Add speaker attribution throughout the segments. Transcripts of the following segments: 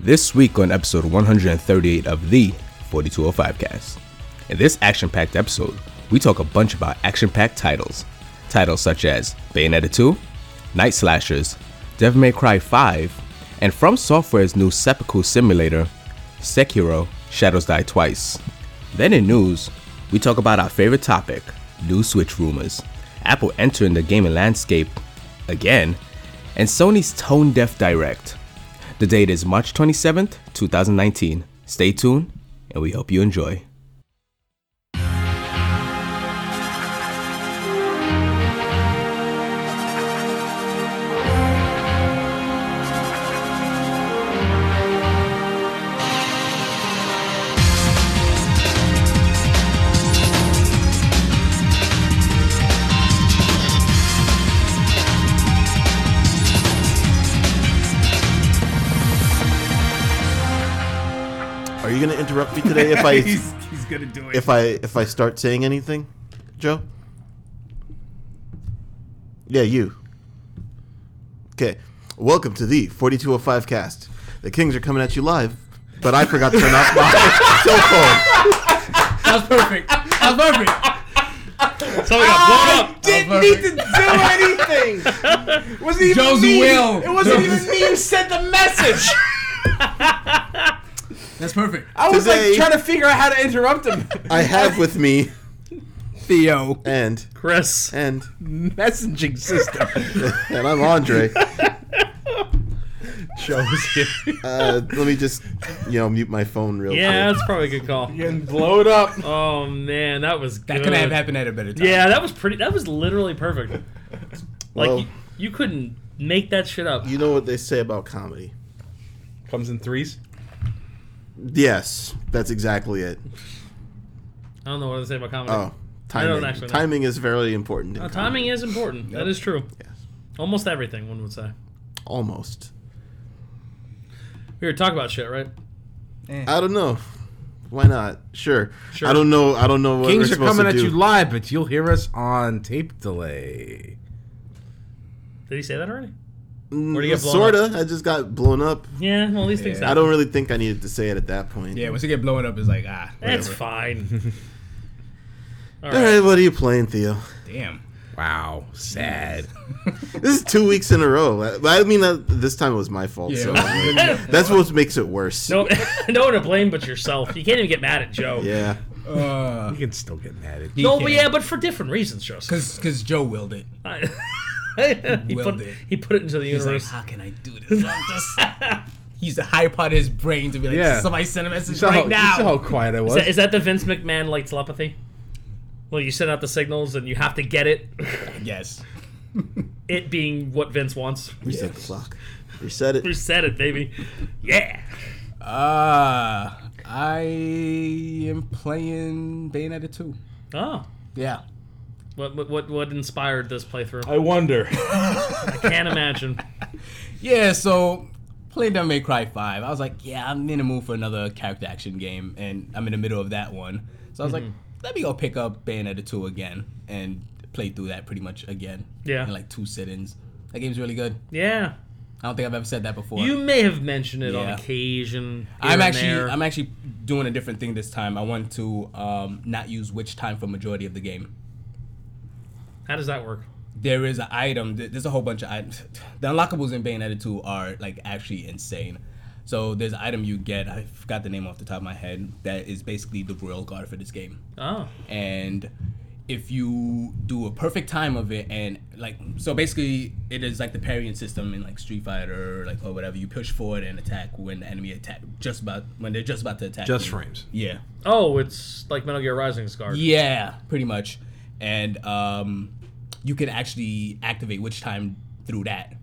Speaker 1: This week on episode 138 of the 4205 cast. In this action packed episode, we talk a bunch about action packed titles. Titles such as Bayonetta 2, Night Slashers, Devil May Cry 5, and From Software's new Seppuku simulator, Sekiro Shadows Die Twice. Then in news, we talk about our favorite topic new Switch rumors, Apple entering the gaming landscape again, and Sony's tone deaf direct. The date is March 27th, 2019. Stay tuned, and we hope you enjoy.
Speaker 2: Are you going to interrupt me today if I
Speaker 3: he's, he's gonna do it.
Speaker 2: if I if I start saying anything, Joe? Yeah, you. Okay. Welcome to the 4205 cast. The Kings are coming at you live, but I forgot to turn off my cell phone.
Speaker 3: That was perfect. That was perfect.
Speaker 4: Something
Speaker 5: Oh,
Speaker 4: Oh, got blown up.
Speaker 5: didn't need to do anything. Wasn't even
Speaker 3: Joe's
Speaker 5: me.
Speaker 3: will.
Speaker 5: It wasn't
Speaker 3: Joe's-
Speaker 5: even me who sent the message.
Speaker 3: That's perfect.
Speaker 5: I was
Speaker 2: Today-
Speaker 5: like trying to figure out how to interrupt him.
Speaker 2: I have with me
Speaker 5: Theo
Speaker 2: and
Speaker 4: Chris.
Speaker 2: and
Speaker 5: messaging system.
Speaker 2: and I'm Andre.
Speaker 4: Joe's here.
Speaker 2: Uh, let me just you know mute my phone real
Speaker 4: Yeah,
Speaker 2: quick.
Speaker 4: that's probably a good call.
Speaker 5: Getting blown up.
Speaker 4: Oh man, that was good.
Speaker 3: That could have happened at a better time.
Speaker 4: Yeah, that was pretty. That was literally perfect. Like
Speaker 2: Well-
Speaker 4: you, you couldn't make that shit up.
Speaker 2: You know what they say about comedy.
Speaker 6: comes in threes.
Speaker 2: Yes, that's exactly it.
Speaker 4: I don't know what to say about comedy.
Speaker 2: Oh,
Speaker 4: I don't
Speaker 2: timing.
Speaker 4: actually know.
Speaker 2: Timing is very important. in
Speaker 4: Uh,
Speaker 2: comedy.
Speaker 4: timing is important. That is true. Almost everything one would say.
Speaker 2: Almost.
Speaker 4: We were talking about shit, right?
Speaker 2: I don't know. Why not? Sure.
Speaker 4: Sure.
Speaker 2: I don't know. I don't know what
Speaker 6: Kings
Speaker 2: we're
Speaker 6: are
Speaker 2: supposed
Speaker 6: coming
Speaker 2: to
Speaker 6: at
Speaker 2: do.
Speaker 6: you live, but you'll hear us on tape delay.
Speaker 4: Did he say that already?
Speaker 2: Mm,
Speaker 4: Or do you get blown
Speaker 2: sorta. I just got blown up.
Speaker 4: Yeah. Well, these things
Speaker 2: I
Speaker 4: happen.
Speaker 2: don't really think I needed to say it at that point.
Speaker 3: Yeah, once you get blown up, it's like, ah,
Speaker 4: That's
Speaker 3: whatever.
Speaker 4: fine. All
Speaker 2: All
Speaker 4: right.
Speaker 2: right. What are you playing, Theo?
Speaker 3: Damn.
Speaker 6: Wow, sad.
Speaker 2: This is two weeks in a row. I, I mean, uh, this time it was my fault.
Speaker 3: Yeah.
Speaker 2: So that's what makes it worse.
Speaker 4: No, no one to blame but yourself. You can't even get mad at Joe.
Speaker 2: Yeah.
Speaker 3: uh,
Speaker 6: You can still get mad at
Speaker 3: He
Speaker 4: No, but
Speaker 3: can.
Speaker 4: yeah, but for different reasons, Joseph.
Speaker 3: cause, cause Joe willed it.
Speaker 4: I- he,
Speaker 3: Willed
Speaker 4: put,
Speaker 3: it.
Speaker 4: he put it into the
Speaker 3: He's like,
Speaker 4: universe.
Speaker 3: how can I do this? I'm just. He used the high part of his brain to be like,
Speaker 6: Yeah.
Speaker 3: somebody send a message
Speaker 6: You saw
Speaker 3: right
Speaker 6: how,
Speaker 3: now.
Speaker 6: You saw how quiet I was.
Speaker 4: is, that, is that the Vince McMahon like telepathy? Well, you send out the signals and you have to get it.
Speaker 3: yes.
Speaker 4: It being what Vince wants.
Speaker 2: Reset the clock. Reset
Speaker 4: We
Speaker 2: it.
Speaker 4: said it, baby. Yeah.
Speaker 3: Uh, I am playing Bayonetta 2.
Speaker 4: Oh.
Speaker 3: Yeah.
Speaker 4: What, what- what what inspired this playthrough?
Speaker 6: I wonder.
Speaker 4: I can't imagine.
Speaker 3: Yeah, so played Devil May Cry 5. I was like, yeah, I'm in the mood for another character action game, and I'm in the middle of that one. So I was like,
Speaker 4: Mm-hmm.
Speaker 3: let me go pick up Bayonetta 2 again and play through that pretty much again.
Speaker 4: Yeah.
Speaker 3: In like two sit ins. That game's really good.
Speaker 4: Yeah.
Speaker 3: I don't think I've ever said that before.
Speaker 4: You may have mentioned it on
Speaker 3: Yeah.
Speaker 4: occasion. here
Speaker 3: I'm
Speaker 4: and
Speaker 3: actually
Speaker 4: there.
Speaker 3: I'm actually doing a different thing this time. I want to um, not use witch time for majority of the game.
Speaker 4: How does that work?
Speaker 3: there is an item. th- There's a whole bunch of items. The unlockables in Bayonetta 2 are like actually insane. So there's an item you get. I forgot the name off the top of my head. That is basically the royal guard for this game.
Speaker 4: Oh.
Speaker 3: And if you do a perfect time of it, and like so, basically it is like the parrying system in like Street Fighter, or like or whatever. You push forward and attack when the enemy attack just about when they're just about to attack.
Speaker 6: Just
Speaker 3: you.
Speaker 6: frames.
Speaker 3: Yeah.
Speaker 4: Oh, it's like Metal Gear Rising's card.
Speaker 3: Yeah, pretty much. And um, you can actually activate which time through that.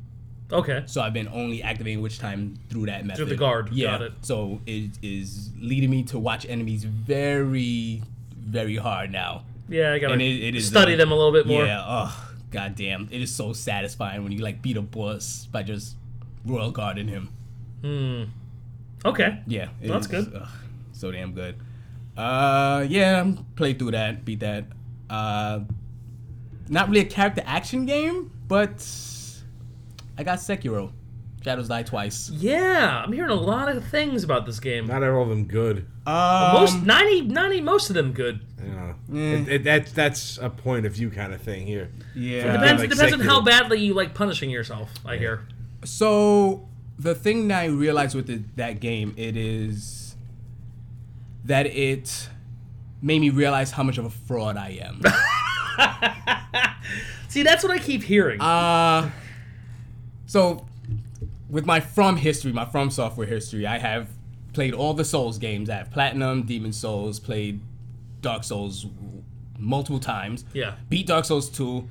Speaker 4: Okay.
Speaker 3: So I've been only activating which time through that method.
Speaker 4: the guard,
Speaker 3: Yeah.
Speaker 4: got it.
Speaker 3: So it is leading me to watch enemies very, very hard now.
Speaker 4: Yeah, I gotta
Speaker 3: And it- it is,
Speaker 4: study
Speaker 3: uh,
Speaker 4: them a little bit more.
Speaker 3: Yeah. Oh, goddamn! It is so satisfying when you like beat a boss by just royal guarding him.
Speaker 4: Hmm. Okay.
Speaker 3: Yeah, it
Speaker 4: That's
Speaker 3: is,
Speaker 4: good.
Speaker 3: ugh, so damn good. Uh, yeah, I'm played through that, beat that. Uh, not really a character action game, but I got Sekiro. Shadows Die Twice.
Speaker 4: Yeah, I'm hearing a lot of things about this game.
Speaker 6: Not all of them good.
Speaker 4: most
Speaker 3: Um,
Speaker 4: 90, 90, most of them good.
Speaker 6: You know,
Speaker 3: Mm.
Speaker 6: It- it- that's that's a point of view kind of thing here.
Speaker 3: Yeah.
Speaker 4: Depends,
Speaker 6: like
Speaker 4: depends on how
Speaker 6: Sekiro.
Speaker 4: badly you like punishing yourself. I hear.
Speaker 3: So the thing that I realized with the, that game, it is that it made me realize how much of a fraud I am.
Speaker 4: See, that's what I keep hearing.
Speaker 3: Uh, so with my From history, my From software history, I have played all the Souls games. I have Platinum, Demon Souls, played Dark Souls multiple times.
Speaker 4: Yeah.
Speaker 3: Beat Dark Souls 2.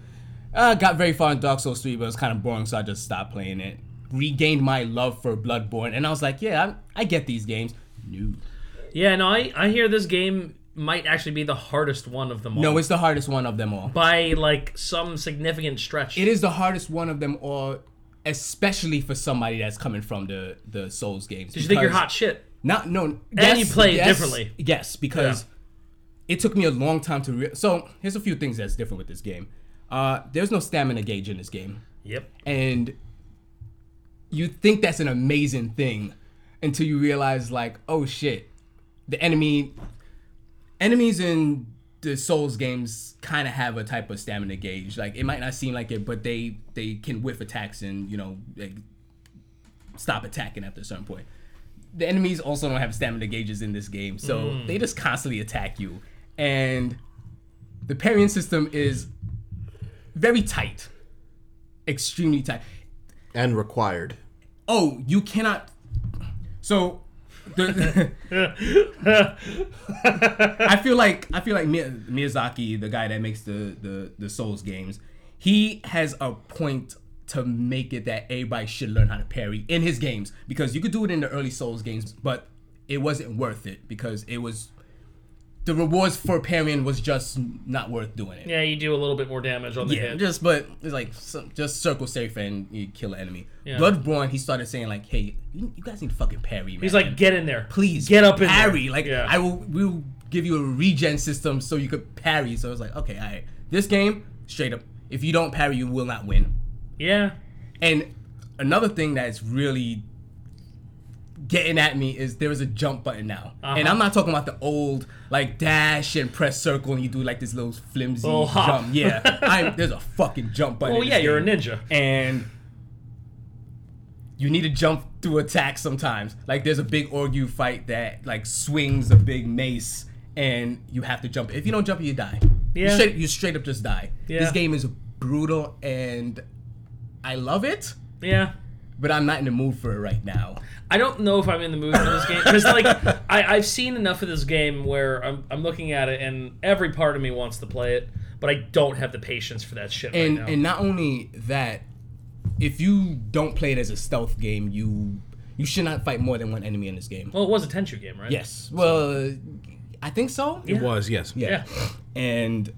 Speaker 3: Uh, got very far in Dark Souls 3, but it was kind of boring, so I just stopped playing it. Regained my love for Bloodborne, and I was like, yeah, I, I get these games. No.
Speaker 4: yeah, no, I, I hear this game might actually be the hardest one of them all.
Speaker 3: No, it's the hardest one of them all.
Speaker 4: by like some significant stretch.
Speaker 3: It is the hardest one of them all, especially for somebody that's coming from the, the Souls games.
Speaker 4: Did you think you're
Speaker 3: because-
Speaker 4: hot shit?
Speaker 3: Not no.
Speaker 4: And you play differently.
Speaker 3: Yes, because it took me a long time to. Re- so here's a few things that's different with this game. Uh, there's no stamina gauge in this game,
Speaker 4: Yep.
Speaker 3: and you think that's an amazing thing until you realize like, oh shit, the enemy, enemies in the Souls games kind of have a type of stamina gauge. Like it might not seem like it, but they they can whiff attacks and you know like, stop attacking after a certain point the enemies also don't have stamina gauges in this game, so they just constantly attack you. And the parrying system is very tight, extremely tight.
Speaker 2: and required.
Speaker 3: Oh, you cannot. So, the, I feel like I feel like Mi- Miyazaki, the guy that makes the the the Souls games, he has a point to make it that everybody should learn how to parry in his games because you could do it in the early Souls games, but it wasn't worth it because it was the rewards for parrying was just not worth doing it.
Speaker 4: Yeah, you do a little bit more damage on the
Speaker 3: Yeah,
Speaker 4: hit.
Speaker 3: just but it's like some, just circle safe and you kill an enemy.
Speaker 4: Yeah.
Speaker 3: Bloodborne, he started saying like, "Hey, you, you guys need to fucking parry, man."
Speaker 4: He's like, get in there,
Speaker 3: "Please
Speaker 4: get up in
Speaker 3: parry."
Speaker 4: there.
Speaker 3: Like,
Speaker 4: yeah.
Speaker 3: I will, we will give you a regen system so you could parry. So I was like, okay, all right, this game straight up, if you don't parry, you will not win.
Speaker 4: yeah,
Speaker 3: And another thing that's really getting at me is there is a jump button now, and
Speaker 4: Uh-huh.
Speaker 3: I'm not talking about the old like dash and press circle and you do like this little flimsy
Speaker 4: Little hop.
Speaker 3: jump. Yeah, I'm, there's a fucking jump button.
Speaker 4: Well,
Speaker 3: in
Speaker 4: Oh, yeah,
Speaker 3: this
Speaker 4: you're a
Speaker 3: game.
Speaker 4: ninja.
Speaker 3: and you need to jump through attacks sometimes. Like there's a big Orgu fight that like swings a big mace, and you have to jump. If you don't jump, you die. You
Speaker 4: Yeah.
Speaker 3: straight, you straight up just die. This
Speaker 4: Yeah.
Speaker 3: game is brutal, and I love it,
Speaker 4: yeah.
Speaker 3: but I'm not in the mood for it right now.
Speaker 4: I don't know if I'm in the mood for this game because like I, I've seen enough of this game where I'm, I'm looking at it and every part of me wants to play it, but I don't have the patience for that shit
Speaker 3: And
Speaker 4: right now.
Speaker 3: and not only that, if you don't play it as a stealth game, you you should not fight more than one enemy in this game.
Speaker 4: well, it was a Tenchu game, right?
Speaker 3: Yes. Well, I think so.
Speaker 6: It was yes.
Speaker 4: Yeah.
Speaker 3: and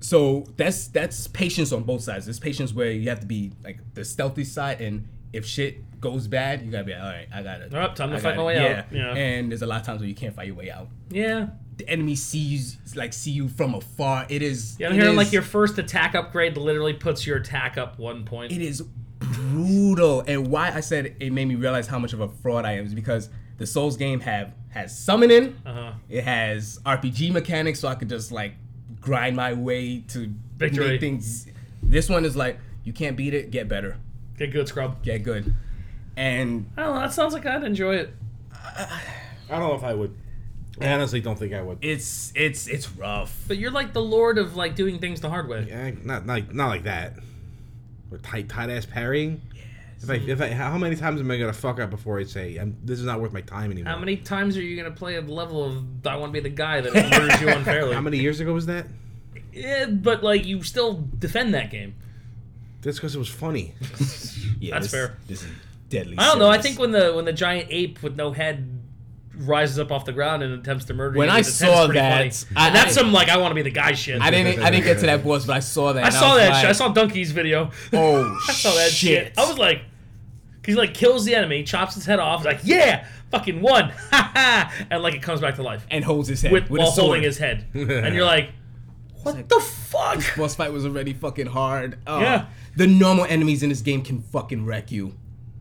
Speaker 3: so that's that's patience on both sides. There's patience where you have to be like the stealthy side, and if shit goes bad, you gotta be like, all right. I gotta.
Speaker 4: All right, time to
Speaker 3: I
Speaker 4: fight
Speaker 3: gotta-
Speaker 4: my way
Speaker 3: yeah.
Speaker 4: out. Yeah.
Speaker 3: And there's a lot of times where you can't fight your way out.
Speaker 4: Yeah.
Speaker 3: The enemy sees like see you from afar. It is.
Speaker 4: Yeah, I'm
Speaker 3: it
Speaker 4: hearing
Speaker 3: is-
Speaker 4: like your first attack upgrade literally puts your attack up one point.
Speaker 3: It is brutal, and why I said it made me realize how much of a fraud I am is because the Souls game have has summoning.
Speaker 4: Uh-huh.
Speaker 3: It has RPG mechanics, so I could just like grind my way to
Speaker 4: Victory.
Speaker 3: make things. This one is like you can't beat it, get better,
Speaker 4: Get good, scrub.
Speaker 3: get good, and
Speaker 4: I don't know. That sounds like I'd enjoy it.
Speaker 6: I don't know if I would. I honestly don't think I would.
Speaker 3: it's it's it's rough.
Speaker 4: But you're like the lord of like doing things the hard way.
Speaker 6: Eh, not not like not like that. With tight tight ass parrying. If I, if I, how many times am I gonna fuck up before I say I'm, this is not worth my time anymore?
Speaker 4: How many times are you gonna play a level of I want to be the guy that murders you unfairly?
Speaker 6: How many years ago was that?
Speaker 4: Yeah, but like you still defend that game.
Speaker 6: That's because it was funny.
Speaker 3: Yeah,
Speaker 4: That's
Speaker 3: this-
Speaker 4: fair.
Speaker 3: This is deadly.
Speaker 4: I don't know. I
Speaker 3: serious.
Speaker 4: think when the when the giant ape with no head rises up off the ground and attempts to murder
Speaker 3: When
Speaker 4: you,
Speaker 3: I
Speaker 4: it's- it's
Speaker 3: saw
Speaker 4: pretty funny.
Speaker 3: that, I-
Speaker 4: And that's
Speaker 3: I-
Speaker 4: some like I want to be the guy shit.
Speaker 3: I didn't I didn't get to that boss, but I saw that.
Speaker 4: I
Speaker 3: and
Speaker 4: saw
Speaker 3: was
Speaker 4: that.
Speaker 3: like,
Speaker 4: shit. I saw Donkey's video.
Speaker 3: Oh
Speaker 4: I saw that shit.
Speaker 3: shit!
Speaker 4: I was like, 'cause he like kills the enemy, chops his head off. Like yeah, fucking one, ha ha, and like it comes back to life
Speaker 3: and holds his head
Speaker 4: with,
Speaker 3: with, a
Speaker 4: while
Speaker 3: sword.
Speaker 4: holding his head, and you're like, what the fuck?
Speaker 3: boss fight was already fucking hard. Oh,
Speaker 4: Yeah.
Speaker 3: The normal enemies in this game can fucking wreck you.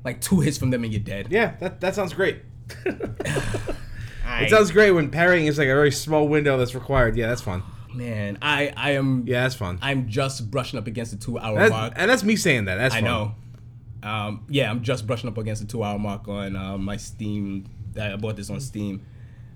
Speaker 3: Like two hits from them and you're dead.
Speaker 6: Yeah, that, that sounds great. It sounds great when parrying is like a very small window that's required. Yeah, that's fun.
Speaker 3: Man, I I am
Speaker 6: Yeah, that's fun.
Speaker 3: I'm just brushing up against the two hour
Speaker 6: That's-
Speaker 3: mark.
Speaker 6: and that's me saying that. That's
Speaker 3: I
Speaker 6: fun.
Speaker 3: know. Um, yeah, I'm just brushing up against the two hour mark on uh, my Steam. I bought this on Steam,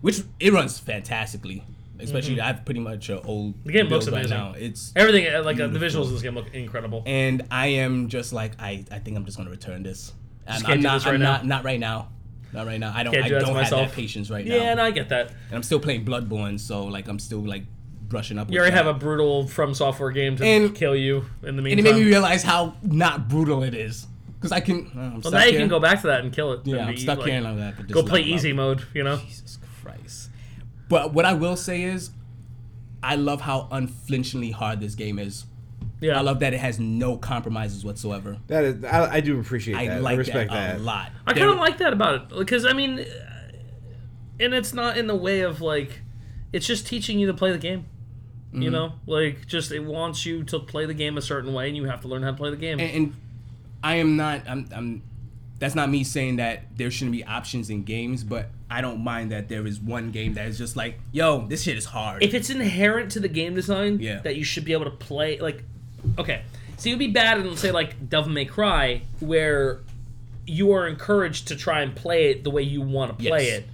Speaker 3: which it runs fantastically. Especially, I have pretty much an old
Speaker 4: Mm-hmm. The game looks
Speaker 3: build
Speaker 4: amazing.
Speaker 3: It's
Speaker 4: Everything uh, like uh, the visuals in this game look incredible.
Speaker 3: and I am just like I, I think I'm just gonna return this. I'm,
Speaker 4: can't
Speaker 3: I'm
Speaker 4: do
Speaker 3: not.
Speaker 4: this right
Speaker 3: I'm
Speaker 4: now.
Speaker 3: not. Not right now. Not right now. I don't.
Speaker 4: Can't
Speaker 3: I
Speaker 4: do that to
Speaker 3: don't have that
Speaker 4: myself.
Speaker 3: patience right now.
Speaker 4: Yeah, and I get that.
Speaker 3: and I'm still playing Bloodborne, so like I'm still like brushing up.
Speaker 4: You
Speaker 3: with
Speaker 4: already
Speaker 3: that.
Speaker 4: have a brutal from software game to
Speaker 3: uh, And-
Speaker 4: kill you in the
Speaker 3: and it
Speaker 4: meantime.
Speaker 3: made me realize how not brutal it is. Because I can. oh, I'm
Speaker 4: well,
Speaker 3: stuck
Speaker 4: now you
Speaker 3: here.
Speaker 4: can go back to that and kill it.
Speaker 3: Yeah,
Speaker 4: and
Speaker 3: I'm
Speaker 4: be,
Speaker 3: stuck
Speaker 4: like,
Speaker 3: here and all that. But this
Speaker 4: Go
Speaker 3: is
Speaker 4: play
Speaker 3: not allowed.
Speaker 4: easy mode. You know.
Speaker 3: Jesus Christ. But what I will say is, I love how unflinchingly hard this game is.
Speaker 4: Yeah.
Speaker 3: I love that it has no compromises whatsoever.
Speaker 6: That is, I, I do appreciate
Speaker 3: I
Speaker 6: that. I
Speaker 3: like
Speaker 6: respect
Speaker 3: that,
Speaker 6: that.
Speaker 3: a lot.
Speaker 4: I kind
Speaker 3: There-
Speaker 4: of like that about it because I mean, uh, and it's not in the way of like, it's just teaching you to play the game.
Speaker 3: Mm-hmm.
Speaker 4: You know, like just it wants you to play the game a certain way, and you have to learn how to play the game.
Speaker 3: and, and I am not. I'm. I'm. That's not me saying that there shouldn't be options in games, but I don't mind that there is one game that is just like, yo, this shit is hard.
Speaker 4: if it's inherent to the game design
Speaker 3: Yeah.
Speaker 4: that you should be able to play like okay so you'd be bad in say like devil may cry where you are encouraged to try and play it the way you want to play
Speaker 3: Yes.
Speaker 4: it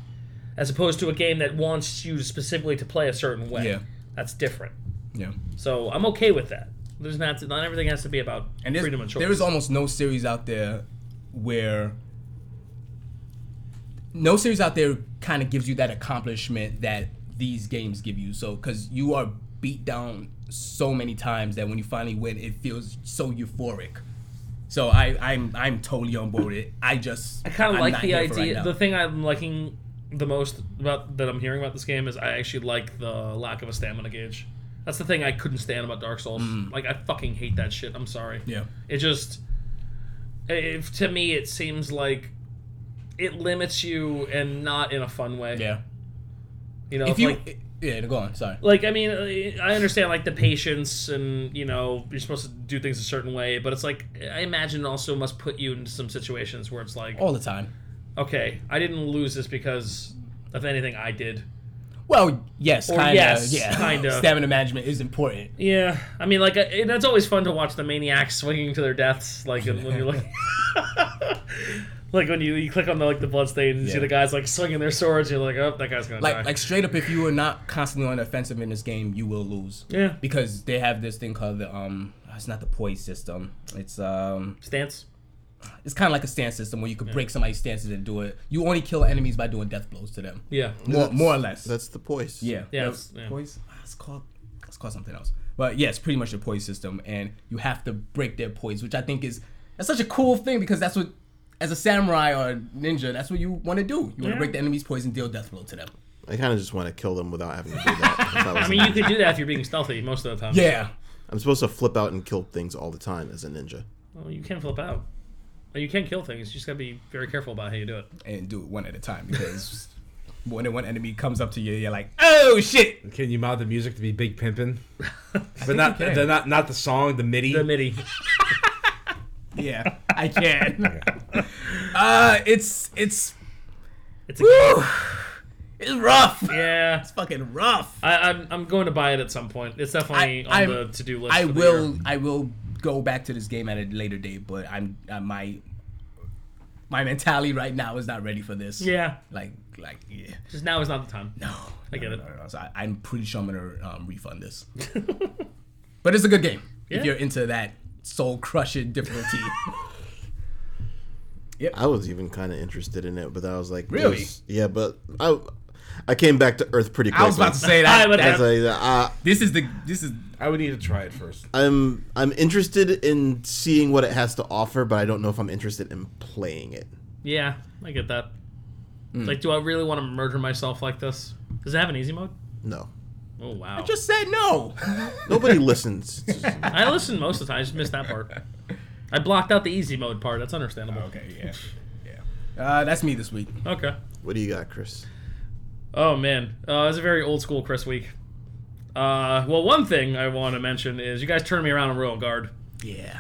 Speaker 4: as opposed to a game that wants you specifically to play a certain way
Speaker 3: Yeah.
Speaker 4: that's different
Speaker 3: yeah.
Speaker 4: so i'm okay with that there's not not everything has to be about
Speaker 3: And there's,
Speaker 4: freedom and choice
Speaker 3: there is almost no series out there where no series out there kind of gives you that accomplishment that these games give you. So because you are beat down so many times that when you finally win, it feels so euphoric. So I, I'm I'm totally on board with it. I just
Speaker 4: I kind
Speaker 3: I'm
Speaker 4: of like
Speaker 3: not
Speaker 4: the
Speaker 3: here for
Speaker 4: idea.
Speaker 3: right now.
Speaker 4: the thing I'm liking the most about that I'm hearing about this game is I actually like the lack of a stamina gauge. That's the thing I couldn't stand about Dark Souls. Like I fucking hate that shit. I'm sorry.
Speaker 3: Mm. Yeah.
Speaker 4: It just, if to me it seems like it limits you and not in a fun way.
Speaker 3: yeah.
Speaker 4: You know,
Speaker 3: If you
Speaker 4: like,
Speaker 3: yeah, go on. Sorry.
Speaker 4: like I mean, I understand like the patience and you know you're supposed to do things a certain way, but it's like I imagine it also must put you into some situations where it's like
Speaker 3: All the time.
Speaker 4: okay, I didn't lose this because of anything I did.
Speaker 3: Well, yes,
Speaker 4: Or
Speaker 3: kind of.
Speaker 4: yes,
Speaker 3: yeah,
Speaker 4: kinda.
Speaker 3: Stamina management is important.
Speaker 4: Yeah, I mean, like, it, it's always fun to watch the maniacs swinging to their deaths, like and when you're like. Like when you, you click on the like the bloodstain and you see
Speaker 3: Yeah.
Speaker 4: the guys like swinging their swords, you're like, oh, that guy's gonna die.
Speaker 3: Like, like straight up, if you are not constantly on the offensive in this game, you will lose.
Speaker 4: Yeah.
Speaker 3: Because they have this thing called the um, it's not the poise system. It's um,
Speaker 4: stance.
Speaker 3: it's kind of like a stance system where you could break somebody's stances and do it. You only kill enemies by doing death blows to them.
Speaker 4: Yeah,
Speaker 3: More, more or less.
Speaker 2: That's the poise.
Speaker 3: yeah.
Speaker 4: Yeah,
Speaker 3: The
Speaker 4: it's- yeah.
Speaker 3: Poise. ah, It's called. It's called something else. But yeah, it's pretty much the poise system, and you have to break their poise, which I think is that's such a cool thing because that's what. As a samurai or a ninja, that's what you want to do. You want to
Speaker 4: Yeah.
Speaker 3: break the enemy's poise and deal death blow to them.
Speaker 2: I kind of just want to kill them without having to do that. if I was
Speaker 4: I
Speaker 2: a
Speaker 4: mean, you
Speaker 2: ninja.
Speaker 4: could do that if you're being stealthy most of the time.
Speaker 3: Yeah,
Speaker 2: I'm supposed to flip out and kill things all the time as a ninja.
Speaker 4: well, you can flip out. Well, you can kill things. You just gotta be very careful about how you do it.
Speaker 3: and do it one at a time because when one enemy comes up to you, you're like, oh shit!
Speaker 6: Can you mod the music to be Big Pimpin'? but not,
Speaker 3: you can.
Speaker 6: the, not not the song, the MIDI.
Speaker 4: The midi.
Speaker 3: Yeah, I can. uh, it's it's
Speaker 4: It's a
Speaker 3: woo, it's rough. It's
Speaker 4: yeah.
Speaker 3: fucking rough.
Speaker 4: I, I'm I'm going to buy it at some point. It's definitely
Speaker 3: I-
Speaker 4: on
Speaker 3: I'm-
Speaker 4: the to do list.
Speaker 3: I
Speaker 4: for the year.
Speaker 3: will I will go back to this game at a later date, but I'm uh, my my mentality right now is not ready for this.
Speaker 4: Yeah,
Speaker 3: Like like yeah.
Speaker 4: just now is not the time.
Speaker 3: No,
Speaker 4: I get
Speaker 3: no,
Speaker 4: it.
Speaker 3: no, no, no. So I, I'm pretty sure I'm gonna um, refund this. but it's a good game
Speaker 4: Yeah.
Speaker 3: if you're into that soul crushing difficulty.
Speaker 2: I was even kind of interested in it, but I was like,
Speaker 3: Really?
Speaker 2: there's- Yeah, but I, I came back to Earth pretty quickly.
Speaker 3: I was about to say that.
Speaker 4: I would
Speaker 3: that-
Speaker 4: have-
Speaker 2: As I- I-
Speaker 3: this is the this is
Speaker 6: I would need to try it first.
Speaker 2: I'm I'm interested in seeing what it has to offer, but I don't know if I'm interested in playing it.
Speaker 4: Yeah, I get that. Like, do I really want to murder myself like this? Does it have an easy mode?
Speaker 2: No,
Speaker 4: Oh wow! I,
Speaker 3: just said no.
Speaker 2: nobody listens. It's just-
Speaker 4: listened most of the time. I just missed that part. I blocked out the easy mode part. That's understandable.
Speaker 3: okay, yeah, yeah. Uh, that's me this week.
Speaker 4: Okay.
Speaker 2: what do you got, Chris?
Speaker 4: Oh man, uh, it was a very old school Chris week. Uh, well, one thing I want to mention is you guys turned me around on Royal Guard.
Speaker 3: Yeah.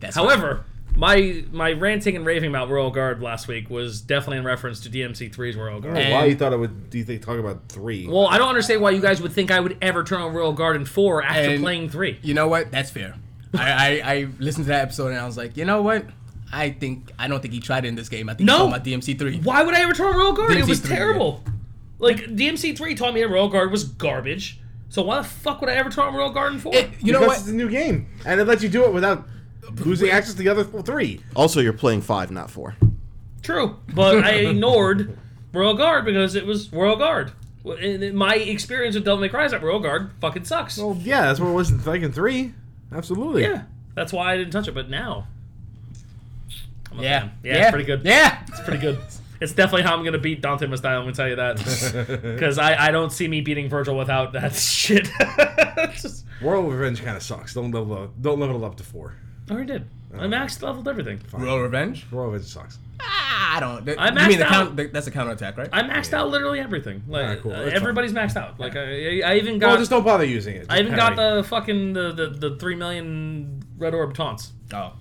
Speaker 3: That's
Speaker 4: However, my my ranting and raving about Royal Guard last week was definitely in reference to DMC3's Royal Guard.
Speaker 6: Oh, Why
Speaker 3: And-
Speaker 6: you thought it would? Do you think talk about three?
Speaker 4: Well, I don't understand why you guys would think I would ever turn on Royal Guard in four after
Speaker 3: And-
Speaker 4: playing three.
Speaker 3: You know what? That's fair. I, I, I listened to that episode and I was like, you know what? I think I don't think he tried it in this game. I think
Speaker 4: No.
Speaker 3: he's talking about DMC three.
Speaker 4: Why would I ever turn on Royal Guard? it was
Speaker 3: DMC3, yeah.
Speaker 4: terrible. Like DMC3 taught me that Royal Guard was garbage. So why the fuck would I ever turn on Royal Guard in four?
Speaker 3: It, you know
Speaker 6: because
Speaker 3: what? Uh,
Speaker 6: It's a new game, and it lets you do it without losing access to the other three.
Speaker 2: Also, you're playing five, not four.
Speaker 4: True, but I ignored Royal Guard because it was Royal Guard. Well, and it- My experience with Devil May Cry is that Royal Guard fucking sucks.
Speaker 6: Well, yeah, that's what it was in fucking three. Absolutely.
Speaker 4: Yeah, that's why I didn't touch it. But now, I'm a
Speaker 3: Yeah.
Speaker 4: fan. yeah, it's pretty good.
Speaker 3: Yeah.
Speaker 4: it's pretty good. It's definitely how I'm gonna beat Dante Mustile. I'm gonna tell you that because I, I don't see me beating Virgil without that shit. It's just,
Speaker 6: Royal Revenge kind of sucks. Don't level up, don't level it up to four.
Speaker 4: I already Oh, did.
Speaker 6: Uh,
Speaker 4: I maxed leveled everything.
Speaker 3: Royal Revenge?
Speaker 6: Royal Revenge sucks.
Speaker 3: Ah, I don't.
Speaker 4: I
Speaker 3: you mean the
Speaker 4: maxed
Speaker 3: count?
Speaker 4: out.
Speaker 3: The, that's a counter attack, right?
Speaker 4: I maxed out literally everything. Like
Speaker 6: Alright, cool.
Speaker 4: uh,
Speaker 6: That's fine.
Speaker 4: everybody's maxed out. Like I, I I even got
Speaker 6: Well, just don't bother using it.
Speaker 4: I even got
Speaker 6: Henry.
Speaker 4: the fucking the, the, the three million red orb taunts.
Speaker 3: oh.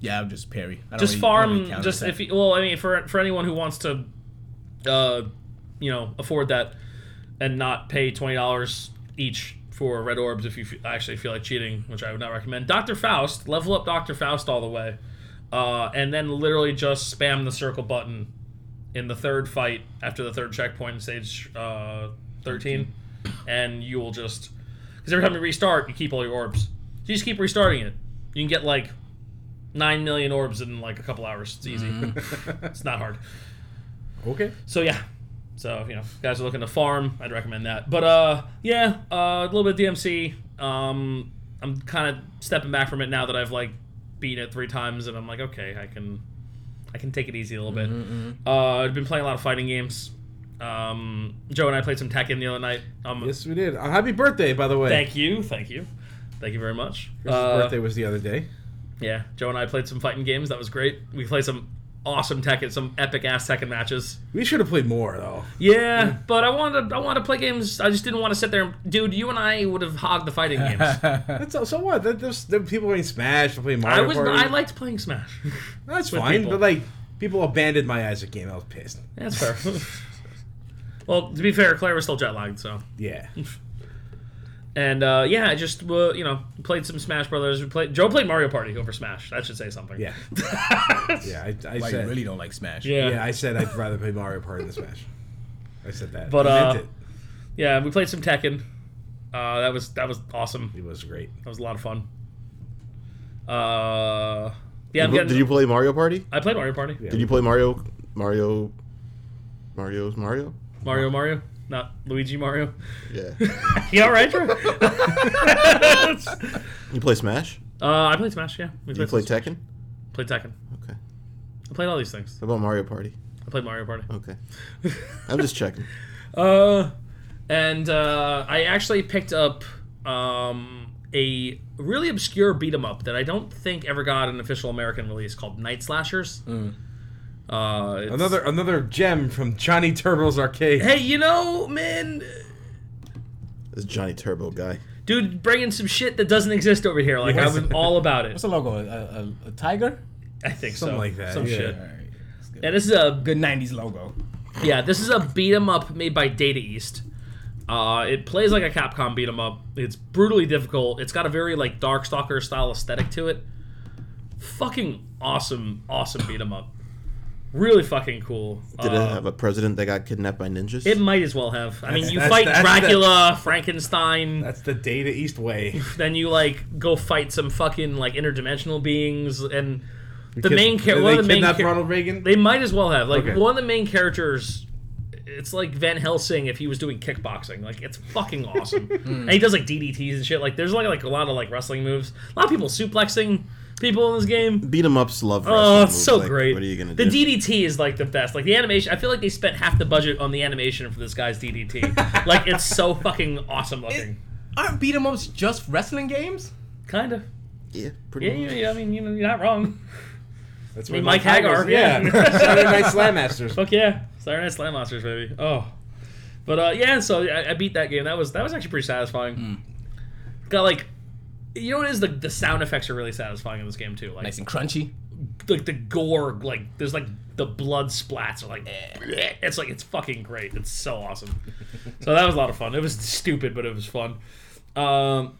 Speaker 3: Yeah, I'm just parry. I don't
Speaker 4: Just
Speaker 3: really- I don't
Speaker 4: farm,
Speaker 3: really counter
Speaker 4: just
Speaker 3: attack.
Speaker 4: if you, well, I mean, for for anyone who wants to, uh, you know, afford that, and not pay twenty dollars each for red orbs if you f- actually feel like cheating, which I would not recommend. Doctor Faust, level up Doctor Faust all the way, uh, and then literally just spam the circle button in the third fight after the third checkpoint in stage uh, 13 and you will just because every time you restart you keep all your orbs so you just keep restarting it you can get like 9 million orbs in like a couple hours it's easy
Speaker 6: Mm-hmm.
Speaker 4: it's not hard
Speaker 6: okay.
Speaker 4: so yeah so you know if you guys are looking to farm i'd recommend that but uh yeah uh, a little bit of dmc um i'm kind of stepping back from it now that i've like beaten it three times and i'm like okay i can i can take it easy a little bit
Speaker 6: Mm-hmm,
Speaker 4: uh i've been playing a lot of fighting games um joe and i played some tekken the other night um
Speaker 6: Yes, we did. Uh, happy birthday, by the way.
Speaker 4: thank you thank you thank you very much
Speaker 6: Chris's
Speaker 4: Uh,
Speaker 6: birthday was the other day.
Speaker 4: yeah, Joe and I played some fighting games. That was great. We played some awesome Tekken, some epic ass Tekken matches.
Speaker 6: We should have played more though.
Speaker 4: Yeah,
Speaker 6: Mm.
Speaker 4: but I wanted to, I wanted to play games. I just didn't want to sit there. and Dude, you and I would have hogged the fighting games.
Speaker 6: That's uh, so what. That, there's, there are people playing Smash, they're playing
Speaker 4: I
Speaker 6: Mario
Speaker 4: was
Speaker 6: Party.
Speaker 4: I liked playing Smash.
Speaker 6: That's
Speaker 4: with
Speaker 6: fine,
Speaker 4: people.
Speaker 6: but like people abandoned my Isaac game. I was pissed.
Speaker 4: That's fair. well, to be fair, Claire was still jet lagged, so
Speaker 6: Yeah.
Speaker 4: and uh, yeah, I just uh, you know played some Smash Brothers. We played Joe played Mario Party over Smash. That should say something.
Speaker 6: Yeah. yeah. I, I
Speaker 3: Why you
Speaker 6: said.
Speaker 3: really don't like Smash?
Speaker 4: yeah,
Speaker 6: Yeah, I said I'd rather play Mario Party than Smash. I said that.
Speaker 4: But,
Speaker 6: I meant
Speaker 4: uh, yeah. We played some Tekken. Uh, that was that was awesome.
Speaker 6: it. it was great.
Speaker 4: That was a lot of fun. Uh, yeah, I'm
Speaker 2: Did
Speaker 4: getting,
Speaker 2: you play Mario Party?
Speaker 4: I played Mario Party.
Speaker 6: Yeah.
Speaker 2: Did you play Mario? Mario? Mario's Mario?
Speaker 4: Mario Mario, not Luigi Mario.
Speaker 2: Yeah.
Speaker 4: Yeah, all right, Drew? uh,
Speaker 2: you play Smash?
Speaker 4: I played Smash. Yeah, we
Speaker 2: You play
Speaker 4: Smash.
Speaker 2: Tekken?
Speaker 4: played Tekken.
Speaker 2: Okay.
Speaker 4: I played all these things.
Speaker 2: How about Mario Party?
Speaker 4: I played Mario Party.
Speaker 2: Okay. I'm just checking. Oh.
Speaker 4: Uh, and uh, I actually picked up um, a really obscure beat 'em up that I don't think ever got an official American release called Night Slashers.
Speaker 2: Mm.
Speaker 4: Uh, it's-
Speaker 6: Another another gem from Johnny Turbo's arcade.
Speaker 4: Hey, you know, man,
Speaker 2: This Johnny Turbo guy.
Speaker 4: dude, bringing some shit that doesn't exist over here. Like I was all about it.
Speaker 3: What's the logo? A, a, a tiger?
Speaker 4: I think
Speaker 6: Something
Speaker 4: so.
Speaker 6: like that,
Speaker 4: Some
Speaker 6: yeah.
Speaker 4: shit.
Speaker 3: All right. that's good.
Speaker 4: Yeah, this is a
Speaker 3: Good '90s logo.
Speaker 4: yeah, this is a beat 'em up made by Data East. Uh, it plays like a Capcom beat 'em up. It's brutally difficult. It's got a very like Darkstalker style aesthetic to it. Fucking awesome, awesome beat 'em up. Really fucking cool.
Speaker 2: Did
Speaker 4: Uh,
Speaker 2: it have a president that got kidnapped by ninjas?
Speaker 4: it might as well have. I mean,
Speaker 6: That's-
Speaker 4: you
Speaker 6: that's-
Speaker 4: fight
Speaker 6: that's-
Speaker 4: Dracula, Frankenstein,
Speaker 6: That's the Data East way.
Speaker 4: then you like go fight some fucking like interdimensional beings, and the
Speaker 6: Kid-
Speaker 4: main
Speaker 6: did
Speaker 4: character, one
Speaker 6: they
Speaker 4: of the main
Speaker 6: kidnap
Speaker 4: char-
Speaker 6: Ronald Reagan.
Speaker 4: They might as well have. Like
Speaker 6: Okay.
Speaker 4: one of the main characters, it's like Van Helsing if he was doing kickboxing. Like it's fucking awesome. And he does like DDTs and shit. Like there's like like a lot of like wrestling moves. A lot of people suplexing people in this game.
Speaker 2: Beat 'em ups, love.
Speaker 4: Oh,
Speaker 2: wrestling
Speaker 4: it's
Speaker 2: moves,
Speaker 4: so
Speaker 2: like,
Speaker 4: great.
Speaker 2: What are you gonna
Speaker 4: the
Speaker 2: do?
Speaker 4: DDT is like the best. Like the animation, I feel like they spent half the budget on the animation for this guy's DDT. like it's so fucking awesome looking.
Speaker 3: Aren't beat 'em ups just wrestling games?
Speaker 4: kind of.
Speaker 2: yeah, pretty
Speaker 4: Yeah,
Speaker 2: much.
Speaker 4: you, you- I mean, you know, you're not wrong.
Speaker 6: That's
Speaker 4: mean,
Speaker 6: where
Speaker 4: Mike Hagar,
Speaker 6: Yeah.
Speaker 4: yeah.
Speaker 6: Saturday Night Slam Masters.
Speaker 4: Fuck yeah, Saturday Night Slam Monsters, baby. Oh,
Speaker 3: Mm.
Speaker 4: but uh, yeah. So I, I beat that game. That was that was actually pretty satisfying. Got like You know what it is? The, the sound effects are really satisfying in this game too. Like
Speaker 3: Nice and crunchy.
Speaker 4: like the gore, like there's like the blood splats are like
Speaker 6: Eh.
Speaker 4: it's like it's fucking great. It's so awesome. so that was a lot of fun. It was stupid, but it was fun. Um,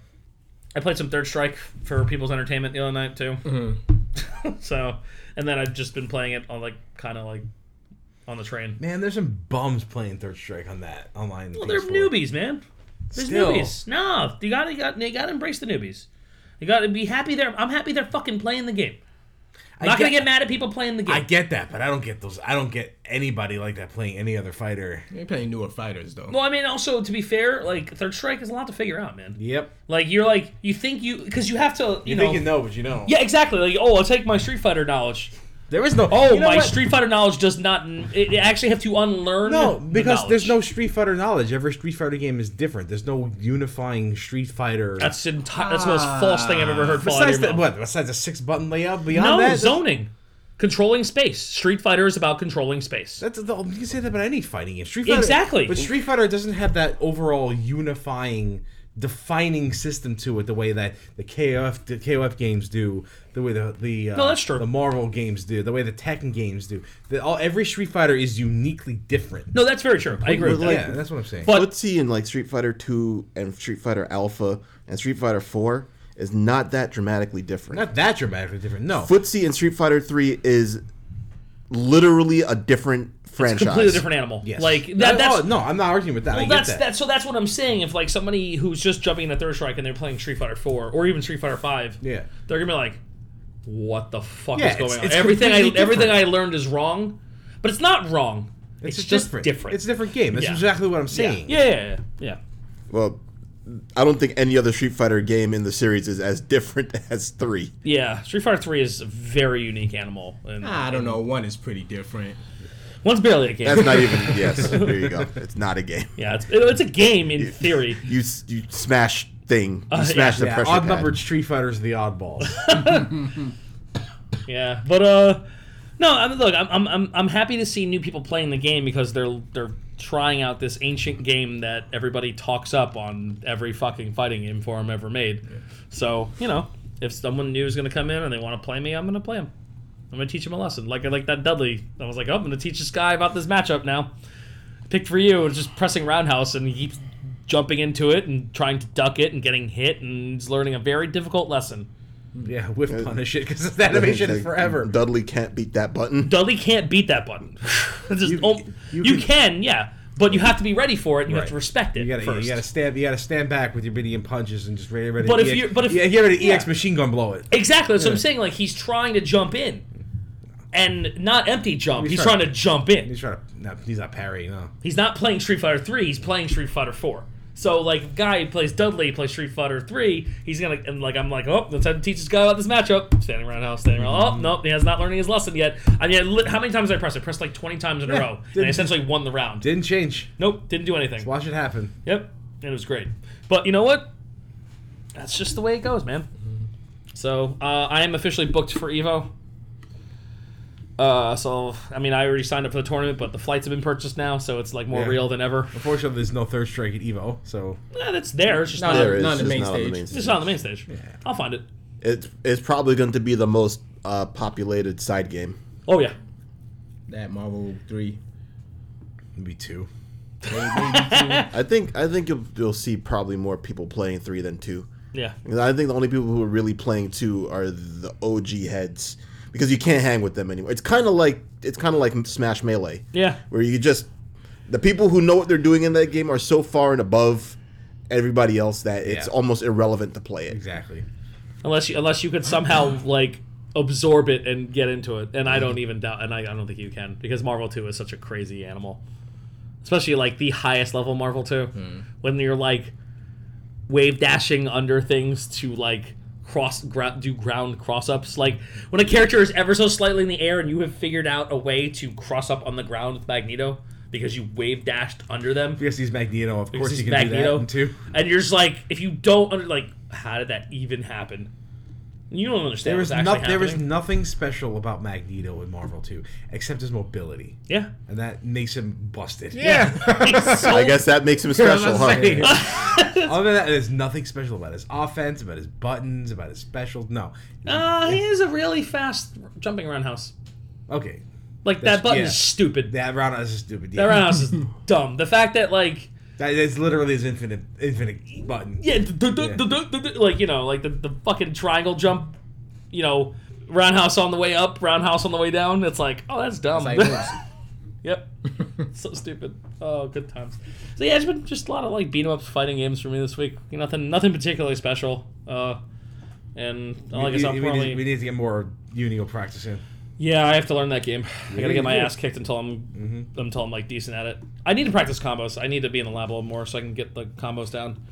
Speaker 4: I played some Third Strike for People's Entertainment the other night too.
Speaker 6: Mm-hmm.
Speaker 4: so and then I've just been playing it on like kind of like on the train.
Speaker 6: Man, there's some bums playing Third Strike on that online.
Speaker 4: Well, they're newbies, man. There's
Speaker 6: Still.
Speaker 4: newbies. No, you gotta, you gotta you gotta embrace the newbies. You gotta be happy they're. I'm happy they're fucking playing the game. I'm not gonna get mad at people playing the game.
Speaker 6: I get that, but I don't get those. I don't get anybody like that playing any other fighter.
Speaker 3: You're playing newer fighters though.
Speaker 4: Well, I mean, also to be fair, like Third Strike is a lot to figure out, man.
Speaker 6: Yep.
Speaker 4: Like you're like you think you because you have to you,
Speaker 6: You
Speaker 4: know,
Speaker 6: think you know, but you don't.
Speaker 4: yeah exactly like oh I'll take my Street Fighter knowledge.
Speaker 6: There is no.
Speaker 4: Oh
Speaker 6: you know
Speaker 4: my
Speaker 6: what?
Speaker 4: Street Fighter knowledge does not. It, it actually have to unlearn.
Speaker 6: No,
Speaker 4: the
Speaker 6: because there's no
Speaker 4: knowledge.
Speaker 6: Street Fighter knowledge. Every Street Fighter game is different. There's no unifying Street Fighter.
Speaker 4: That's enti- that's the most false thing I've ever heard. fall out of
Speaker 6: besides
Speaker 4: your
Speaker 6: the,
Speaker 4: mouth.
Speaker 6: what? Besides the six button layout. Beyond
Speaker 4: No
Speaker 6: that,
Speaker 4: zoning, controlling space. Street Fighter is about controlling space.
Speaker 6: That's the, you can say that about any fighting game. Street Fighter,
Speaker 4: Exactly.
Speaker 6: But Street Fighter doesn't have that overall unifying, defining system to it the way that the KOF the KOF games do, the way the the uh,
Speaker 4: No, that's true.
Speaker 6: the Marvel games do, the way the Tekken games do. The, all every Street Fighter is uniquely different.
Speaker 4: No, that's very true. I agree. With that.
Speaker 2: like-
Speaker 6: yeah, that's what I'm saying.
Speaker 4: But-
Speaker 2: What's he in like Street Fighter Two and Street Fighter Alpha and Street Fighter Four is not that dramatically different.
Speaker 6: Not that dramatically different. No,
Speaker 2: Footsie in Street Fighter Three is literally a different franchise.
Speaker 4: Completely different animal.
Speaker 6: Yes.
Speaker 4: Like
Speaker 6: Oh,
Speaker 4: that, that's
Speaker 6: no, I'm not arguing with that. I
Speaker 4: Well,
Speaker 6: get
Speaker 4: that's
Speaker 6: that.
Speaker 4: that. So that's what I'm saying. If like somebody who's just jumping into Third Strike and they're playing Street Fighter Four or even Street Fighter Five,
Speaker 6: Yeah.
Speaker 4: they're gonna be like, "What the fuck
Speaker 6: Yeah,
Speaker 4: is going
Speaker 6: it's-
Speaker 4: on?
Speaker 6: it's
Speaker 4: everything I
Speaker 6: completely
Speaker 4: everything I
Speaker 6: different.
Speaker 4: learned is wrong, but it's not wrong. It's,
Speaker 6: It's
Speaker 4: just
Speaker 6: different.
Speaker 4: different.
Speaker 6: It's a different game. That's
Speaker 4: Yeah.
Speaker 6: exactly what I'm
Speaker 4: yeah.
Speaker 6: saying.
Speaker 4: Yeah, yeah, yeah, yeah.
Speaker 2: Well, I don't think any other Street Fighter game in the series is as different as three.
Speaker 4: Yeah, Street Fighter Three is a very unique animal. And
Speaker 3: Ah, I don't know. One is pretty different.
Speaker 4: One's barely a game.
Speaker 2: That's not even yes. There you go. It's not a game.
Speaker 4: yeah, it's, it- it's a game in theory.
Speaker 2: You s- you smash thing. You
Speaker 4: yeah.
Speaker 2: smash the
Speaker 6: Yeah,
Speaker 2: pressure
Speaker 6: odd
Speaker 2: pad.
Speaker 6: numbered Street Fighters are the oddballs.
Speaker 4: Yeah, but uh, no. I mean, look, I'm, I'm I'm I'm happy to see new people playing the game because they're they're trying out this ancient game that everybody talks up on every fucking fighting game forum ever made. So you know, if someone new is gonna come in and they want to play me, I'm gonna play them. I'm gonna teach them a lesson, like like that Dudley. I was like, oh, I'm gonna teach this guy about this matchup now. Pick for you, and just pressing roundhouse, and he keeps jumping into it and trying to duck it and getting hit, and he's learning a very difficult lesson.
Speaker 6: yeah, whiff punish it because the animation is
Speaker 2: Like,
Speaker 6: forever.
Speaker 2: Dudley can't beat that button.
Speaker 4: Dudley can't beat that button. It's just-
Speaker 6: You-
Speaker 4: oh,
Speaker 6: you
Speaker 4: you,
Speaker 6: can-
Speaker 4: can, yeah, but you have to be ready for it. and You
Speaker 6: Right.
Speaker 4: have to respect it
Speaker 6: You gotta,
Speaker 4: first.
Speaker 6: you gotta stand, you gotta stand back with your medium punches and just ready, ready.
Speaker 4: But
Speaker 6: to
Speaker 4: if
Speaker 6: EX,
Speaker 4: you're- but if-
Speaker 6: yeah, get ready to
Speaker 4: yeah.
Speaker 6: ex machine gun blow it.
Speaker 4: exactly. That's what I'm saying. Like he's trying to jump in, and not empty jump.
Speaker 6: He's
Speaker 4: He's,
Speaker 6: trying-
Speaker 4: trying, to jump in.
Speaker 6: He's trying to, no, he's not parrying. No,
Speaker 4: He's not playing Street Fighter Three. He's playing Street Fighter Four. So like, guy who plays Dudley he plays Street Fighter Three. He's gonna and like I'm like, oh, let's have to teach this guy about this matchup. Standing around house, standing around. Oh no, he has not learning his lesson yet. I mean, I lit- how many times did I press? it? I pressed like 20 times in a row, and I
Speaker 6: didn't-
Speaker 4: essentially won the round.
Speaker 6: didn't change.
Speaker 4: nope, didn't do anything.
Speaker 6: Watch it happen.
Speaker 4: Yep, it was great. But you know what? That's just the way it goes, man. So uh, I am officially booked for Evo. Uh, so I mean, I already signed up for the tournament, but the flights have been purchased now, so it's like more
Speaker 6: Yeah.
Speaker 4: real than ever.
Speaker 6: Unfortunately, there's no third strike at Evo, so
Speaker 4: Yeah, that's there. It's just
Speaker 3: No,
Speaker 4: not.
Speaker 3: no.
Speaker 2: There is
Speaker 3: Not on the
Speaker 2: just
Speaker 3: main
Speaker 2: not on the
Speaker 3: stage.
Speaker 2: main
Speaker 4: It's
Speaker 2: stage.
Speaker 4: just not on the main stage. I'll find it.
Speaker 2: It's it's probably going to be the most uh, populated side game.
Speaker 4: Oh yeah.
Speaker 3: That Marvel three.
Speaker 6: maybe two.
Speaker 2: I think I think you'll, you'll see probably more people playing three than two.
Speaker 4: Yeah.
Speaker 2: Because I think the only people who are really playing two are the OG heads because you can't hang with them anymore. It's kind of like it's kind of like Smash Melee,
Speaker 4: Yeah.
Speaker 2: where you just the people who know what they're doing in that game are so far and above everybody else that it's
Speaker 6: Yeah.
Speaker 2: almost irrelevant to play it.
Speaker 6: Exactly.
Speaker 4: Unless you unless you could somehow like absorb it and get into it, and I don't even doubt, and I, I don't think you can because Marvel Two is such a crazy animal, especially like the highest level Marvel Two, when you're like wave dashing under things to like cross gra- do ground cross ups. Like when a character is ever so slightly in the air and you have figured out a way to cross up on the ground with Magneto because you wave dashed under them,
Speaker 6: Because he's Magneto, of course
Speaker 4: he's
Speaker 6: you can do
Speaker 4: Magneto.
Speaker 6: that in two.
Speaker 4: and you're just like, if you don't under like, how did that even happen? You don't understand.
Speaker 6: There
Speaker 4: what's
Speaker 6: was
Speaker 4: actually
Speaker 6: nothing. There was
Speaker 4: happening.
Speaker 6: nothing special about Magneto in Marvel Two, except his mobility,
Speaker 4: Yeah.
Speaker 6: and that makes him busted.
Speaker 4: He's so-
Speaker 2: I guess that makes him special, huh?
Speaker 6: Other than that, there's nothing special about his offense, about his buttons, about his specials. No.
Speaker 4: Uh, he is a really fast jumping roundhouse.
Speaker 6: Okay.
Speaker 4: Like
Speaker 6: That's-
Speaker 4: that button
Speaker 6: yeah.
Speaker 4: is stupid.
Speaker 6: That roundhouse is stupid.
Speaker 4: That
Speaker 6: Yeah.
Speaker 4: roundhouse is dumb. The fact that like
Speaker 6: That is literally his infinite infinite button.
Speaker 4: yeah, d- d- d- d- d- d- like you know, like the, the fucking triangle jump, you know, roundhouse on the way up, roundhouse on the way down. It's like, oh, that's dumb.
Speaker 3: Like, oops.
Speaker 4: yep, so stupid. Oh, good times. So yeah, it's been just a lot of like beat 'em ups, fighting games for me this week. Nothing, nothing particularly special. Uh, and like I
Speaker 6: we,
Speaker 4: said,
Speaker 6: we,
Speaker 4: I'll
Speaker 6: we
Speaker 4: probably
Speaker 6: need, we need to get more unio practice in.
Speaker 4: Yeah, I have to learn that game. I gotta
Speaker 6: you
Speaker 4: get my
Speaker 6: do. Mm-hmm.
Speaker 4: ass kicked until I'm until I'm like decent at it. I need to practice combos. I need to be in the lab a little more so I can get the combos down.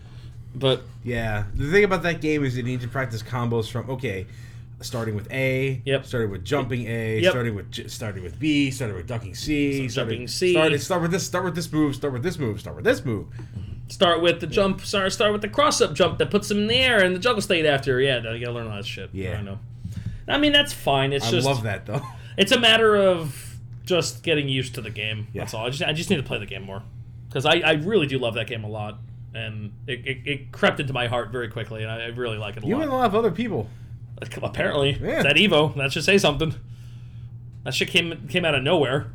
Speaker 4: But
Speaker 6: Yeah. The thing about that game is you need to practice combos from okay, starting with A,
Speaker 4: Yep.
Speaker 6: starting with jumping A,
Speaker 4: Yep.
Speaker 6: starting with J- starting with B, starting with ducking C,
Speaker 4: So jumping
Speaker 6: starting,
Speaker 4: C.
Speaker 6: Starting, start with this, start with this move, start with this move, start with this move.
Speaker 4: start with the jump. Sorry, start with the cross up jump that puts them in the air and the juggle state after. Yeah, I gotta learn all that shit.
Speaker 6: Yeah.
Speaker 4: I know. I mean, that's fine. It's
Speaker 6: I
Speaker 4: just
Speaker 6: love that though.
Speaker 4: it's a matter of just getting used to the game.
Speaker 6: Yeah.
Speaker 4: That's all. I just I just need to play the game more because I, I really do love that game a lot and it, it, it crept into my heart very quickly and I, I really like it a
Speaker 6: You
Speaker 4: lot.
Speaker 6: and a lot of other people.
Speaker 4: Apparently,
Speaker 6: Yeah.
Speaker 4: it's that Evo. That should say something. That shit came came out of nowhere.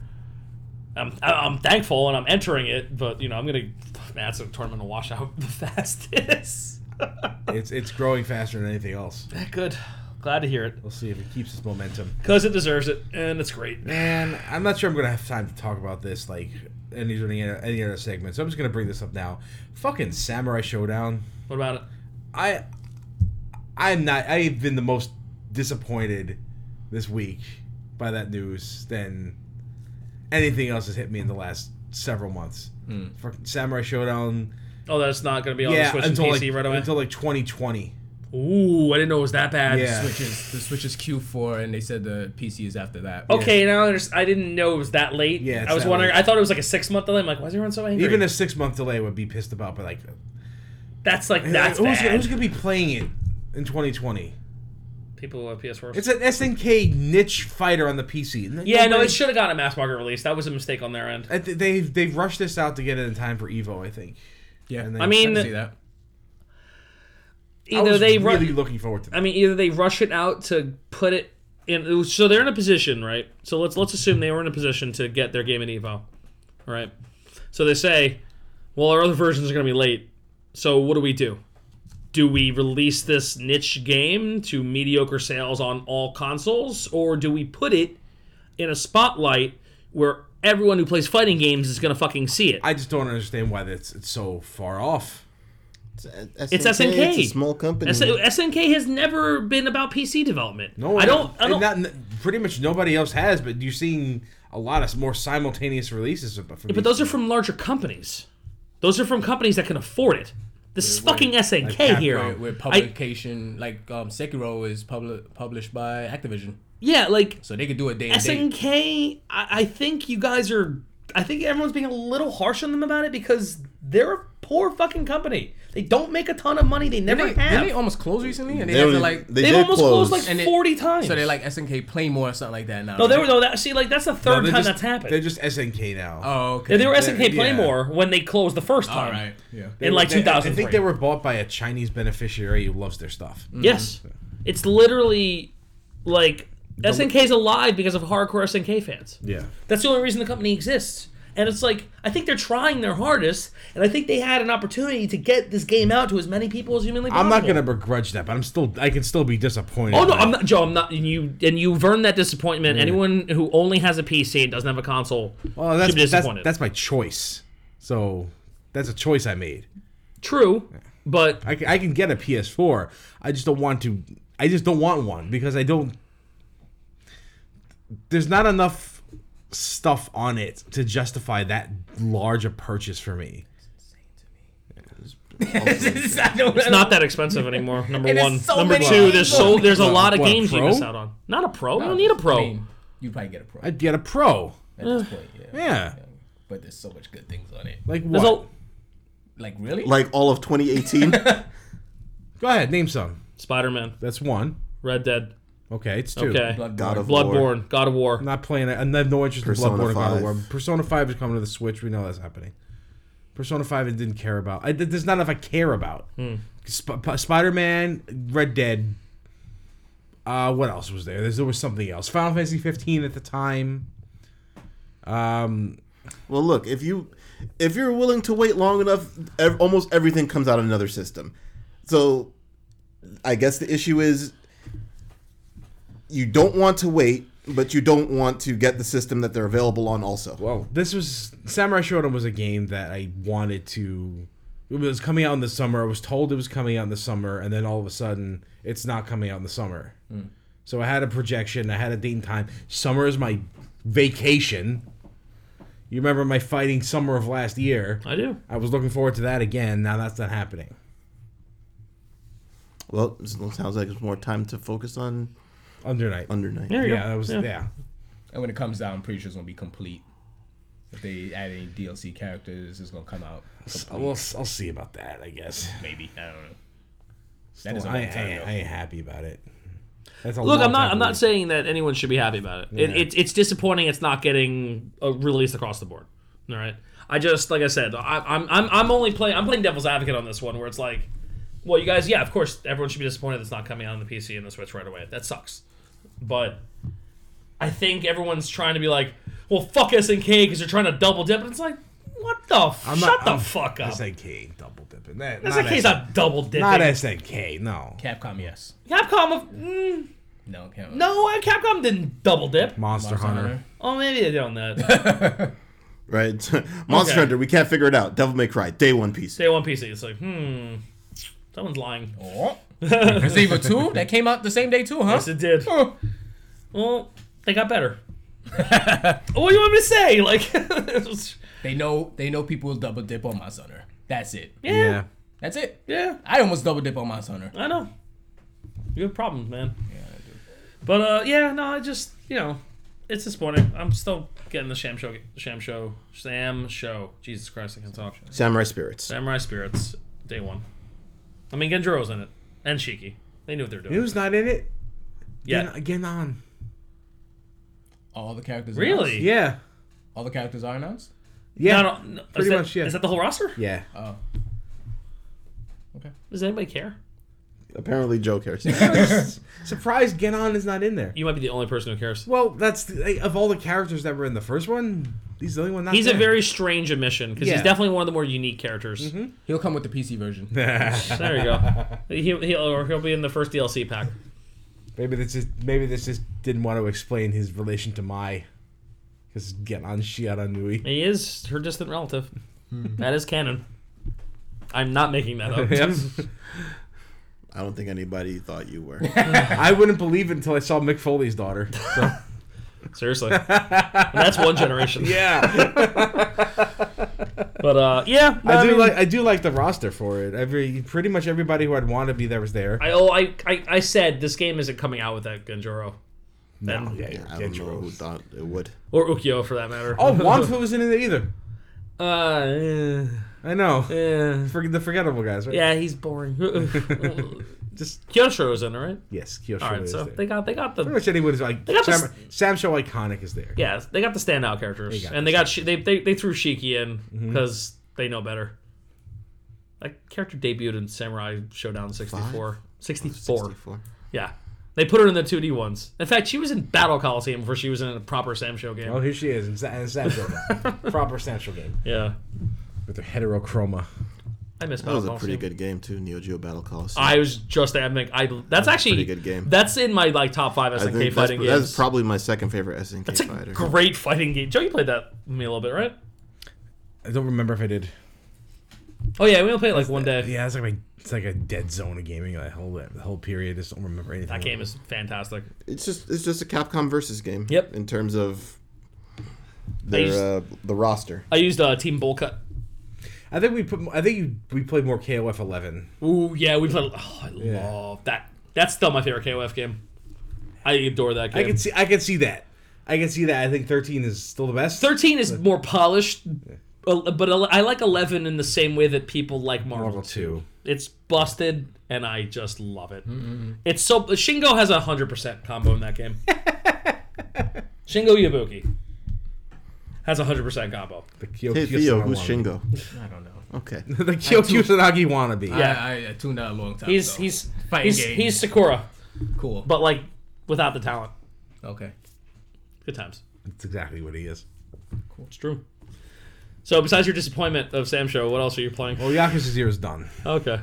Speaker 4: I'm I- I'm thankful and I'm entering it, but you know I'm gonna. Man, it's a tournament to wash out the fastest.
Speaker 6: It's it's growing faster than anything else.
Speaker 4: Good. Glad to hear it,
Speaker 6: We'll see if it keeps its momentum.
Speaker 4: cause it deserves it, and it's great.
Speaker 6: Man, I'm not sure I'm gonna have time to talk about this like any any any other segment. So I'm just gonna bring this up now. Fucking Samurai Showdown.
Speaker 4: What about it?
Speaker 6: I I'm not I've been the most disappointed this week by that news than anything else has hit me in the last several months. Fucking Samurai Showdown.
Speaker 4: Oh, that's not gonna be on Hmm. the
Speaker 6: Yeah,
Speaker 4: Switch
Speaker 6: until
Speaker 4: and
Speaker 6: like,
Speaker 4: PC right away.
Speaker 6: until like 2020.
Speaker 4: Ooh, I didn't know it was that bad.
Speaker 6: Yeah.
Speaker 3: Switch is the Switch is Q4, and they said the PC is after that.
Speaker 4: Okay, now I, understand. I didn't know it was that late.
Speaker 6: Yeah, it's
Speaker 4: I was
Speaker 6: that
Speaker 4: wondering.
Speaker 6: late.
Speaker 4: I thought it was like a six month delay. I'm like, why is everyone so angry?
Speaker 6: Even a six month delay would be pissed about, but like,
Speaker 4: that's like that's
Speaker 6: who's,
Speaker 4: bad.
Speaker 6: who's gonna be playing it in 2020?
Speaker 4: People who have PS4.
Speaker 6: It's an SNK niche fighter on the PC. N-
Speaker 4: Yeah, no,
Speaker 6: nobody-
Speaker 4: it should have gotten a mass market release. That was a mistake on their end.
Speaker 6: I thi- They've they've rushed this out to get it in time for Evo, I think.
Speaker 3: Yeah,
Speaker 6: And
Speaker 3: and
Speaker 6: they-
Speaker 4: I mean,
Speaker 3: I see that.
Speaker 6: I
Speaker 4: either
Speaker 6: was
Speaker 4: they ru-
Speaker 6: really looking forward to that.
Speaker 4: I mean, either they rush it out to put it in. So they're in a position, right? So let's let's assume they were in a position to get their game at Evo, right? So they say, well, our other versions are going to be late. So what do we do? Do we release this niche game to mediocre sales on all consoles, or do we put it in a spotlight where everyone who plays fighting games is going to fucking see it?
Speaker 6: I just don't understand why that's it's so far off.
Speaker 2: It's
Speaker 4: SNK.
Speaker 2: It's a small company.
Speaker 4: S- SNK has never been about PC development.
Speaker 6: No,
Speaker 4: I don't. I
Speaker 6: and
Speaker 4: don't.
Speaker 6: not- pretty much nobody else has, but you're seeing a lot of more simultaneous releases. But
Speaker 4: but those are from larger companies. Those are from companies that can afford it. This is fucking SNK
Speaker 6: cap
Speaker 4: here.
Speaker 6: rate
Speaker 4: I-
Speaker 3: With publication, like um, Sekiro is publi- published by Activision,
Speaker 4: yeah, like
Speaker 3: so they could do a day and date.
Speaker 4: SNK. I, I think you guys are. I think everyone's being a little harsh on them about it because they're a poor fucking company. They don't make a ton of money. They never
Speaker 3: Didn't they,
Speaker 4: have.
Speaker 3: didn't they almost close recently, and they,
Speaker 2: They
Speaker 3: had to
Speaker 2: were-
Speaker 3: like
Speaker 2: they
Speaker 4: They've
Speaker 2: did
Speaker 4: almost
Speaker 2: close.
Speaker 4: closed like
Speaker 3: And it-
Speaker 4: forty times.
Speaker 3: so they like SNK play more or something like that now.
Speaker 4: no, they
Speaker 3: right?
Speaker 4: were no. That see, like that's the third
Speaker 6: they're
Speaker 4: time
Speaker 6: just,
Speaker 4: that's happened.
Speaker 6: They're just SNK now.
Speaker 3: Oh, okay.
Speaker 4: Yeah, they were SNK
Speaker 6: yeah.
Speaker 4: Playmore when they closed the first
Speaker 3: All
Speaker 4: time.
Speaker 3: right. Yeah.
Speaker 4: In like
Speaker 6: They- I-
Speaker 4: 2003.
Speaker 6: I think they were bought by a Chinese beneficiary who loves their stuff.
Speaker 4: Yes. It's literally like SNK's alive because of hardcore SNK fans.
Speaker 6: Yeah.
Speaker 4: That's the only reason the company exists. And it's like I think they're trying their hardest, and I think they had an opportunity to get this game out to as many people as humanly
Speaker 6: I'm
Speaker 4: possible.
Speaker 6: not gonna begrudge that, but I'm still I can still be disappointed.
Speaker 4: Oh no,
Speaker 6: by it.
Speaker 4: I'm not, Joe. I'm not. And you and you've earned that disappointment. Anyone who only has a PC and doesn't have a console
Speaker 6: Well, Oh, that's
Speaker 4: should be
Speaker 6: that's,
Speaker 4: disappointed.
Speaker 6: that's my choice. So that's a choice I made.
Speaker 4: true, but
Speaker 6: I can, I can get a PS4. I just don't want to. I just don't want one because I don't. There's not enough stuff on it to justify that large a purchase for me.
Speaker 4: it's not that expensive anymore. Number one,
Speaker 3: so
Speaker 4: number
Speaker 3: many
Speaker 4: two.
Speaker 3: games
Speaker 4: There's so there's a lot of
Speaker 6: what, a
Speaker 4: games you
Speaker 6: pro?
Speaker 4: miss out on. Not a pro. you don't need a pro.
Speaker 3: I mean, you probably get a pro
Speaker 6: I'd get a Pro.
Speaker 3: at this point. Yeah.
Speaker 6: Yeah,
Speaker 3: But there's so much good things on it.
Speaker 6: like
Speaker 4: There's
Speaker 6: what?
Speaker 4: a
Speaker 3: Like really?
Speaker 2: like all of 2018.
Speaker 6: Go ahead, name some.
Speaker 4: Spider Man.
Speaker 6: That's one.
Speaker 4: Red Dead.
Speaker 6: Okay, it's two.
Speaker 4: Okay.
Speaker 3: Bloodborne.
Speaker 2: God of War.
Speaker 4: Bloodborne, God of War.
Speaker 6: I'm not playing it. And I have no interest
Speaker 2: Persona
Speaker 6: in Bloodborne or God of
Speaker 2: 5.
Speaker 6: War. Persona 5 is coming to the Switch. We know that's happening. Persona 5 I didn't care about. I, there's not enough I care about. Sp- Spider Man, Red Dead. Uh, what else was there? There's, there was something else. Final Fantasy 15 at the time. Um,
Speaker 2: Well, look if you if you're willing to wait long enough, ev- almost everything comes out of another system. So, I guess the issue is you don't want to wait, but you don't want to get the system that they're available on. Also,
Speaker 6: well, this was Samurai Shodown was a game that I wanted to. It was coming out in the summer. I was told it was coming out in the summer, and then all of a sudden, it's not coming out in the summer.
Speaker 3: Hmm.
Speaker 6: So I had a projection. I had a date and time. Summer is my vacation. You remember my fighting summer of last year?
Speaker 4: I do.
Speaker 6: I was looking forward to that again. Now that's not happening.
Speaker 2: well, it sounds like it's more time to focus on
Speaker 6: Under night.
Speaker 2: Under Night.
Speaker 4: There you
Speaker 6: Yeah,
Speaker 4: go.
Speaker 6: that was yeah.
Speaker 3: And when it comes down, I'm pretty sure it's gonna be complete. If they add any DLC characters, it's gonna come out
Speaker 6: I'll, I'll see about that. I guess.
Speaker 3: maybe. I don't know.
Speaker 6: That is
Speaker 3: is a
Speaker 6: I, I,
Speaker 3: long time ago.
Speaker 6: I ain't happy about it. That's a
Speaker 4: Look,
Speaker 6: long
Speaker 4: I'm
Speaker 6: time
Speaker 4: not.
Speaker 6: to
Speaker 4: I'm
Speaker 6: wait.
Speaker 4: not saying that anyone should be happy about it. it, it it's disappointing. It's not getting uh, released across the board. All right. I just like I said. I, I'm. I'm. I'm only playing. I'm playing devil's advocate on this one, where it's like, well, you guys. Yeah, of course, everyone should be disappointed. It's not coming out on the PC and the Switch right away. That sucks. But I think everyone's trying to be like, well, fuck SNK because they're trying to double dip, and it's like, what the? f
Speaker 6: I'm
Speaker 4: shut
Speaker 6: not-
Speaker 4: the
Speaker 6: I'm-
Speaker 4: fuck up.
Speaker 6: SNK double dipping. That, not
Speaker 4: SNK's
Speaker 6: SNK.
Speaker 4: not double dipping.
Speaker 6: Not SNK. No.
Speaker 3: Capcom, yes.
Speaker 4: Capcom. Mm,
Speaker 3: No, Capcom.
Speaker 4: no, uh, Capcom didn't double dip.
Speaker 6: Monster, Hunter.
Speaker 4: Oh, maybe they don't that.
Speaker 2: Right, Monster
Speaker 4: Okay.
Speaker 2: Hunter. We can't figure it out. Devil May Cry. Day one piece.
Speaker 4: Day one PC. It's like, hmm, someone's lying.
Speaker 3: Oh. Resident Evil 2? That came out the same day too, huh?
Speaker 4: Yes, it did.
Speaker 3: Oh.
Speaker 4: Well, they got better. what do you want me to say? Like, it was-
Speaker 3: They know they know people will double dip on Monster Hunter. That's it.
Speaker 4: yeah, yeah,
Speaker 6: Yeah.
Speaker 3: That's it. I almost double dip on Monster Hunter.
Speaker 4: I know. You have problems, man. Yeah, I do. But uh, yeah, no, I just you know, it's disappointing. I'm still getting the sham show, sham show, sham show. Jesus Christ, I can talk.
Speaker 2: Samurai Spirits.
Speaker 4: Samurai Spirits, day one. I mean, Genjiro's in it, and Shiki. They knew what they were doing.
Speaker 6: Who's not in it?
Speaker 4: yeah,
Speaker 6: Get, get on.
Speaker 3: All the characters announced?
Speaker 4: really?
Speaker 6: Yeah.
Speaker 3: All the characters are announced?
Speaker 6: Yeah.
Speaker 4: No, no, no, is
Speaker 6: Pretty
Speaker 4: that-
Speaker 6: much, yeah.
Speaker 4: Is that the whole roster?
Speaker 6: Yeah.
Speaker 3: Oh.
Speaker 4: Does anybody care?
Speaker 2: Apparently, Joe cares.
Speaker 6: Surprised Genon is not in there.
Speaker 4: You might be the only person who cares.
Speaker 6: Well, that's like, of all the characters that were in the first one, he's the only one not.
Speaker 4: He's a
Speaker 6: there.
Speaker 4: very strange omission because
Speaker 6: Yeah. Mm-hmm.
Speaker 4: he's definitely one of the more unique characters.
Speaker 3: He'll come with the PC version.
Speaker 4: There you go. He, he'll, or he'll be in the first DLC pack.
Speaker 6: maybe this just maybe this just didn't want to explain his relation to Mai, because Genon Shiara Nui.
Speaker 4: He is her distant relative.
Speaker 6: Hmm.
Speaker 4: that is canon. I'm not making that up.
Speaker 6: Yep.
Speaker 2: I don't think anybody thought you were.
Speaker 6: I wouldn't believe it until I saw Mick Foley's daughter. So,
Speaker 4: Seriously. And that's one generation.
Speaker 6: yeah,
Speaker 4: But uh, yeah, no,
Speaker 6: I do
Speaker 4: mean,
Speaker 6: like I do like the roster for it. Every pretty much everybody who I'd want to be there was there.
Speaker 4: I, oh, I, I, I said this game isn't coming out with that Ganjoro.
Speaker 6: No, yeah,
Speaker 2: I
Speaker 6: yeah,
Speaker 2: don't know who
Speaker 6: Joe's.
Speaker 2: thought it would.
Speaker 4: Or Ukyo, for that matter.
Speaker 6: Oh, Wanfu was in it either.
Speaker 4: Uh,
Speaker 6: I know.
Speaker 4: eh, eh.
Speaker 6: For the forgettable guys, right?
Speaker 4: Yeah, he's boring.
Speaker 6: Just
Speaker 4: Kyoshiro was in it, right?
Speaker 6: yes, Kyosho
Speaker 4: All right,
Speaker 6: is
Speaker 4: so
Speaker 6: there.
Speaker 4: they got they got the
Speaker 6: Pretty much anyone who's like
Speaker 4: got
Speaker 6: Sam,
Speaker 4: this-
Speaker 6: Sam Show iconic is there.
Speaker 4: Yeah, they got the standout characters,
Speaker 6: got
Speaker 4: and they got Shi- they, they they threw Shiki in because they know better. That character debuted in Samurai Showdown 64. 64.
Speaker 2: 64.
Speaker 4: Yeah. They put her in the 2D ones. In fact, she was in Battle Coliseum before she was in a proper Sam Show game.
Speaker 6: Oh, here she is in, Sa- in Sam Show, proper Sam Show game
Speaker 4: Yeah.
Speaker 6: with her heterochroma.
Speaker 4: I miss
Speaker 2: That
Speaker 4: Battle
Speaker 2: was a pretty
Speaker 4: Coliseum.
Speaker 2: good game too, Neo Geo Battle Coliseum.
Speaker 4: I was just I think I that's actually
Speaker 2: pretty good game.
Speaker 4: That's in my like top 5
Speaker 2: I
Speaker 4: SNK
Speaker 2: think that's,
Speaker 4: fighting games.
Speaker 2: that's probably my second favorite SNK
Speaker 4: It's a
Speaker 2: fighter.
Speaker 4: great fighting game. Joe, you played that with me a little bit, right?
Speaker 6: I don't remember if I did.
Speaker 4: Oh yeah, we only played it, like one day.
Speaker 6: Yeah, it's like my it's like a dead zone of gaming. That whole that whole period, I just don't remember anything.
Speaker 4: That game is fantastic.
Speaker 2: It's just it's just a Capcom versus game.
Speaker 4: Yep.
Speaker 2: In terms of
Speaker 4: I
Speaker 2: their
Speaker 4: used-
Speaker 2: uh, the roster.
Speaker 4: I used uh, Team Bowl Cut.
Speaker 6: I think we put. I think you, we played more KOF 11.
Speaker 4: Ooh, yeah, we played. Oh, I
Speaker 6: Yeah.
Speaker 4: love that. That's still my favorite KOF game. I adore that
Speaker 6: I
Speaker 4: game.
Speaker 6: can see. I can see that. I can see that. I think 13 is still the best.
Speaker 4: Thirteen is more polished, uh, but ele- I like eleven in the same way that people like Marvel,
Speaker 6: Marvel 2.
Speaker 4: It's busted, and I just love it. It's so Shingo has a hundred percent combo in that game. Shingo Yabuki has a hundred percent combo.
Speaker 6: The Kyo-
Speaker 2: Hey Theo,
Speaker 6: Kyosanagi
Speaker 2: who's
Speaker 6: wannabe.
Speaker 2: Shingo?
Speaker 5: I don't know.
Speaker 2: Okay.
Speaker 6: the Kyo- Kyosanagi wannabe.
Speaker 2: Ah.
Speaker 4: Yeah.
Speaker 3: I, I tuned out a long time
Speaker 4: He's
Speaker 3: ago.
Speaker 4: he's
Speaker 5: Fighting
Speaker 4: he's,
Speaker 5: game.
Speaker 4: he's Sakura,
Speaker 3: cool.
Speaker 4: but like without the talent.
Speaker 3: okay.
Speaker 4: Good times.
Speaker 6: That's exactly what he is.
Speaker 4: It's true. So besides your disappointment of Sam Show, what else are you playing?
Speaker 6: Well, Yakuza Zero is done.
Speaker 4: Okay.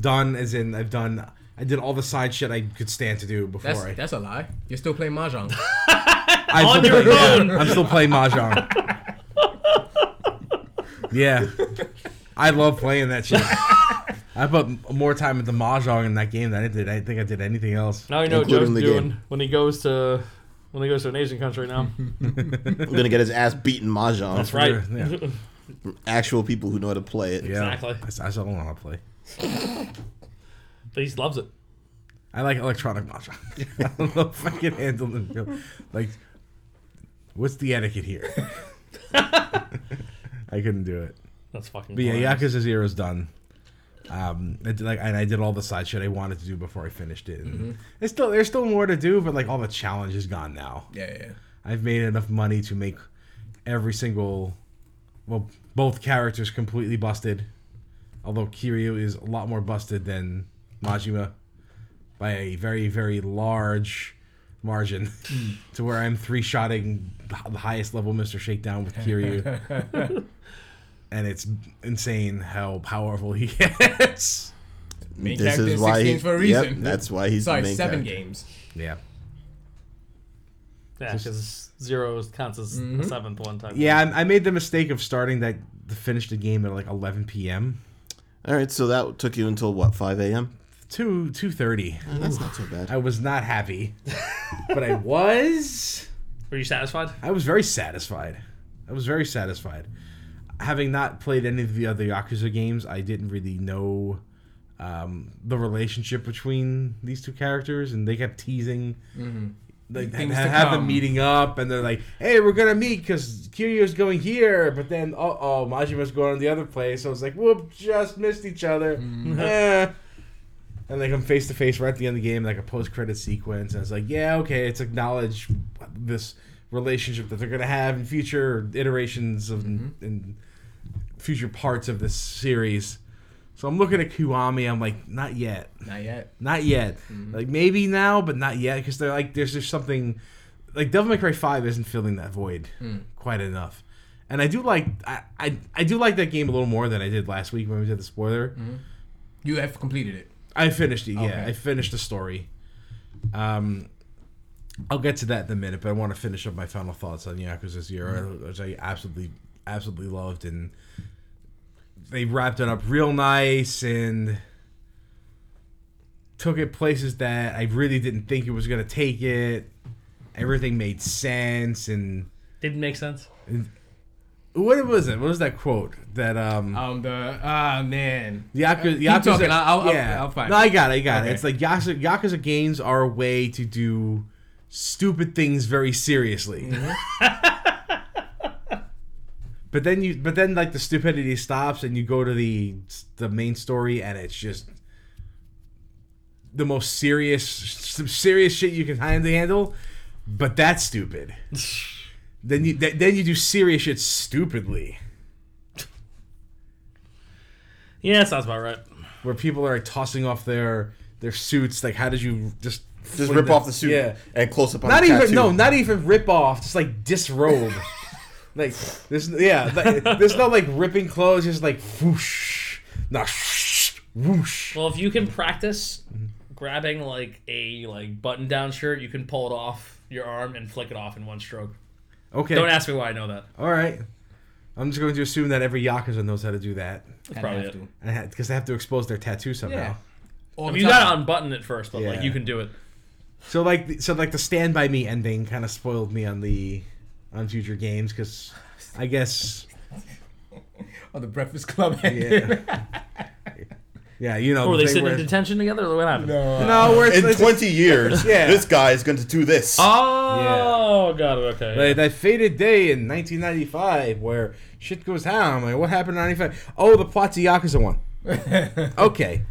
Speaker 6: Done as in I've done. I did all the side shit I could stand to do before
Speaker 3: That's
Speaker 6: I.
Speaker 3: that's a lie. You're still playing mahjong.
Speaker 6: I
Speaker 4: On
Speaker 6: still
Speaker 4: your
Speaker 6: play- yeah,
Speaker 4: phone.
Speaker 6: I'm still playing mahjong. yeah, I love playing that shit. I put more time into mahjong in that game than I did. I think I did anything else.
Speaker 4: Now you know what Joe's
Speaker 2: Including the
Speaker 4: doing
Speaker 2: game.
Speaker 4: when he goes to when he goes to an Asian country now.
Speaker 2: I'm gonna get his ass beaten mahjong.
Speaker 4: That's right.
Speaker 6: Yeah.
Speaker 2: Actual people who know how to play it.
Speaker 6: Yeah.
Speaker 4: Exactly.
Speaker 6: I s- I, still don't know how to play.
Speaker 4: But he loves it.
Speaker 6: I like electronic mahjong. I don't know if I can handle it. real- Like, what's the etiquette here? I couldn't do it.
Speaker 4: That's fucking.
Speaker 6: But yeah,
Speaker 4: hilarious.
Speaker 6: Yakuza Zero's done. Um, I did, like, and I did all the side shit I wanted to do before I finished it. And There's still there's still more to do, but like all the challenge is gone now.
Speaker 3: yeah, yeah.
Speaker 6: I've made enough money to make every single, well, both characters completely busted. Although Kiryu is a lot more busted than Majima by a very very large margin, to where I'm three shotting the highest level Mr. Shakedown with Kiryu, and it's insane how powerful he is.
Speaker 3: Main
Speaker 2: This
Speaker 3: character
Speaker 2: is
Speaker 3: in
Speaker 2: why
Speaker 3: 16
Speaker 2: he,
Speaker 3: for a
Speaker 2: yep,
Speaker 3: reason.
Speaker 2: that's why he's
Speaker 3: Sorry,
Speaker 2: the main
Speaker 3: seven
Speaker 2: character.
Speaker 3: games.
Speaker 6: Yeah.
Speaker 4: Yeah, because zero counts as the seventh one time.
Speaker 6: Mm-hmm. Yeah, I, I made the mistake of starting that to finish the game at like 11 p.m.
Speaker 2: All right, so that took you until what, 5 a.m.?
Speaker 6: two two thirty.
Speaker 2: Eh, That's not so bad.
Speaker 6: I was not happy, but I was.
Speaker 4: Were you satisfied?
Speaker 6: I was very satisfied. I was very satisfied. Having not played any of the other Yakuza games, I didn't really know um, the relationship between these two characters, and they kept teasing. Like,
Speaker 3: Mm-hmm. Things
Speaker 6: ha-
Speaker 3: to
Speaker 6: have them
Speaker 3: come.
Speaker 6: meeting up, and they're like, "Hey, we're gonna meet because Kiryu's going here," but then, uh oh, Majima's going to the other place. So it's like, "Whoop, just missed each other."
Speaker 3: Mm-hmm.
Speaker 6: Eh. And they come face to face right at the end of the game, like a post credit sequence. And it's like, yeah, okay, it's acknowledge this relationship that they're gonna have in future iterations of
Speaker 3: Mm-hmm.
Speaker 6: in future parts of this series. So I'm looking at Kiwami. I'm like, not yet,
Speaker 3: Not yet.
Speaker 6: not yet. Like maybe now, but not yet, because they're like, there's just something like Devil May Cry Five isn't filling that void quite enough. And I do like I, I I do like that game a little more than I did last week when we did the spoiler.
Speaker 3: You have completed it.
Speaker 6: I finished it. Yeah,
Speaker 3: Okay.
Speaker 6: I finished the story. Um, I'll get to that in a minute, but I want to finish up my final thoughts on Yakuza 0 which I absolutely, absolutely loved, and they wrapped it up real nice and took it places that I really didn't think it was gonna take it. Everything made sense, and
Speaker 4: Didn't make sense.
Speaker 6: what was it? What was that quote that um?
Speaker 3: Um, the ah man.
Speaker 6: Yakuza,
Speaker 3: keep
Speaker 6: Yakuza
Speaker 3: talking, I'll- I'll-
Speaker 6: yeah.
Speaker 3: I'll find
Speaker 6: No,
Speaker 3: it.
Speaker 6: I got it. I got
Speaker 3: Okay.
Speaker 6: it. It's like Yakuza, Yakuza games are a way to do stupid things very seriously.
Speaker 3: Mm-hmm.
Speaker 6: but then you, but then like the stupidity stops, and you go to the the main story, and it's just the most serious, some serious shit you can hand- handle. But that's stupid. then you th- then you do serious shit stupidly.
Speaker 4: Yeah, sounds about right.
Speaker 6: where people are like, tossing off their their suits. Like, how did you just
Speaker 2: Just
Speaker 6: fling
Speaker 2: rip
Speaker 6: that-
Speaker 2: off the suit
Speaker 6: Yeah,
Speaker 2: and close up on
Speaker 6: not
Speaker 2: the
Speaker 6: even
Speaker 2: tattoo.
Speaker 6: no, not even rip off. Just like disrobe. like there's yeah, like, there's no like ripping clothes. Just like whoosh, nah, whoosh, whoosh.
Speaker 4: Well, if you can practice
Speaker 6: Mm-hmm.
Speaker 4: grabbing like a like button down shirt, you can pull it off your arm and flick it off in one stroke.
Speaker 6: Okay,
Speaker 4: Don't ask me why I know that.
Speaker 6: all right. I'm just going to assume that every yakuza knows how to do that,
Speaker 4: That's probably
Speaker 3: have
Speaker 4: it.
Speaker 3: to.
Speaker 6: because they have to expose their tattoo somehow.
Speaker 3: Yeah. All
Speaker 4: I
Speaker 3: the
Speaker 4: mean, you
Speaker 3: time.
Speaker 4: gotta unbutton it first, but like
Speaker 6: Yeah.
Speaker 4: you can do it.
Speaker 6: So like, the- so like the Stand by Me ending kind of spoiled me on the on future games because I guess
Speaker 3: on Oh, the Breakfast Club.
Speaker 6: Yeah. yeah, you know.
Speaker 4: Or Oh,
Speaker 6: the
Speaker 4: they
Speaker 6: thing
Speaker 4: sit
Speaker 6: where-
Speaker 4: in detention together. Or what happened?
Speaker 6: no, where it's,
Speaker 2: In
Speaker 6: it's
Speaker 2: 20 years,
Speaker 6: Yeah.
Speaker 2: this guy is going to do this.
Speaker 4: Oh, got it. Okay.
Speaker 6: like that fated day in 1995 where shit goes down. I'm like, what happened in 95? Oh, the plot to Yakuza one. Okay.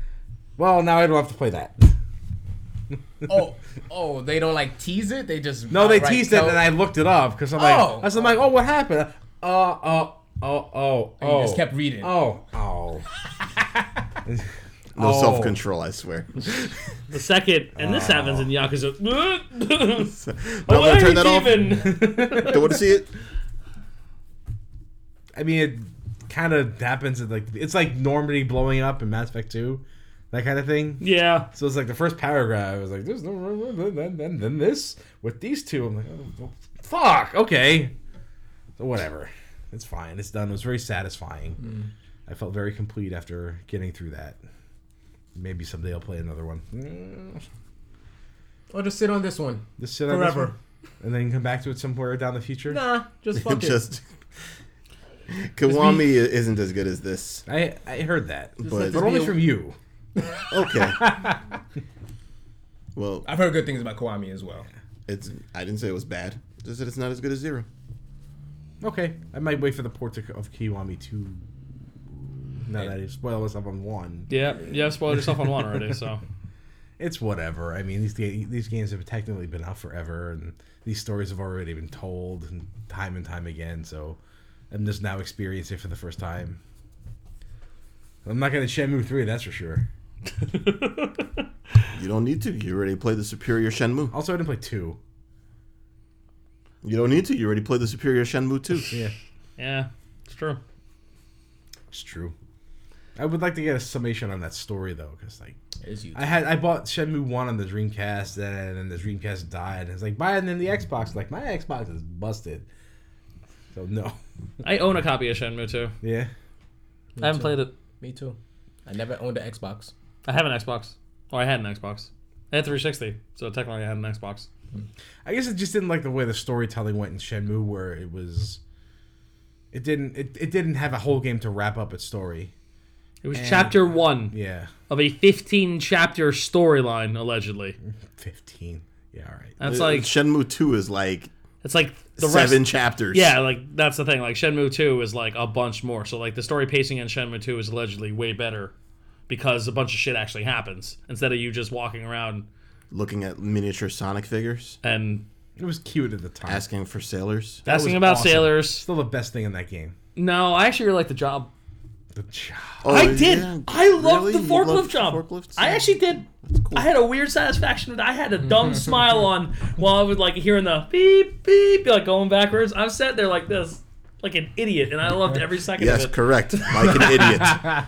Speaker 6: Well, now I don't have to play that.
Speaker 3: oh, oh, they don't like tease it. They just
Speaker 6: No, they
Speaker 3: outright
Speaker 6: teased it,
Speaker 3: tell-
Speaker 6: and I looked it up because I'm like,
Speaker 3: Oh.
Speaker 6: I was, I'm like, oh, what happened? Uh, uh, oh, oh,
Speaker 3: And you
Speaker 6: oh.
Speaker 3: just kept reading.
Speaker 6: Oh, oh.
Speaker 2: No
Speaker 6: Oh.
Speaker 2: self control, I swear.
Speaker 4: The second, and this happens in Yakuza.
Speaker 2: So,
Speaker 4: oh,
Speaker 2: I'm gonna turn that off.
Speaker 4: even.
Speaker 2: Don't want to see it.
Speaker 6: I mean, it kind of happens. At like it's like Normandy blowing up in Mass Effect Two, that kind of thing.
Speaker 4: yeah.
Speaker 6: So it's like the first paragraph was like, "There's no then then then this with these two. I'm like, oh, well, "Fuck, okay." So whatever, it's fine. It's done. It was very satisfying. I felt very complete after getting through that. Maybe someday I'll play another one. Mm,
Speaker 3: Or just sit on this one.
Speaker 6: Just sit on this
Speaker 3: Forever.
Speaker 6: one and then come back to it somewhere down the future.
Speaker 3: Nah, just fuck it.
Speaker 2: Just Kiwami isn't as good as this,
Speaker 6: I I heard that,
Speaker 2: but
Speaker 6: but only from you.
Speaker 2: okay. well,
Speaker 3: I've heard good things about Kiwami as well.
Speaker 2: it's I didn't say it was bad. Just that it's not as good as zero.
Speaker 6: Okay, I might wait for the port to- of Kiwami two. Now that I spoiled myself on one,
Speaker 4: Yeah. You have spoiled yourself on one already, so.
Speaker 6: it's whatever. I mean, these ga- these games have technically been out forever, and these stories have already been told and time and time again. So I'm just now experiencing it for the first time. I'm not gonna Shenmue three, that's for sure.
Speaker 2: You don't need to. You already played the superior Shenmue.
Speaker 6: Also, I didn't play two.
Speaker 2: You don't need to. You already played the superior Shenmue too.
Speaker 6: Yeah,
Speaker 4: Yeah. It's true.
Speaker 6: it's true. I would like to get a summation on that story though, because like
Speaker 3: It's you.
Speaker 6: I had I bought Shenmue one on the Dreamcast, and then the Dreamcast died. And it's like buy it in the Xbox. Like my Xbox is busted. So no.
Speaker 4: I own a copy of Shenmue 2.
Speaker 6: Yeah.
Speaker 4: I haven't played it.
Speaker 3: Me too. I never owned an Xbox.
Speaker 4: I have an Xbox. Oh, I had an Xbox. I had 360, so technically I had an Xbox.
Speaker 6: I guess I just didn't like the way the storytelling went in Shenmue, where it was. It didn't. It, it didn't have a whole game to wrap up its story.
Speaker 4: It was chapter one
Speaker 6: Yeah.
Speaker 4: of a 15 chapter storyline, allegedly.
Speaker 6: Fifteen. Yeah. All right.
Speaker 4: That's
Speaker 2: Uh,
Speaker 4: like
Speaker 2: Shenmue two is like
Speaker 4: it's like the
Speaker 2: seven
Speaker 4: rest.
Speaker 2: chapters.
Speaker 4: Yeah, like that's the thing. Like Shenmue Two is like a bunch more. So like the story pacing in Shenmue Two is allegedly way better because a bunch of shit actually happens instead of you just walking around
Speaker 2: looking at miniature Sonic figures,
Speaker 4: and
Speaker 6: It was cute at the time.
Speaker 2: asking for sailors.
Speaker 4: asking about
Speaker 6: awesome.
Speaker 4: sailors.
Speaker 6: Still the best thing in that game.
Speaker 4: No, I actually really like the job.
Speaker 6: The job.
Speaker 2: Oh,
Speaker 4: I did.
Speaker 2: yeah.
Speaker 4: I loved
Speaker 2: Really?
Speaker 4: the
Speaker 2: You
Speaker 4: forklift
Speaker 2: loved
Speaker 4: job.
Speaker 2: forklifts?
Speaker 4: I actually did. I had a weird satisfaction with. I had a dumb smile on while I was like hearing the beep beep, like going backwards. I sat there like this, like an idiot, and I loved every second
Speaker 2: Yes,
Speaker 4: of it.
Speaker 2: correct. Like an idiot.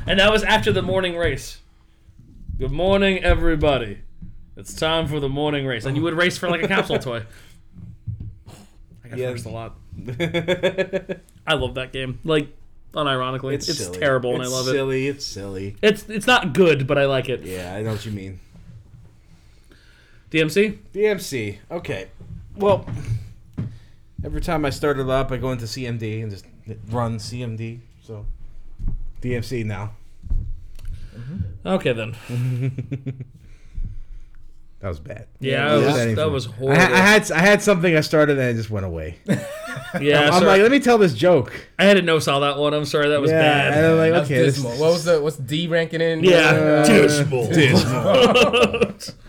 Speaker 4: And that was after the morning race. Good morning, everybody. It's time for the morning race, and you would race for like a capsule toy. I got
Speaker 6: Yeah.
Speaker 4: first a lot. I love that game. Like, unironically, it's,
Speaker 6: silly.
Speaker 4: terrible, and I
Speaker 6: It's
Speaker 4: love it.
Speaker 6: Silly. It's silly.
Speaker 4: It's it's not good, but I like it.
Speaker 6: Yeah, I know what you mean.
Speaker 4: DMC.
Speaker 6: DMC. Okay. Well, every time I start it up, I go into CMD and just hit run CMD. So DMC now.
Speaker 4: Okay then.
Speaker 6: That was bad.
Speaker 4: Yeah, that,
Speaker 2: Yeah.
Speaker 4: Was, that was
Speaker 6: I, I
Speaker 4: horrible.
Speaker 6: had I had something I started and it just went away.
Speaker 4: yeah,
Speaker 6: I'm
Speaker 4: sorry.
Speaker 6: like, let me tell this joke.
Speaker 4: I had to no saw that one. I'm sorry, that was
Speaker 6: Yeah, and
Speaker 4: bad.
Speaker 6: I'm like,
Speaker 3: That's
Speaker 6: okay, this, uh,
Speaker 3: dismal. What was the what's D ranking in?
Speaker 4: Yeah,
Speaker 6: dismal.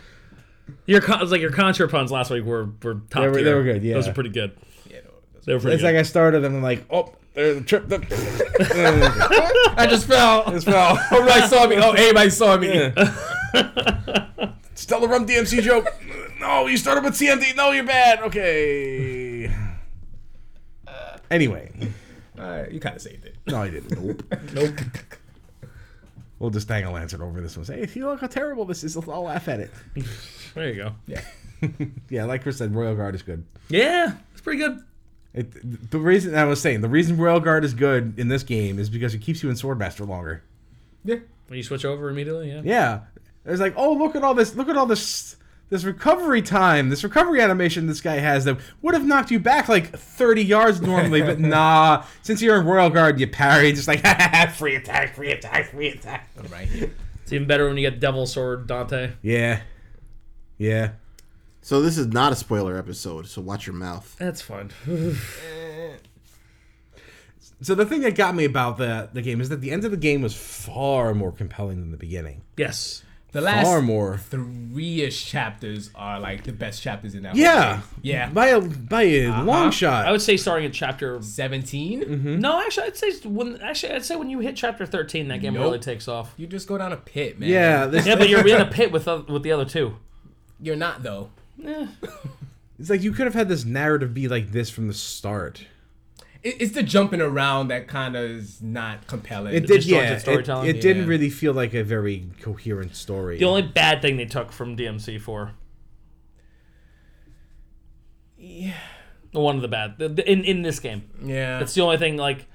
Speaker 4: your con- it's like your contra puns last week were were top
Speaker 6: They were-
Speaker 4: tier.
Speaker 6: they were good, yeah.
Speaker 4: those are pretty good. They were pretty
Speaker 6: It's
Speaker 4: good.
Speaker 6: like I started and I'm like, oh, there's a trip. The
Speaker 3: I just fell.
Speaker 6: this fell.
Speaker 3: Everybody saw me. Oh, everybody saw me.
Speaker 6: Stella Rum DMC joke. No, you started with CMD. No, you're bad. Okay. Anyway.
Speaker 3: All right, you kind of saved it.
Speaker 6: No, I didn't. Nope.
Speaker 3: Nope.
Speaker 6: We'll just hang a lantern over this one. Say, hey, look how terrible this is. I'll laugh at it.
Speaker 4: there you go. Yeah,
Speaker 6: Yeah, like Chris said, Royal Guard is good.
Speaker 4: it's pretty good.
Speaker 6: It, the reason I was saying the reason Royal Guard is good in this game is because it keeps you in Swordmaster longer.
Speaker 3: Yeah.
Speaker 4: When you switch over immediately, yeah.
Speaker 6: Yeah, it's like, oh, look at all this, look at all this, this recovery time, this recovery animation this guy has that would have knocked you back like thirty yards normally, but nah, since you're in Royal Guard, you parry just like free attack, free attack, free attack.
Speaker 3: Right here.
Speaker 4: It's even better when you get Devil Sword Dante.
Speaker 6: Yeah, yeah.
Speaker 2: So this is not a spoiler episode. So watch your mouth.
Speaker 4: That's fine.
Speaker 6: So the thing that got me about the the game is that the end of the game was far more compelling than the beginning.
Speaker 4: Yes.
Speaker 3: The last
Speaker 6: far more.
Speaker 3: three-ish chapters are like the best chapters in that. whole
Speaker 6: Yeah.
Speaker 3: game. yeah.
Speaker 6: By a by a long shot.
Speaker 4: I would say starting at chapter.
Speaker 3: 17
Speaker 6: Mm-hmm.
Speaker 4: No, actually, I'd say when actually I'd say when you hit chapter thirteen, that game
Speaker 3: Nope.
Speaker 4: really takes off.
Speaker 3: You just go down a pit, man.
Speaker 6: yeah. This,
Speaker 4: Yeah, but you're in a pit with oth- with the other two.
Speaker 3: You're not though.
Speaker 6: it's like you could have had this narrative be like this from the start.
Speaker 3: It, it's the jumping around that kind of is not compelling.
Speaker 6: It did.
Speaker 4: disjointed
Speaker 6: Yeah. It,
Speaker 4: storytelling,
Speaker 6: it didn't
Speaker 3: yeah.
Speaker 6: really feel like a very coherent story.
Speaker 4: The only bad thing they took from DMC four. Yeah. One of the bad the- the- in in this game.
Speaker 3: Yeah.
Speaker 4: That's the only thing like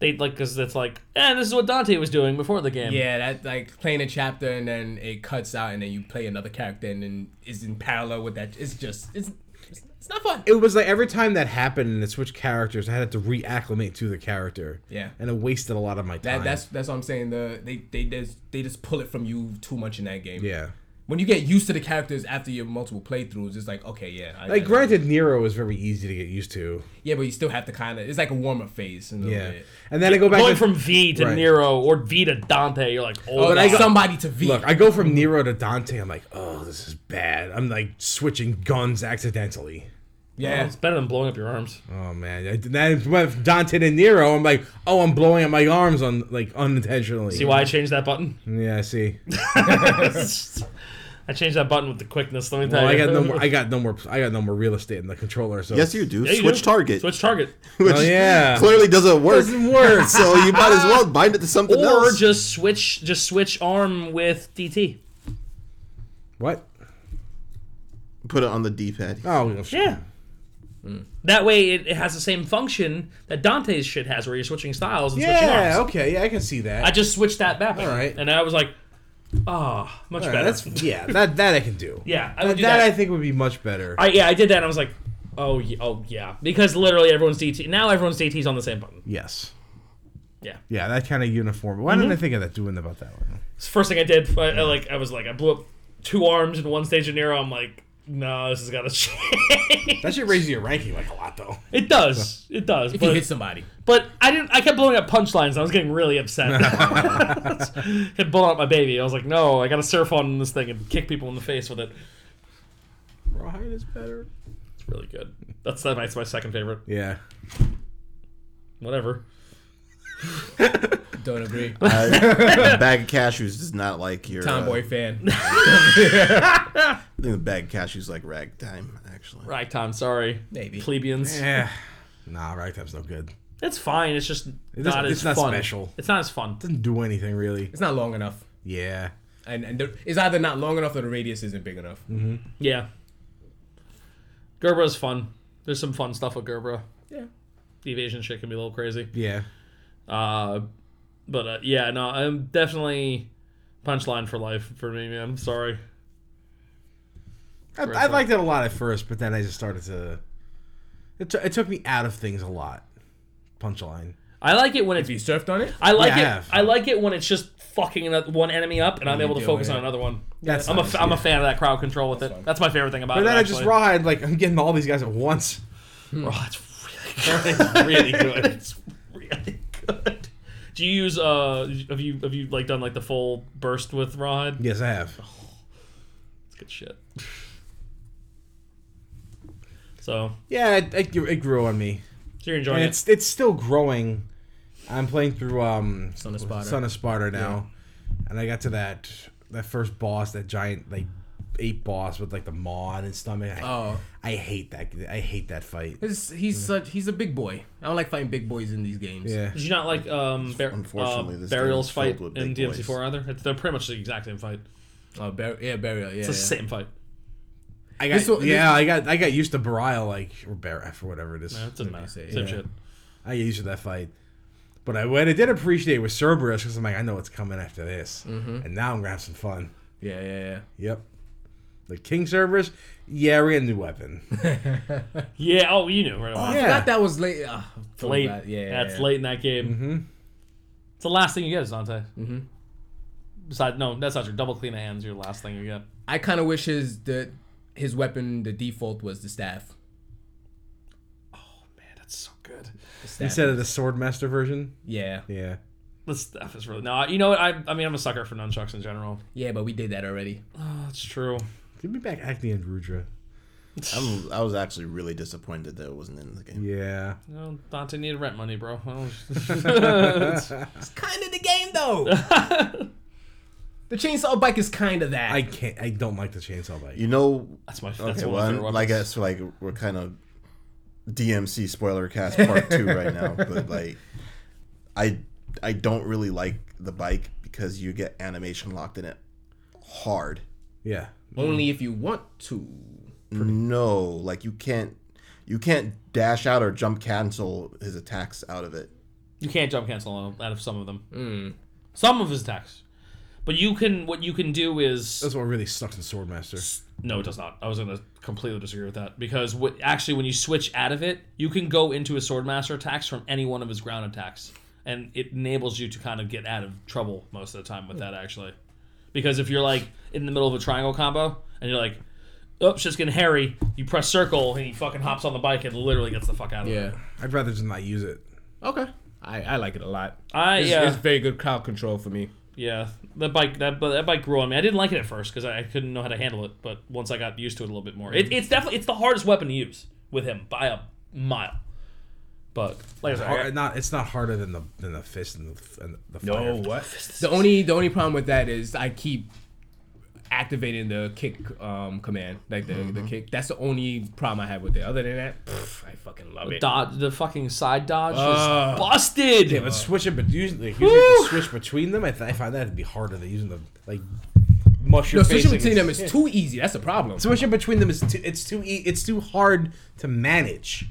Speaker 4: they like because it's like, eh, this is what Dante was doing before the game.
Speaker 3: Yeah, that like playing a chapter and then it cuts out and then you play another character and then is in parallel with that. It's just it's it's not fun.
Speaker 6: it was like every time that happened and it switched characters, I had to reacclimate to the character.
Speaker 3: Yeah.
Speaker 6: And it wasted a lot of my time.
Speaker 3: That, that's that's what I'm saying. The they they just they just pull it from you too much in that game.
Speaker 6: yeah.
Speaker 3: When you get used to the characters after your multiple playthroughs, it's like okay, yeah. I,
Speaker 6: Like
Speaker 3: I-
Speaker 6: granted, Nero is very easy to get used to.
Speaker 3: Yeah, but you still have to kind of. It's like a warm up phase. In a
Speaker 6: Yeah.
Speaker 3: yeah. Bit.
Speaker 6: And then I go back
Speaker 4: Going
Speaker 6: to-
Speaker 4: from V to
Speaker 6: Right.
Speaker 4: Nero or V to Dante, you're like, oh,
Speaker 3: Oh,
Speaker 4: God.
Speaker 3: like somebody to V.
Speaker 6: Look, I go from Nero to Dante. I'm like, oh, this is bad. I'm like switching guns accidentally.
Speaker 3: yeah.
Speaker 4: it's better than blowing up your arms.
Speaker 6: Oh man, I- then I went from Dante to Nero. I'm like, oh, I'm blowing up my arms on like unintentionally.
Speaker 4: See why I changed that button?
Speaker 6: Yeah, I see.
Speaker 4: I changed that button with the quickness. Let me tell
Speaker 6: Well, I
Speaker 4: you.
Speaker 6: got no more. I got no more. I got no more real estate in the controller. So
Speaker 2: Yes, you do.
Speaker 4: Yeah, you
Speaker 2: Switch
Speaker 4: do.
Speaker 2: target,
Speaker 4: Switch target.
Speaker 2: which
Speaker 6: Oh, yeah.
Speaker 2: clearly doesn't work.
Speaker 6: Doesn't work.
Speaker 2: so you might as well bind it to something
Speaker 4: Or
Speaker 2: else.
Speaker 4: just switch. Just switch arm with DT.
Speaker 6: what?
Speaker 2: Put it on the D-pad.
Speaker 6: Oh, well, sh-
Speaker 4: Yeah.
Speaker 6: Hmm.
Speaker 4: That way, it, it has the same function that Dante's shit has, where you're switching styles and switching arms.
Speaker 6: yeah. Okay, yeah, I can see that.
Speaker 4: I just switched that back.
Speaker 6: All right.
Speaker 4: And I was like, ah, much
Speaker 6: All right,
Speaker 4: better.
Speaker 6: that's yeah. That that I can do.
Speaker 4: yeah, I
Speaker 6: that,
Speaker 4: would do
Speaker 6: that
Speaker 4: that.
Speaker 6: I think would be much better.
Speaker 4: I yeah, I did that. and I was like, oh, ye- oh yeah, because literally everyone's DT now. Everyone's DT's on the same button.
Speaker 6: yes.
Speaker 4: Yeah. Mm-hmm.
Speaker 6: Yeah, that kind of uniform. Why didn't I think of that doing about that one?
Speaker 4: It's the first thing I did. I, I like I was like I blew up two arms in one stage of Nero. I'm like, no, this has got to change.
Speaker 6: That should raise your ranking like a lot though.
Speaker 4: it does. It does.
Speaker 3: if you hit
Speaker 4: But,
Speaker 3: somebody,
Speaker 4: but I didn't. I kept blowing up punchlines. I was getting really upset. Kept blowing up my baby. I was like, no, I got to surf on this thing and kick people in the face with it.
Speaker 6: Rawhide is better.
Speaker 4: It's really good. That's that's my second favorite.
Speaker 6: Yeah.
Speaker 4: Whatever.
Speaker 3: don't agree.
Speaker 2: A Uh, bag of cashews does not like your uh,
Speaker 3: Tomboy fan.
Speaker 2: I think the bag of cashews like ragtime, actually.
Speaker 4: Ragtime. Sorry.
Speaker 3: Maybe.
Speaker 4: Plebeians.
Speaker 6: Yeah. Nah, ragtime's no good.
Speaker 4: It's fine. It's just
Speaker 6: doesn't-
Speaker 4: not as
Speaker 6: it's not
Speaker 4: fun.
Speaker 6: special.
Speaker 4: It's not as fun.
Speaker 6: Doesn't do anything really.
Speaker 3: It's not long enough,
Speaker 6: Yeah.
Speaker 3: and and the, it's either not long enough or the radius isn't big enough.
Speaker 6: Mm-hmm.
Speaker 4: Yeah. Gerbra's fun. There's some fun stuff with Gerbra. Yeah. The evasion shit can be a little crazy.
Speaker 6: Yeah.
Speaker 4: Uh, but uh, yeah, no, I'm definitely punchline for life for me, man. I'm sorry.
Speaker 6: I, I
Speaker 4: Correct.
Speaker 6: liked it a lot at first, but then I just started to. It, t- it took me out of things a lot. Punchline.
Speaker 4: I like it when it's.
Speaker 3: If you surfed on it,
Speaker 4: I like
Speaker 6: Yeah, I
Speaker 4: it.
Speaker 6: have.
Speaker 4: I like it when it's just fucking another, one enemy up, and I'm able to
Speaker 3: do,
Speaker 4: focus
Speaker 3: yeah.
Speaker 4: on another one.
Speaker 6: That's
Speaker 4: I'm
Speaker 6: nice,
Speaker 4: a f- I'm
Speaker 6: yeah.
Speaker 4: a fan of that crowd control with it. That's my favorite thing about
Speaker 6: But
Speaker 4: it.
Speaker 6: then I just
Speaker 4: actually.
Speaker 6: rawhide like I'm getting all these guys at once.
Speaker 4: Oh, it's really good. it's really good. it's really good. Do you use uh? Have you have you like done like the full burst with Rod?
Speaker 6: Yes, I have.
Speaker 4: It's good shit. So,
Speaker 6: Yeah, it, it, grew- it grew on me,
Speaker 4: so you're enjoying
Speaker 6: and
Speaker 4: it.
Speaker 6: it's it's still growing. I'm playing through um
Speaker 3: Son of Sparta.
Speaker 6: Son of Sparta now, and I got to that that first boss, that giant like ape boss with like the maw on his stomach. I,
Speaker 3: Oh.
Speaker 6: I hate that. I hate that fight.
Speaker 3: He's, he's such he's a big boy. I don't like fighting big boys in these games.
Speaker 6: Yeah.
Speaker 4: Did you not like um bar-
Speaker 2: Unfortunately,
Speaker 4: uh,
Speaker 2: this
Speaker 4: Burial's
Speaker 2: game is
Speaker 4: fight
Speaker 2: filled with
Speaker 4: in
Speaker 2: big
Speaker 4: DMC4 either? It's, they're pretty much the exact same fight.
Speaker 3: Oh, bar- yeah, burial. Yeah.
Speaker 4: It's the
Speaker 3: yeah.
Speaker 4: same fight.
Speaker 6: I got
Speaker 3: This one-
Speaker 6: yeah, I got I got used to Barial like or Bar for whatever it is.
Speaker 4: It doesn't matter.
Speaker 3: say,
Speaker 4: Same
Speaker 6: yeah.
Speaker 4: shit.
Speaker 6: I get used to that fight. But I, what I did appreciate was Cerberus because I'm like, I know what's coming after this, and now I'm gonna have some fun.
Speaker 3: Yeah, yeah,
Speaker 6: Yep. The King Cerberus, yeah, we got a new weapon.
Speaker 4: Yeah. Oh, you knew right
Speaker 3: yeah.
Speaker 4: away.
Speaker 3: I
Speaker 6: Yeah.
Speaker 3: thought that was late. Uh,
Speaker 4: late.
Speaker 3: Yeah, yeah,
Speaker 4: That's
Speaker 3: yeah.
Speaker 4: late in that game. Mm-hmm. It's the last thing you get is Dante. Mm-hmm. Besides, no, that's not your double clean of hands. Your last thing you get.
Speaker 3: I kind of wish his the his weapon the default was the staff.
Speaker 4: Man, that's It's so good.
Speaker 3: Staff.
Speaker 6: Instead of the Swordmaster version.
Speaker 3: yeah,
Speaker 6: Yeah.
Speaker 4: The staff is really no. You know what? I I mean, I'm a sucker for nunchucks in general.
Speaker 3: yeah, but we did that already.
Speaker 4: That's true.
Speaker 6: Give me back Acne and Rudra.
Speaker 2: I'm, I was actually really disappointed that it wasn't in the game.
Speaker 6: Yeah.
Speaker 4: You know, Dante needed rent money, bro. I was-
Speaker 3: It's kind of the game though. the chainsaw bike is kind of that.
Speaker 6: I can't. I don't like the chainsaw bike.
Speaker 2: You know,
Speaker 4: That's my. That's
Speaker 2: okay,
Speaker 4: one of my
Speaker 2: well,
Speaker 4: favorite
Speaker 2: i I
Speaker 4: weapons.
Speaker 2: guess like we're kind of DMC spoiler cast part two right now, but like, I I don't really like the bike because you get animation locked in it hard.
Speaker 6: Yeah.
Speaker 3: Only if you want to.
Speaker 2: No, like you can't you can't dash out or jump cancel his attacks out of it.
Speaker 4: You can't jump cancel on, out of some of them. Some of his attacks, but you can. What you can do is
Speaker 6: That's what really sucks in Swordmaster.
Speaker 4: No, it does not. I was going to completely disagree with that because what actually when you switch out of it, you can go into his swordmaster attacks from any one of his ground attacks, and it enables you to kind of get out of trouble most of the time with that actually, because if you're like in the middle of a triangle combo and you're like, oh shit's getting hairy, you press circle and he fucking hops on the bike and literally gets the fuck out of it.
Speaker 3: Yeah.
Speaker 6: I'd rather just not use it.
Speaker 3: Okay. I, I like it a lot.
Speaker 4: I uh,
Speaker 3: It's,
Speaker 4: yeah
Speaker 3: it's very good crowd control for me.
Speaker 4: yeah that bike that that bike grew on me. I didn't like it at first because I, I couldn't know how to handle it, but once I got used to it a little bit more, it, it's definitely it's the hardest weapon to use with him by a mile. But like I said, I
Speaker 6: Hard,
Speaker 4: got-
Speaker 6: not. It's not harder than the than the fist and the, and the fire.
Speaker 3: what? The only the only problem with that is I keep activating the kick um, command, like the,
Speaker 2: Mm-hmm.
Speaker 3: the kick. That's the only problem I have with it. Other than that, pff, I fucking love it.
Speaker 4: dodge the fucking side dodge
Speaker 3: Ugh.
Speaker 4: is busted.
Speaker 6: Yeah, but switch it, but using like, using the switch between them, I, th- I find that to be harder than using the like mush
Speaker 3: No,
Speaker 6: your
Speaker 3: switching
Speaker 6: facing
Speaker 3: between them is
Speaker 6: yeah.
Speaker 3: too easy. That's the problem.
Speaker 6: Switching between them is too, it's too e- it's too hard to manage.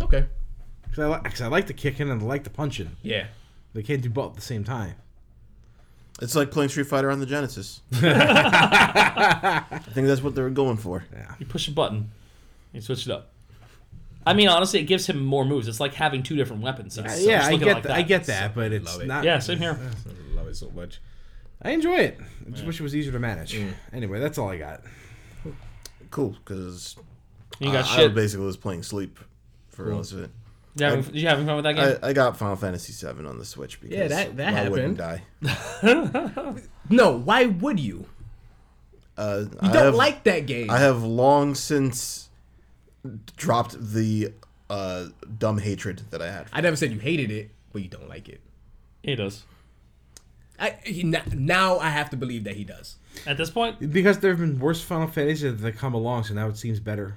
Speaker 3: Okay.
Speaker 6: Cause I, li- cause I like the kicking and I like the punching.
Speaker 3: Yeah.
Speaker 6: They can't do both at the same time.
Speaker 2: It's like playing Street Fighter on the Genesis. I think that's what they were going for.
Speaker 4: you push a button, you switch it up. I mean, honestly, it gives him more moves. It's like having two different weapons. It's- so
Speaker 6: yeah,
Speaker 4: just
Speaker 6: I
Speaker 4: look at it
Speaker 6: get
Speaker 4: like
Speaker 6: that. I get that, but it's
Speaker 3: love it.
Speaker 6: not.
Speaker 4: Yeah, same here.
Speaker 3: I love it so much.
Speaker 6: I enjoy it. I just wish it was easier to manage. Anyway, that's all I got.
Speaker 2: Cool, because
Speaker 4: You got
Speaker 2: I,
Speaker 4: shit.
Speaker 2: basically was playing sleep for most of it.
Speaker 4: you having, you having fun with that game?
Speaker 2: I, I got Final Fantasy VII on the Switch because
Speaker 3: Yeah, that- that
Speaker 2: I
Speaker 3: happened.
Speaker 2: wouldn't die.
Speaker 3: No, why would you?
Speaker 2: Uh,
Speaker 3: You
Speaker 2: I
Speaker 3: don't
Speaker 2: have,
Speaker 3: like that game.
Speaker 2: I have long since dropped the uh, dumb hatred that I had.
Speaker 3: I never said you hated it, but you don't like it.
Speaker 4: he does.
Speaker 3: I he, n- now I have to believe that he does.
Speaker 4: At this point,
Speaker 6: Because there have been worse Final Fantasies that have come along, so now it seems better.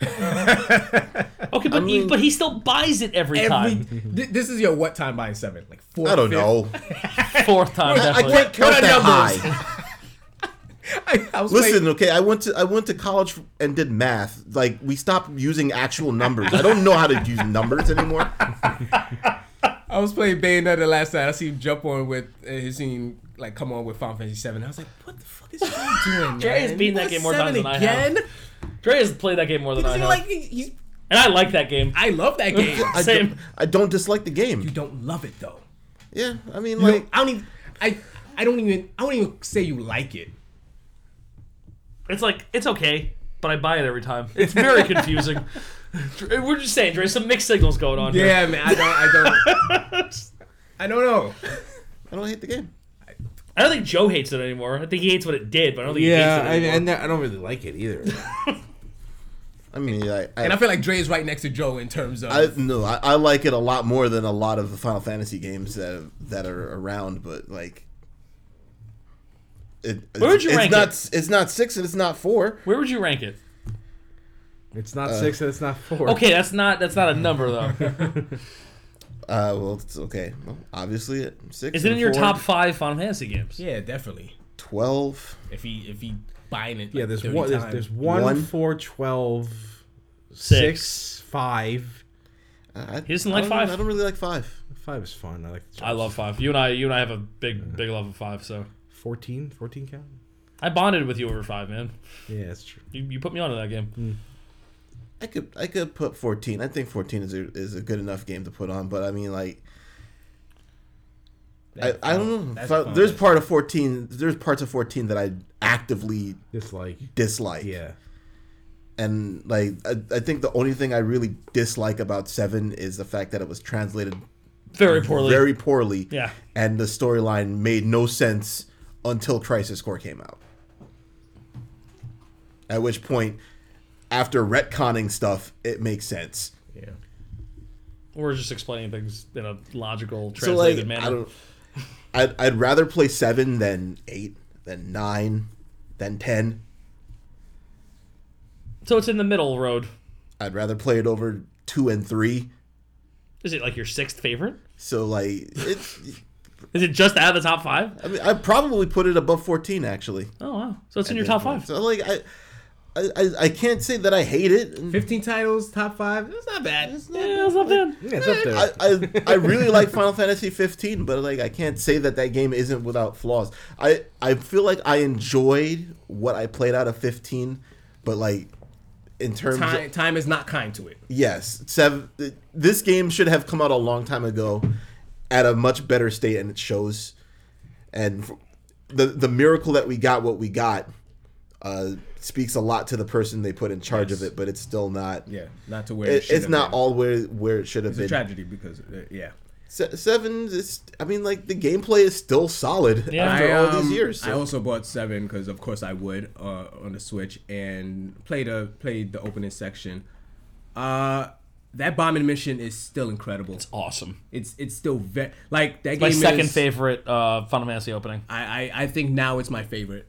Speaker 4: okay, but he, but he still buys it every,
Speaker 3: Every
Speaker 4: time.
Speaker 3: th- this is your what time buying seven? Like four.
Speaker 2: I don't know.
Speaker 4: Fourth time,
Speaker 2: I
Speaker 4: definitely.
Speaker 2: can't count
Speaker 3: What are
Speaker 2: that
Speaker 3: numbers?
Speaker 2: high.
Speaker 3: I, I was
Speaker 2: Listen,
Speaker 3: playing-
Speaker 2: okay, I went to I went to college and did math. Like we stopped using actual numbers. I don't know how to use numbers anymore.
Speaker 3: I was playing Bayonetta last night. I see him jump on with uh, his team, like come on with Final Fantasy Seven. I was like, what the fuck is he doing?
Speaker 4: Dre has
Speaker 3: man? You
Speaker 4: beaten that
Speaker 3: want
Speaker 4: game more
Speaker 3: seven
Speaker 4: times than I have.
Speaker 3: again?
Speaker 4: Dre has played that game more than I
Speaker 3: Doesn't
Speaker 4: have.
Speaker 3: like he- he's.
Speaker 4: and I like that game.
Speaker 3: I love that game.
Speaker 2: I
Speaker 4: Same.
Speaker 2: Don't, I don't dislike the
Speaker 3: you
Speaker 2: game.
Speaker 3: don't love it though.
Speaker 2: Yeah, I mean,
Speaker 3: You
Speaker 2: like
Speaker 3: don't- I don't even. I I don't even. I don't even say you like it.
Speaker 4: It's like it's okay, but I buy it every time. It's very confusing. Dre- We're just saying, Dre, some mixed signals going on here.
Speaker 3: Yeah, man. I don't. I don't. I don't know.
Speaker 2: I don't hate the game.
Speaker 4: I don't think Joe hates it anymore. I think he hates what it did, but I don't think he hates it anymore.
Speaker 6: I don't really like it either.
Speaker 2: I mean, I, I,
Speaker 3: And I feel like Dre is right next to Joe in terms of.
Speaker 2: I no, I, I like it a lot more than a lot of the Final Fantasy games that that are around. But like, it,
Speaker 4: Where would you
Speaker 2: it's
Speaker 4: rank
Speaker 2: not,
Speaker 4: it?
Speaker 2: It's not six and it's not four.
Speaker 4: Where would you rank it?
Speaker 6: it's not six and it's not four.
Speaker 4: Okay, that's not that's not a number though.
Speaker 2: Uh, well, it's okay. Well, obviously, it- six.
Speaker 4: Is it
Speaker 2: and
Speaker 4: in your
Speaker 2: four,
Speaker 4: top five Final Fantasy games?
Speaker 3: yeah, definitely.
Speaker 2: Twelve?
Speaker 3: If he if he buying it.
Speaker 6: Yeah,
Speaker 3: like,
Speaker 6: there's
Speaker 3: 30
Speaker 6: one, there's,
Speaker 3: times.
Speaker 6: there's one,
Speaker 2: One.
Speaker 6: four, twelve,
Speaker 4: Six.
Speaker 6: six, five.
Speaker 2: I, he
Speaker 4: doesn't like five?
Speaker 2: I don't really like five.
Speaker 6: Five is fun. I like the
Speaker 4: I love five. You and I, you and I have a big, big love of five. So
Speaker 6: 14, 14 count.
Speaker 4: I bonded with you over five, man.
Speaker 6: Yeah, that's true.
Speaker 4: You, you put me onto that game.
Speaker 2: I could I could put fourteen. I think fourteen is a is a good enough game to put on. But I mean, like. I, I don't know.
Speaker 3: That's
Speaker 2: Fi-
Speaker 3: fun.
Speaker 2: There's part of 14. There's parts of 14 that I actively
Speaker 6: It's like
Speaker 2: dislike.
Speaker 6: yeah,
Speaker 2: and like I, I think the only thing I really dislike about Seven is the fact that it was translated
Speaker 4: Very poorly.
Speaker 2: Mm. very poorly.
Speaker 4: Yeah.
Speaker 2: and the storyline made no sense until Crisis Core came out. At which point, after retconning stuff, it makes sense.
Speaker 1: Yeah.
Speaker 4: We're just explaining things in a logical,
Speaker 2: So like,
Speaker 4: translated manner.
Speaker 2: I don't. I'd, I'd rather play seven than eight, than nine, than ten.
Speaker 4: So it's in the middle road.
Speaker 2: I'd rather play it over two and three.
Speaker 4: Is it like your sixth favorite?
Speaker 2: So like, it,
Speaker 4: Is it just out of the top five?
Speaker 2: I mean, I probably put it above fourteen actually.
Speaker 4: Oh wow! So it's in your top five.
Speaker 2: So like, I, I, I- I can't say that I hate it.
Speaker 3: 15 titles, top five. It's not bad. It's not
Speaker 4: Yeah, that's not bad.
Speaker 6: Yeah, it's up there.
Speaker 2: I, I, I really like Final Fantasy 15, but like I can't say that that game isn't without flaws. I I feel like I enjoyed what I played out of 15, but like in terms of
Speaker 3: Time, time is not kind to it.
Speaker 2: Yes, seven. This game should have come out a long time ago, at a much better state, and it shows. And f- the the miracle that we got what we got uh, speaks a lot to the person they put in charge of it, but it's still not.
Speaker 3: Yeah, not to where it
Speaker 2: It,
Speaker 3: should
Speaker 2: it's
Speaker 3: have
Speaker 2: not
Speaker 3: been.
Speaker 2: all where where it should have
Speaker 3: It's a
Speaker 2: been.
Speaker 3: tragedy because, uh, yeah.
Speaker 2: Se- seven is. I mean, like the gameplay is still solid
Speaker 4: Yeah.
Speaker 2: after
Speaker 3: I,
Speaker 2: all
Speaker 3: um,
Speaker 2: these years.
Speaker 3: I
Speaker 2: so-
Speaker 3: also bought seven because, of course, I would uh, on the Switch and played a played the opening section. Uh, that bombing mission is still incredible. It's
Speaker 4: Awesome.
Speaker 3: it's, still ve- like that
Speaker 4: My
Speaker 3: game.
Speaker 4: second
Speaker 3: is,
Speaker 4: favorite uh, Final Fantasy opening.
Speaker 3: I, I I think now it's my favorite.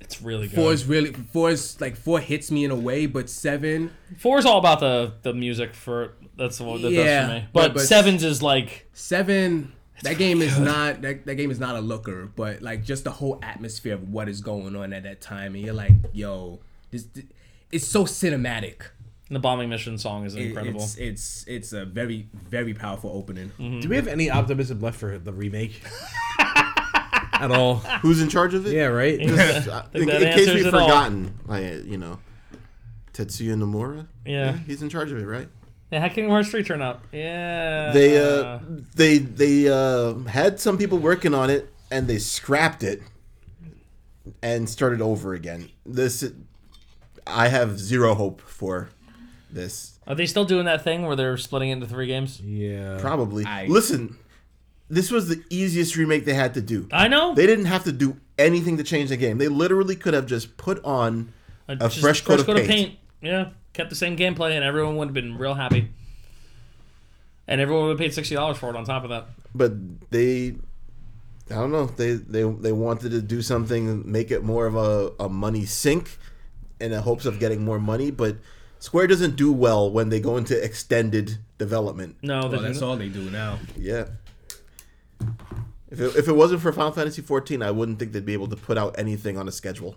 Speaker 4: It's really good.
Speaker 3: Four
Speaker 4: Four's,
Speaker 3: is really four is like four hits me in a way, but seven
Speaker 4: all about the the music for that's the one that
Speaker 3: Yeah,
Speaker 4: does for me.
Speaker 3: but-
Speaker 4: But,
Speaker 3: but-
Speaker 4: sevens is like
Speaker 3: seven that game is not that, that game is not a looker, but like just the whole atmosphere of what is going on at that time, and you're like, yo, this, th- it's so cinematic.
Speaker 4: the bombing mission song is
Speaker 3: It-
Speaker 4: incredible.
Speaker 3: It's it's it's a very very powerful opening.
Speaker 6: Do we have any optimism left for the remake? At all?
Speaker 2: Who's in charge of it?
Speaker 6: Yeah, right.
Speaker 2: I-
Speaker 4: think
Speaker 2: in,
Speaker 4: that
Speaker 2: in case
Speaker 4: answers
Speaker 2: we've
Speaker 4: it all.
Speaker 2: forgotten, I you know, Tetsuya Nomura.
Speaker 4: Yeah.
Speaker 2: he's in charge of it, right?
Speaker 4: yeah, how Kingdom Hearts three turn out? Yeah.
Speaker 2: they uh, they they uh, had some people working on it and they scrapped it and started over again this i have zero hope for this
Speaker 4: are they still doing that thing where they're splitting it into three games?
Speaker 6: yeah.
Speaker 2: probably
Speaker 3: I-
Speaker 2: listen this was the easiest remake they had to do
Speaker 4: I know.
Speaker 2: they didn't have to do anything to change the game they literally could have just put on
Speaker 4: Uh,
Speaker 2: a fresh coat of paint.
Speaker 4: Yeah, kept the same gameplay, and everyone would have been real happy. And everyone would have paid sixty dollars for it. On top of that,
Speaker 2: but they I don't know. They they they wanted to do something, make it more of a, a money sink in the hopes of getting more money, but Square doesn't do well when they go into extended development.
Speaker 4: no,
Speaker 3: Well,
Speaker 4: there's
Speaker 3: that's all they do now.
Speaker 2: Yeah. If it, if it wasn't for Final Fantasy 14, I wouldn't think they'd be able to put out anything on a schedule.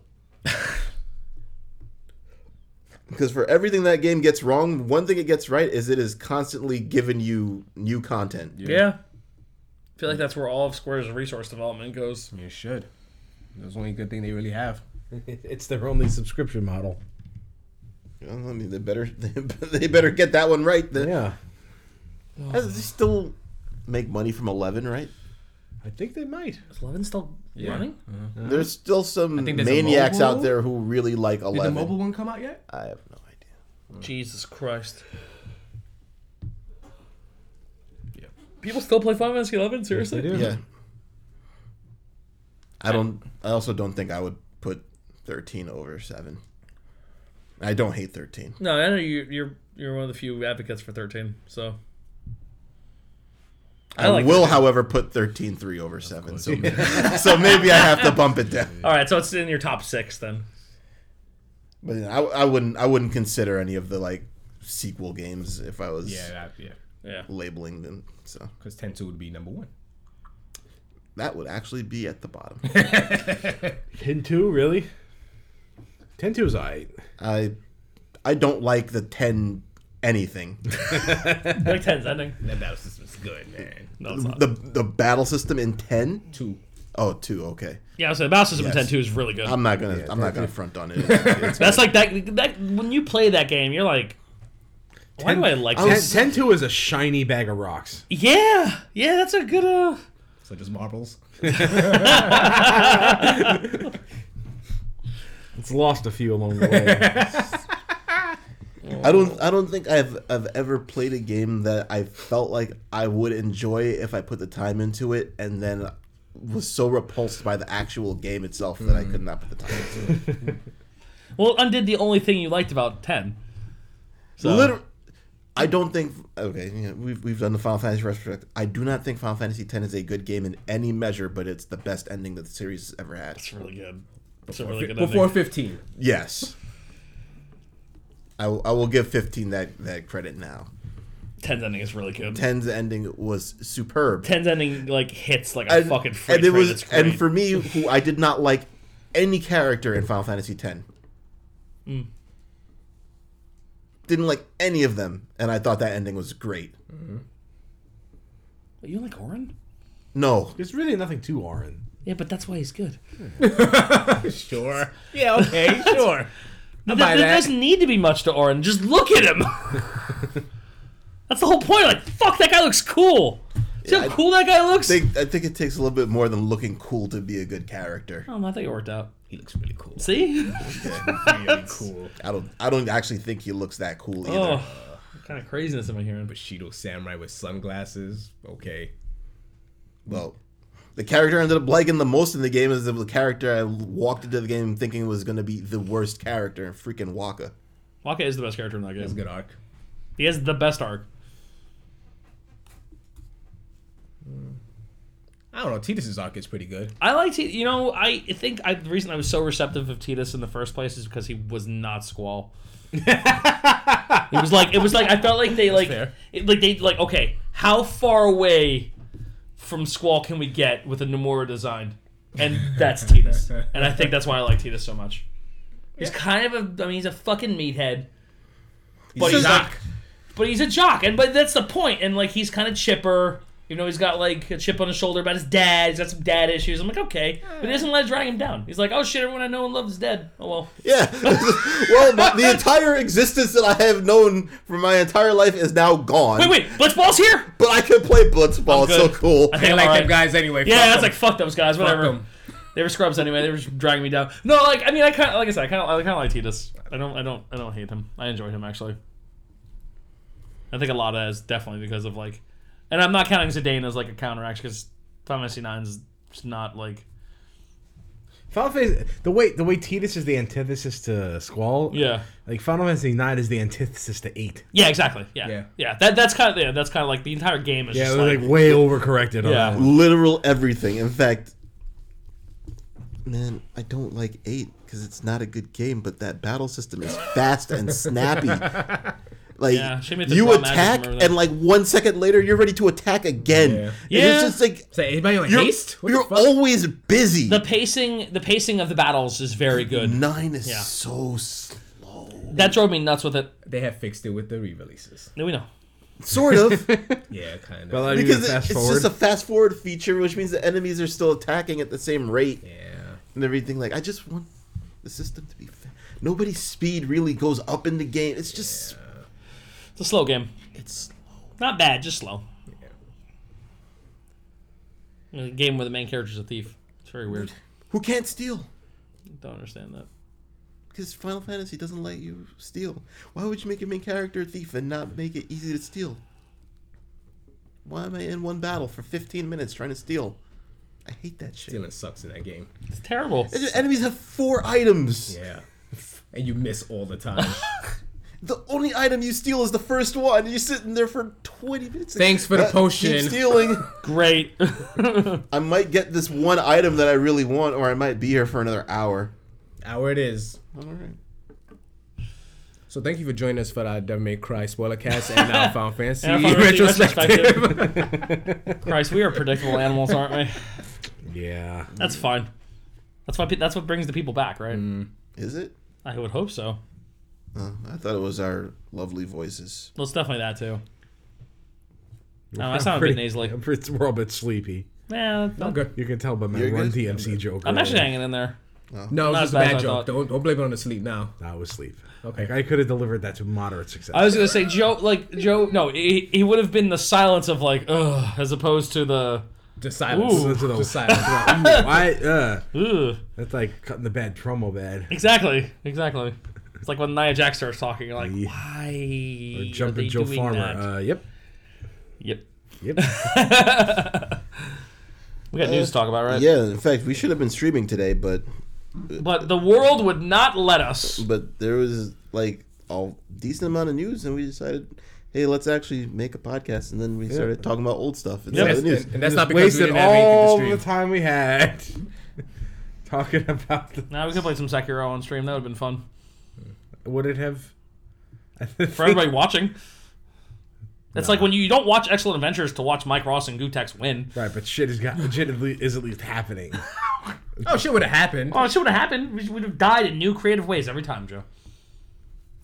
Speaker 2: because for everything that game gets wrong, one thing it gets right is it is constantly giving you new content.
Speaker 4: yeah. I feel like that's where all of Square's resource development goes.
Speaker 3: You should. That's the only good thing they really have.
Speaker 6: It's their only subscription model.
Speaker 2: Well, I mean, they better they better get that one right. The-
Speaker 6: Yeah.
Speaker 2: Uh, They still make money from Eleven, right?
Speaker 6: I think they might.
Speaker 4: Is Eleven still running?
Speaker 2: There's still some
Speaker 3: think there's a
Speaker 2: maniacs
Speaker 3: mobile?
Speaker 2: out there who really like
Speaker 3: Did
Speaker 2: Eleven.
Speaker 3: the mobile one come out yet?
Speaker 2: I have no idea.
Speaker 4: Jesus Christ!
Speaker 3: Yeah.
Speaker 4: People still play Final Fantasy Eleven? Seriously?
Speaker 6: They do.
Speaker 2: Yeah, I don't. I also don't think I would put thirteen over seven. I don't hate thirteen.
Speaker 4: No, I know you, you're you're one of the few advocates for thirteen. So
Speaker 2: I,
Speaker 4: like
Speaker 2: will, however, put 13 3 over seven. So, so maybe I have to bump it down.
Speaker 4: all right, so it's in your top six then.
Speaker 2: But you know, I, I wouldn't. I wouldn't consider any of the like sequel games if I was
Speaker 3: Yeah, that, yeah.
Speaker 4: Yeah.
Speaker 2: labeling them. So.
Speaker 3: Because ten two would be number one.
Speaker 2: that would actually be at the bottom.
Speaker 6: Ten two really? Ten two is alright.
Speaker 2: I I don't like the ten anything.
Speaker 4: Like ten's ending.
Speaker 3: That battle system's good, man.
Speaker 4: No, it's not.
Speaker 2: the the battle system in ten.
Speaker 3: Two.
Speaker 2: Oh, two. Okay,
Speaker 4: yeah, so the battle system in ten
Speaker 2: Yes.
Speaker 4: two is really good.
Speaker 2: I'm not gonna I'm not gonna front on it. It's-
Speaker 4: That's like that. That when you play that game, you're like, why do I like
Speaker 6: Ten,
Speaker 4: this?
Speaker 6: ten two is a shiny bag of rocks.
Speaker 4: Yeah, yeah, that's a good. uh
Speaker 3: Such as marbles.
Speaker 6: It's lost a few along the way.
Speaker 2: I don't. I don't think I've I've ever played a game that I felt like I would enjoy if I put the time into it, and then was so repulsed by the actual game itself that I could not put the time into it.
Speaker 4: Well, undid the only thing you liked about ten. So
Speaker 2: Literally, I don't think. Okay, you know, we've we've done the Final Fantasy retrospect. I do not think Final Fantasy X is a good game in any measure, but it's the best ending that the series has ever had.
Speaker 4: it's really good. It's a really good
Speaker 5: Before
Speaker 4: ending.
Speaker 5: 15.
Speaker 2: Yes. I will- I will give 15 that, that credit now.
Speaker 4: Ten's ending is really good.
Speaker 2: 10's ending was superb.
Speaker 4: Ten's ending like hits like a
Speaker 2: and,
Speaker 4: fucking freight
Speaker 2: and it
Speaker 4: train.
Speaker 2: was
Speaker 4: It's great.
Speaker 2: and for me who I did not like any character in Final Fantasy X.
Speaker 4: Hmm.
Speaker 2: Didn't like any of them, and I thought that ending was great.
Speaker 4: Wait, you like Orin?
Speaker 2: No,
Speaker 6: There's really nothing to Orin.
Speaker 4: Yeah, but that's why he's good.
Speaker 5: Sure.
Speaker 3: Yeah, okay, sure. I
Speaker 4: There,
Speaker 3: buy
Speaker 4: there
Speaker 3: that.
Speaker 4: doesn't need to be much to Orin. Just look at him. that's the whole point. Like, fuck, that guy looks cool. See how
Speaker 2: I-
Speaker 4: cool that guy looks?
Speaker 2: I think, I think it takes a little bit more than looking cool to be a good character.
Speaker 4: Oh, I think it worked out.
Speaker 3: He looks really cool.
Speaker 4: See?
Speaker 5: Really cool.
Speaker 2: I don't I don't actually think he looks that cool either.
Speaker 4: oh, what kind of craziness am I hearing?
Speaker 1: Bushido samurai with sunglasses. Okay.
Speaker 2: well, the character I ended up liking the most in the game is the character I walked into the game thinking was going to be the worst character in freaking Waka.
Speaker 4: Waka is the best character in that
Speaker 1: That's a
Speaker 4: game.
Speaker 1: good arc.
Speaker 4: He has the best arc.
Speaker 1: I don't know. Titus's arc is pretty good.
Speaker 4: I liked he, you know, I think I, the reason I was so receptive of Titus in the first place is because he was not Squall. it was like it was like I felt like they like
Speaker 3: fair.
Speaker 4: it, like they like okay, how far away from Squall can we get with a Nomura design? And that's Titus, and I think that's why I like Titus so much. He's kind of a, I mean, he's a fucking meathead, but he's like, but he's a jock, and but that's the point. And like he's kind of chipper. You know, he's got like a chip on his shoulder about his dad. He's got some dad issues. I'm like, okay, but he doesn't let it drag him down. He's like, oh shit, everyone I know and love is dead. Oh well,
Speaker 2: Yeah. well, my, the entire existence that I have known for my entire life is now gone.
Speaker 4: wait, wait, Blitzball's here.
Speaker 2: But I can play Blitzball. It's so
Speaker 4: good.
Speaker 2: cool.
Speaker 4: I
Speaker 3: I
Speaker 4: think I'm
Speaker 3: like
Speaker 4: alright.
Speaker 3: them guys anyway.
Speaker 4: Yeah,
Speaker 3: fuck
Speaker 4: that's like
Speaker 3: 'em.
Speaker 4: fuck those guys. Whatever.
Speaker 3: 'em.
Speaker 4: They were scrubs anyway. They were just dragging me down. No, like I mean, I kind of like I said, I kind of I kind of like Titus. I don't I don't I don't hate him. I enjoyed him actually. I think a lot of that is definitely because of like, and I'm not counting Zidane as like a counteract because Final Fantasy Nine is just not like
Speaker 6: Final Fantasy, the way the way Titus is the antithesis to Squall.
Speaker 4: yeah
Speaker 6: Like Final Fantasy Nine is the antithesis to Eight.
Speaker 4: yeah exactly yeah yeah,
Speaker 3: Yeah.
Speaker 4: that that's kind of yeah that's kind of like the entire game is
Speaker 6: Yeah,
Speaker 4: just
Speaker 6: it was
Speaker 4: like,
Speaker 6: like way overcorrected. On
Speaker 4: Yeah.
Speaker 6: that one.
Speaker 2: Literal everything. In fact, man, I don't like 8 because it's not a good game, but that battle system is fast and snappy. Like
Speaker 4: Yeah, shame it didn't
Speaker 2: you
Speaker 4: draw magic,
Speaker 2: attack,
Speaker 4: remember that.
Speaker 2: and like one second later, you're ready to attack again.
Speaker 1: Yeah.
Speaker 2: And
Speaker 4: Yeah.
Speaker 2: It's just like
Speaker 3: Say, anybody on
Speaker 2: you're,
Speaker 3: haste? What the
Speaker 2: you're
Speaker 3: fuck?
Speaker 2: always busy.
Speaker 4: the pacing the pacing of the battles is very good.
Speaker 2: Nine is
Speaker 4: Yeah.
Speaker 2: so slow.
Speaker 4: That drove me nuts with it.
Speaker 1: They have fixed it with the re-releases.
Speaker 4: No, we know.
Speaker 2: Sort of.
Speaker 1: Yeah, kind of.
Speaker 6: Well, I mean,
Speaker 2: because it-
Speaker 6: fast
Speaker 2: it's
Speaker 6: forward.
Speaker 2: just a fast forward feature, which means the enemies are still attacking at the same rate
Speaker 1: yeah.
Speaker 2: and everything. Like I just want the system to be. Fa- Nobody's speed really goes up in the game. It's just
Speaker 4: It's a slow game.
Speaker 2: it's
Speaker 4: Not bad, just slow. A game where the main character's a thief. It's very weird.
Speaker 2: who can't steal
Speaker 4: Don't understand that.
Speaker 2: because Final Fantasy doesn't let you steal. Why would you make your main character a thief and not make it easy to steal? Why am I in one battle for 15 minutes trying to steal? I hate that shit.
Speaker 1: Stealing sucks in that game.
Speaker 4: It's terrible.
Speaker 2: And the enemies have four items.
Speaker 1: Yeah. And you miss all the time.
Speaker 2: The only item you steal is the first one. You're sitting there for 20 minutes.
Speaker 3: Thanks for the
Speaker 2: Uh, Keep
Speaker 3: potion.
Speaker 2: stealing.
Speaker 4: Great.
Speaker 2: I might get this one item that I really want, or I might be here for another hour.
Speaker 1: Hour Ah, it is.
Speaker 2: All right.
Speaker 1: So thank you for joining us for our Devil May Cry spoiler cast and our Final Fantasy
Speaker 4: And our Final Fantasy
Speaker 1: retrospective.
Speaker 4: Christ, we are predictable animals, aren't we?
Speaker 6: yeah.
Speaker 4: That's fine. That's why. pe- That's what brings the people back, right?
Speaker 2: Is it?
Speaker 4: I would hope so.
Speaker 2: Oh, I thought it was our lovely voices.
Speaker 4: Well, it's definitely that too. No, I sound a bit nasally.
Speaker 6: I'm pretty- We're all a bit sleepy.
Speaker 4: Yeah, that's not good.
Speaker 6: You can tell by my
Speaker 2: You're
Speaker 6: Run
Speaker 2: good?
Speaker 6: DMC joke.
Speaker 4: I'm actually
Speaker 6: earlier.
Speaker 4: hanging in there.
Speaker 1: no, it was
Speaker 4: Not
Speaker 1: just a
Speaker 4: as bad
Speaker 1: bad
Speaker 4: as I thought.
Speaker 1: joke. Don't, don't blame it on the sleep now.
Speaker 6: I was asleep.
Speaker 1: Okay.
Speaker 6: Like, I could have delivered that to moderate success.
Speaker 4: I was gonna say Joe, like Joe. No, he, he would have been the silence of like, ugh, as opposed to the
Speaker 1: Just silence.
Speaker 4: Ooh.
Speaker 1: Just silence.
Speaker 6: Why? Uh,
Speaker 4: ugh.
Speaker 6: that's like cutting the bad tromo bad.
Speaker 4: Exactly. Exactly. It's like when Nia Jax starts talking, you're like, why?
Speaker 6: Or
Speaker 4: are
Speaker 6: jumping
Speaker 4: they
Speaker 6: Joe
Speaker 4: doing
Speaker 6: Farmer.
Speaker 4: that?
Speaker 6: Uh, yep.
Speaker 4: yep.
Speaker 6: Yep.
Speaker 4: We got news to talk about, right?
Speaker 2: Yeah, in fact, we should have been streaming today, but
Speaker 4: But the world would not let us.
Speaker 2: but there was like a decent amount of news, and we decided, hey, let's actually make a podcast, and then we started talking about old stuff instead of the news.
Speaker 1: And that's not because we
Speaker 6: Wasted
Speaker 1: didn't have
Speaker 6: all
Speaker 1: anything to
Speaker 6: the
Speaker 1: stream.
Speaker 6: time we had talking about the,
Speaker 4: Now we could play some Sekiro on stream. That would have been fun
Speaker 6: would it have
Speaker 4: for everybody watching. It's like when you don't watch Excellent Adventures to watch Mike Ross and Gutex win.
Speaker 6: Right, but shit is got shit at least, is at least happening.
Speaker 1: Oh, shit would have happened.
Speaker 4: Oh, it would have happened. We would have died in new creative ways every time, Joe.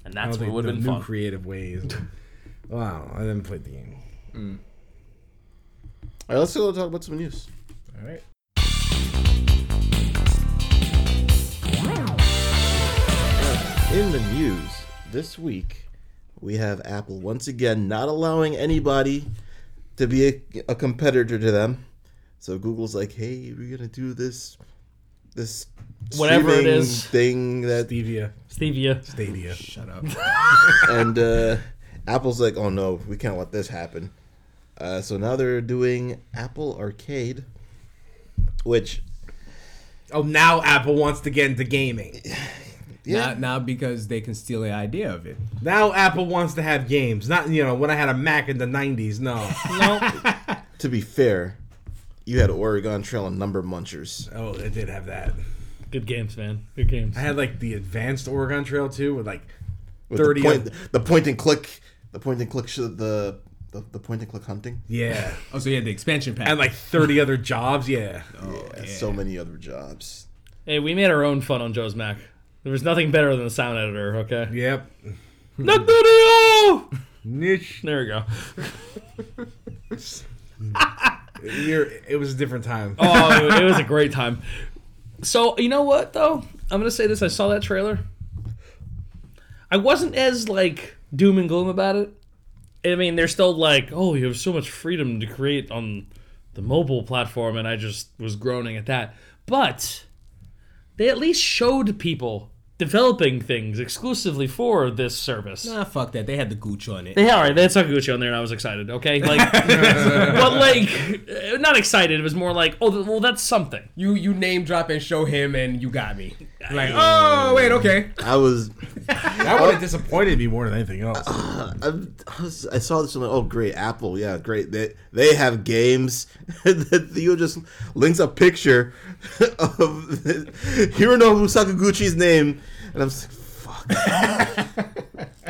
Speaker 4: And
Speaker 6: I
Speaker 4: that's
Speaker 6: don't
Speaker 4: what would
Speaker 6: think the
Speaker 4: have been
Speaker 6: Oh, new
Speaker 4: fun.
Speaker 6: creative ways. well, I don't know. I haven't played the game.
Speaker 2: All right, let's go talk about some news.
Speaker 1: All right.
Speaker 2: In the news this week, we have Apple once again not allowing anybody to be a, a competitor to them. So Google's like, "Hey, we're gonna do this, this
Speaker 4: Whatever it
Speaker 2: streaming
Speaker 4: is.
Speaker 2: thing that,"
Speaker 6: Stevia,
Speaker 4: Stevia.
Speaker 6: Stadia.
Speaker 1: Shut up.
Speaker 2: and uh, Apple's like, "Oh no, we can't let this happen." Uh, so now they're doing Apple Arcade, which
Speaker 6: Oh, now Apple wants to get into gaming.
Speaker 2: yeah,
Speaker 3: Not, not because they can steal the idea of it.
Speaker 6: Now Apple wants to have games. Not you know when I had a Mac in the '90s. No.
Speaker 2: to be fair, you had Oregon Trail and Number Munchers.
Speaker 6: oh, it did have that.
Speaker 4: Good games, man. Good games.
Speaker 6: I had like the Advanced Oregon Trail too, with like
Speaker 2: with
Speaker 6: thirty.
Speaker 2: the point, the point and click, the point and click, sh- the the, the point and click hunting.
Speaker 6: yeah,
Speaker 3: Oh, so you had the expansion pack.
Speaker 6: and like thirty other jobs. Yeah.
Speaker 2: yeah, so many other jobs.
Speaker 4: Hey, we made our own fun on Joe's Mac. There was nothing better than the sound editor, okay?
Speaker 6: Yep.
Speaker 4: Not video!
Speaker 6: Niche.
Speaker 4: There we go.
Speaker 6: You're, it was a different time.
Speaker 4: Oh, it was a great time. So, you know what, though? I'm going to say this. I saw that trailer. I wasn't as, like, doom and gloom about it. I mean, they're still like, oh, you have so much freedom to create on the mobile platform, and I just was groaning at that. But they at least showed people developing things exclusively for this service.
Speaker 3: ah, fuck that. They had the gooch on it.
Speaker 4: Yeah, all right. That's Sakaguchi on there, and I was excited. Okay, like, but like, uh, not excited. It was more like, oh, th- well, that's something.
Speaker 3: You you name drop and show him, and you got me. Like, oh wait, okay.
Speaker 2: I was,
Speaker 6: That would have disappointed me more than anything else.
Speaker 2: I, I was, I saw this. I'm like, oh great, Apple, yeah, great. They they have games. that Theo just links a picture of Hironobu Sakaguchi's name, and I'm just like, fuck,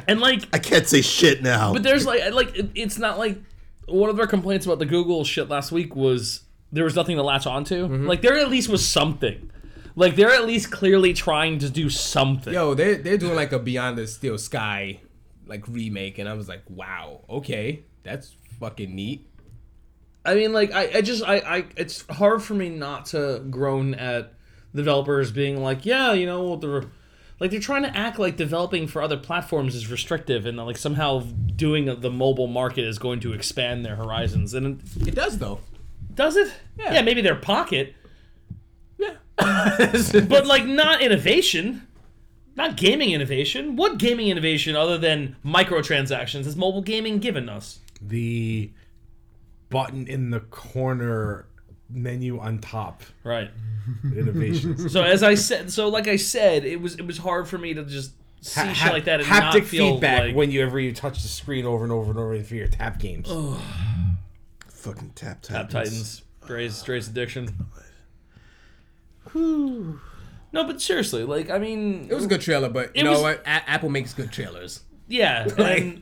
Speaker 4: And like,
Speaker 2: I can't say shit now.
Speaker 4: but there's like, like, it- it's not like one of their complaints about the Google shit last week was there was nothing to latch onto. Like, there at least was something. Like, they're at least clearly trying to do something.
Speaker 3: Yo, they they're doing like a Beyond the Steel Sky like remake, and I was like, wow, okay, that's fucking neat.
Speaker 4: I mean, like, I, I just, I, I, it's hard for me not to groan at developers being like, yeah, you know, well, they're, like, they're trying to act like developing for other platforms is restrictive and, like, somehow doing the mobile market is going to expand their horizons. And
Speaker 3: It does though.
Speaker 4: it, does it?
Speaker 3: Yeah.
Speaker 4: yeah, maybe their pocket,
Speaker 3: Yeah.
Speaker 4: but, like, not innovation. Not gaming innovation. What gaming innovation other than microtransactions has mobile gaming given us?
Speaker 6: The button in the corner menu on top
Speaker 4: Right.
Speaker 6: innovations.
Speaker 4: So as I said, so like I said, it was it was hard for me to just see
Speaker 6: Ha-
Speaker 4: shit like that and
Speaker 6: haptic
Speaker 4: not feel
Speaker 6: feedback
Speaker 4: like
Speaker 6: when you ever you touch the screen over and over and over for your tap games.
Speaker 4: Oh,
Speaker 2: Fucking tap tap
Speaker 4: Tap Titans, Dre's Dre's addiction. No, but seriously, like I mean,
Speaker 3: It was a good trailer, but you
Speaker 4: It
Speaker 3: know
Speaker 4: was-
Speaker 3: what? A- Apple makes good trailers.
Speaker 4: yeah, and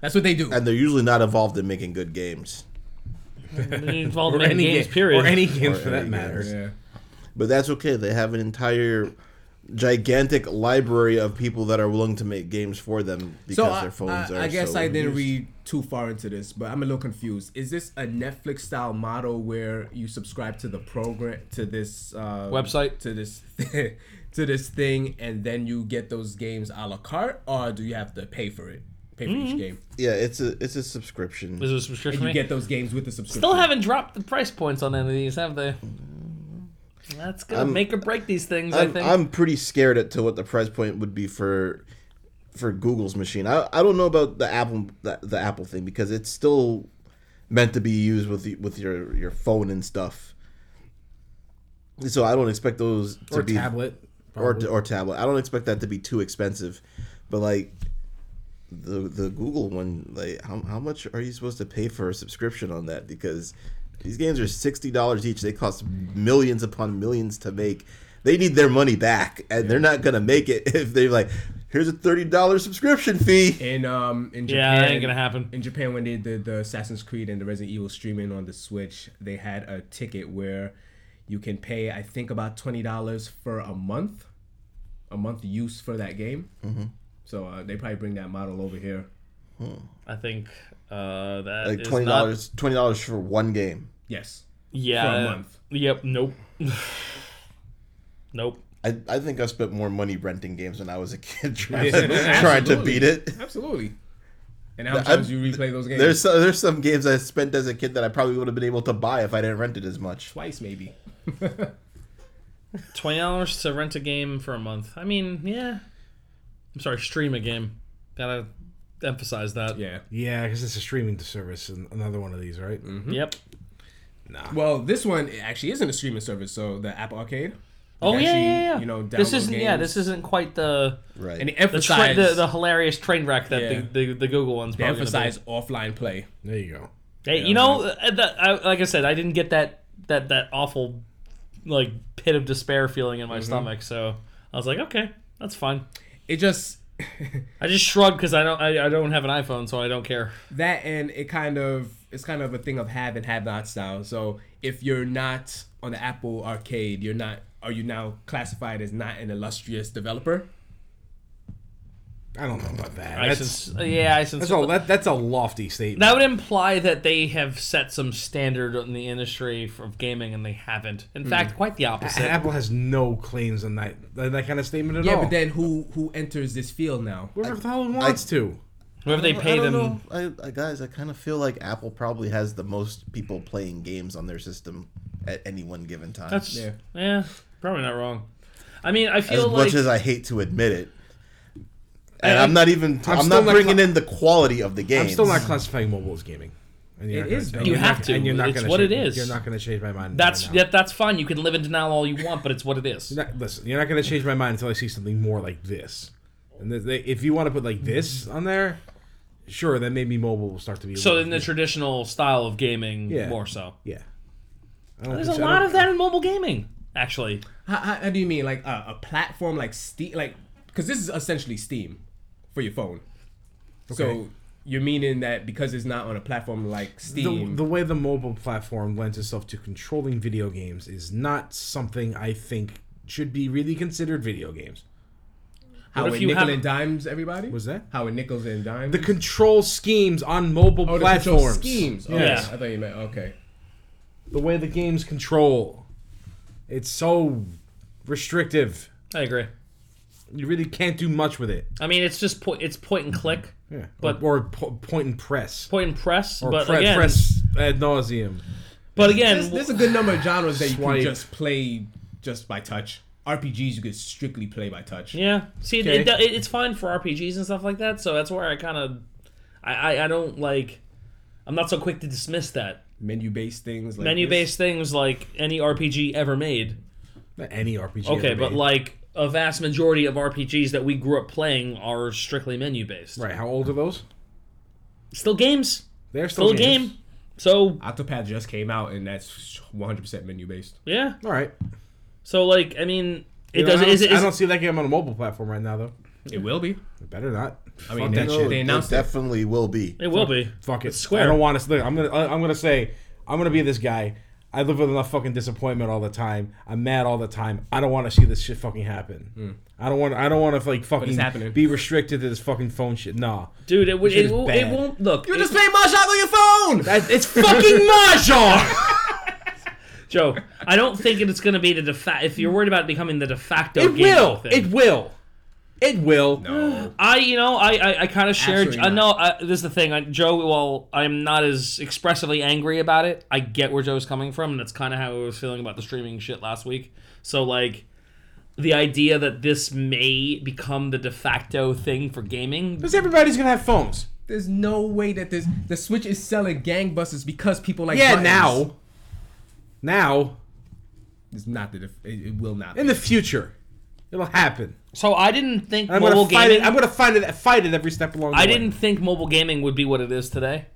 Speaker 3: That's what they do.
Speaker 2: And they're usually not involved in making good games.
Speaker 4: involved in any games,
Speaker 6: ga-
Speaker 4: period.
Speaker 6: Or any games for
Speaker 2: any
Speaker 6: that matter.
Speaker 3: yeah.
Speaker 2: But that's okay. They have an entire gigantic library of people that are willing to make games for them because
Speaker 3: So I,
Speaker 2: their phones
Speaker 3: I-
Speaker 2: are.
Speaker 3: I guess
Speaker 2: so
Speaker 3: I didn't
Speaker 2: overused.
Speaker 3: read too far into this, but I'm a little confused. Is this a Netflix style model where you subscribe to the program to this uh,
Speaker 4: Website?
Speaker 3: to this to this thing, and then you get those games a la carte, or do you have to pay for it? Pay for
Speaker 4: Mm-hmm.
Speaker 3: each game.
Speaker 2: Yeah, it's a it's a subscription.
Speaker 4: This was subscription.
Speaker 3: And you get
Speaker 4: rate.
Speaker 3: those games with the subscription.
Speaker 4: Still haven't dropped the price points on any of these, have they? That's gonna
Speaker 2: I'm-
Speaker 4: make or break these things. i
Speaker 2: I'm,
Speaker 4: think.
Speaker 2: I'm pretty scared at to what the price point would be for for Google's machine. I, I don't know about the Apple the, the Apple thing because it's still meant to be used with the, with your your phone and stuff. So I don't expect those to
Speaker 6: or
Speaker 2: be
Speaker 6: tablet.
Speaker 2: or
Speaker 6: probably.
Speaker 2: or tablet. I don't expect that to be too expensive, but like the the Google one, like how how much are you supposed to pay for a subscription on that? Because these games are sixty dollars each. They cost millions upon millions to make. They need their money back, and they're not gonna make it if they're like, here's a thirty dollar subscription fee.
Speaker 3: In um in
Speaker 4: Yeah,
Speaker 3: Japan,
Speaker 4: that ain't gonna happen.
Speaker 3: In Japan, when they did the Assassin's Creed and the Resident Evil streaming on the Switch, they had a ticket where you can pay, I think, about twenty dollars for a month, a month use for that game. So uh, they probably bring that model over here.
Speaker 4: I think uh, that
Speaker 2: Like
Speaker 4: is
Speaker 2: twenty
Speaker 4: Not,
Speaker 2: dollars, twenty dollars for one game.
Speaker 3: Yes.
Speaker 4: yeah.
Speaker 3: for a month.
Speaker 4: Yep. Nope. nope.
Speaker 2: I, I think I spent more money renting games when I was a kid trying, to, trying to beat it.
Speaker 3: Absolutely. And how many
Speaker 2: I'm-
Speaker 3: times do you replay those games?
Speaker 2: There's so- there's some games I spent as a kid that I probably would have been able to buy if I didn't rent it as much.
Speaker 3: twice maybe.
Speaker 4: Twenty dollars to rent a game for a month. I mean, yeah. I'm sorry. Stream a game. Gotta emphasize that.
Speaker 3: Yeah.
Speaker 6: Yeah, because it's a streaming service and another one of these, right?
Speaker 3: Mm-hmm.
Speaker 4: Yep.
Speaker 3: Well, this one actually isn't a streaming service, so the Apple Arcade.
Speaker 4: Oh yeah,
Speaker 3: actually,
Speaker 4: yeah, yeah.
Speaker 3: you know,
Speaker 4: this
Speaker 3: download
Speaker 4: isn't. Yeah,
Speaker 3: games.
Speaker 4: this isn't quite the
Speaker 2: Right.
Speaker 3: And they
Speaker 4: the,
Speaker 3: emphasize
Speaker 4: tra- the, the hilarious train wreck that
Speaker 3: Yeah.
Speaker 4: the, the the Google one's
Speaker 3: they
Speaker 4: probably gonna be.
Speaker 3: emphasize offline play.
Speaker 6: There you go.
Speaker 4: Hey, you know, uh, that, I, like I said, I didn't get that that that awful like pit of despair feeling in my
Speaker 3: Mm-hmm.
Speaker 4: stomach. So I was like, okay, that's fine.
Speaker 3: It just
Speaker 4: I just shrugged because I don't I, I don't have an iPhone, so I don't care.
Speaker 3: that and it kind of it's kind of a thing of have and have nots now. So if you're not on the Apple Arcade, you're not are you now classified as not an illustrious developer?
Speaker 6: I don't know about that.
Speaker 4: I
Speaker 6: That's,
Speaker 4: since, uh, yeah, I since
Speaker 6: that's a that, that's a lofty statement.
Speaker 4: that would imply that they have set some standard in the industry for, of gaming, and they haven't.
Speaker 6: Hmm.
Speaker 4: In fact, quite the opposite.
Speaker 6: Apple has no claims on that on that kind of statement at
Speaker 3: Yeah,
Speaker 6: all.
Speaker 3: but then who who enters this field now?
Speaker 6: whoever the hell wants to.
Speaker 4: Whoever they pay
Speaker 2: I
Speaker 4: them,
Speaker 2: don't know. I, I, guys, I kind of feel like Apple probably has the most people playing games on their system at any one given time.
Speaker 4: that's yeah.
Speaker 3: Yeah.
Speaker 4: probably not wrong. I mean, I
Speaker 2: as
Speaker 4: feel
Speaker 2: much
Speaker 4: like
Speaker 2: as I hate to admit it. And I, am not even I'm,
Speaker 6: still
Speaker 2: not
Speaker 6: not
Speaker 2: bringing
Speaker 6: cla-
Speaker 2: in the quality of the game.
Speaker 6: I'm still not classifying mobile as gaming. And you're
Speaker 3: It
Speaker 6: not
Speaker 3: is,
Speaker 6: gonna-
Speaker 3: though.
Speaker 6: you're
Speaker 3: You
Speaker 6: not
Speaker 4: have
Speaker 6: gonna-
Speaker 4: to.
Speaker 6: you're not
Speaker 4: It's
Speaker 6: gonna
Speaker 4: what it
Speaker 6: change-
Speaker 4: is.
Speaker 6: You're not going to change my mind.
Speaker 4: that's
Speaker 6: right now.
Speaker 4: yeah, that's fine. You can live in denial all you want, but it's what it is.
Speaker 6: Not- listen, you're not going to change my mind until I see something more like this. And th- they, if you want to put like this on there, sure, then maybe mobile will start to be. a
Speaker 4: So
Speaker 6: little-
Speaker 4: in the traditional style of gaming,
Speaker 6: Yeah.
Speaker 4: more so.
Speaker 6: yeah, I don't
Speaker 4: There's a
Speaker 6: think so. I
Speaker 4: lot
Speaker 6: don't-
Speaker 4: of that in mobile gaming, actually.
Speaker 3: How, how, how do you mean like a, a platform like Steam? Like because this is essentially Steam for your phone. So
Speaker 6: Okay.
Speaker 3: you're meaning that because it's not on a platform like Steam,
Speaker 6: The, the way the mobile platform lends itself to controlling video games is not something I think should be really considered video games.
Speaker 3: how
Speaker 4: What if
Speaker 3: it
Speaker 4: you
Speaker 3: nickel
Speaker 4: have-
Speaker 3: and dimes everybody?
Speaker 6: Was that?
Speaker 3: how it nickels and dimes?
Speaker 6: The control schemes on mobile
Speaker 3: Oh, the control
Speaker 6: platforms.
Speaker 3: schemes. Okay.
Speaker 4: Yeah.
Speaker 3: I thought you meant okay.
Speaker 6: The way the games control. It's so restrictive.
Speaker 4: I agree.
Speaker 6: You really can't do much with it.
Speaker 4: I mean, it's just po- it's point and click,
Speaker 6: Yeah.
Speaker 4: But-
Speaker 6: or, or po- point and press.
Speaker 4: point and press.
Speaker 6: Or
Speaker 4: but
Speaker 6: pre-
Speaker 4: again,
Speaker 6: press ad nauseum.
Speaker 4: but again,
Speaker 3: There's, there's a good number of genres that you can
Speaker 6: Swipe.
Speaker 3: just play just by touch. RPGs you could strictly play by touch.
Speaker 4: yeah. See, it,
Speaker 3: Okay.
Speaker 4: it, do- it- it's fine for RPGs and stuff like that. So that's where I kind of, I, I I don't like. I'm not so quick to dismiss that
Speaker 3: Menu based things. Like
Speaker 4: menu
Speaker 3: this.
Speaker 4: based things like any RPG ever made.
Speaker 6: Not any RPG.
Speaker 4: Okay,
Speaker 6: ever
Speaker 4: but
Speaker 6: made.
Speaker 4: like a vast majority of RPGs that we grew up playing are strictly menu based.
Speaker 6: right? How old are those?
Speaker 4: Still games,
Speaker 6: They're
Speaker 4: still
Speaker 6: still
Speaker 4: a
Speaker 6: games.
Speaker 4: game. So
Speaker 3: Octopath just came out and that's 100% menu based.
Speaker 4: yeah.
Speaker 6: All right.
Speaker 4: So like, I mean, it
Speaker 6: You know,
Speaker 4: doesn't.
Speaker 6: I don't,
Speaker 4: Is, it-
Speaker 6: I
Speaker 4: is,
Speaker 6: don't see that game on a mobile platform right now though.
Speaker 3: It will be.
Speaker 6: It better not.
Speaker 3: I mean,
Speaker 6: Fuck
Speaker 3: they,
Speaker 6: that shit.
Speaker 3: they
Speaker 2: It
Speaker 3: announced it.
Speaker 2: definitely will be.
Speaker 4: it will be.
Speaker 6: Fuck it.
Speaker 4: It's Square.
Speaker 6: I don't want to. I'm gonna. I'm gonna say. I'm gonna be this guy. I live with enough fucking disappointment all the time. I'm mad all the time. I don't want to see this shit fucking happen.
Speaker 4: Hmm.
Speaker 6: I don't want. I don't want to like fucking
Speaker 3: happening.
Speaker 6: be restricted to this fucking phone shit. Nah,
Speaker 4: Dude, it, would. it,
Speaker 6: shit is
Speaker 4: won't- it
Speaker 6: bad.
Speaker 4: won't look.
Speaker 3: You
Speaker 4: it-
Speaker 3: just play Mahjong on your phone!
Speaker 6: That- it's fucking mahjong.
Speaker 4: Joe. I don't think it's going to be the de facto. If you're worried about it becoming the de facto,
Speaker 6: It
Speaker 4: gaming
Speaker 6: will.
Speaker 4: Thing.
Speaker 6: It will. It will.
Speaker 4: I, you know, I, I, I kind of share.
Speaker 3: Absolutely
Speaker 4: I know I, uh, this is the thing. I, Joe, while I'm not as expressively angry about it, I get where Joe's coming from, and that's kind of how I was feeling about the streaming shit last week. So, like, the idea that this may become the de facto thing for gaming.
Speaker 6: Because everybody's gonna have phones.
Speaker 3: There's no way that this the Switch is selling gangbusters because people like
Speaker 6: Yeah,
Speaker 3: buttons.
Speaker 6: now. Now.
Speaker 3: it's not the def- it, it will not.
Speaker 6: In the future. It'll happen.
Speaker 4: So, I didn't think
Speaker 6: I'm
Speaker 4: mobile
Speaker 6: gonna fight
Speaker 4: gaming.
Speaker 6: it. I'm gonna fight it fight it every step along the
Speaker 4: I
Speaker 6: way.
Speaker 4: didn't think mobile gaming would be what it is today.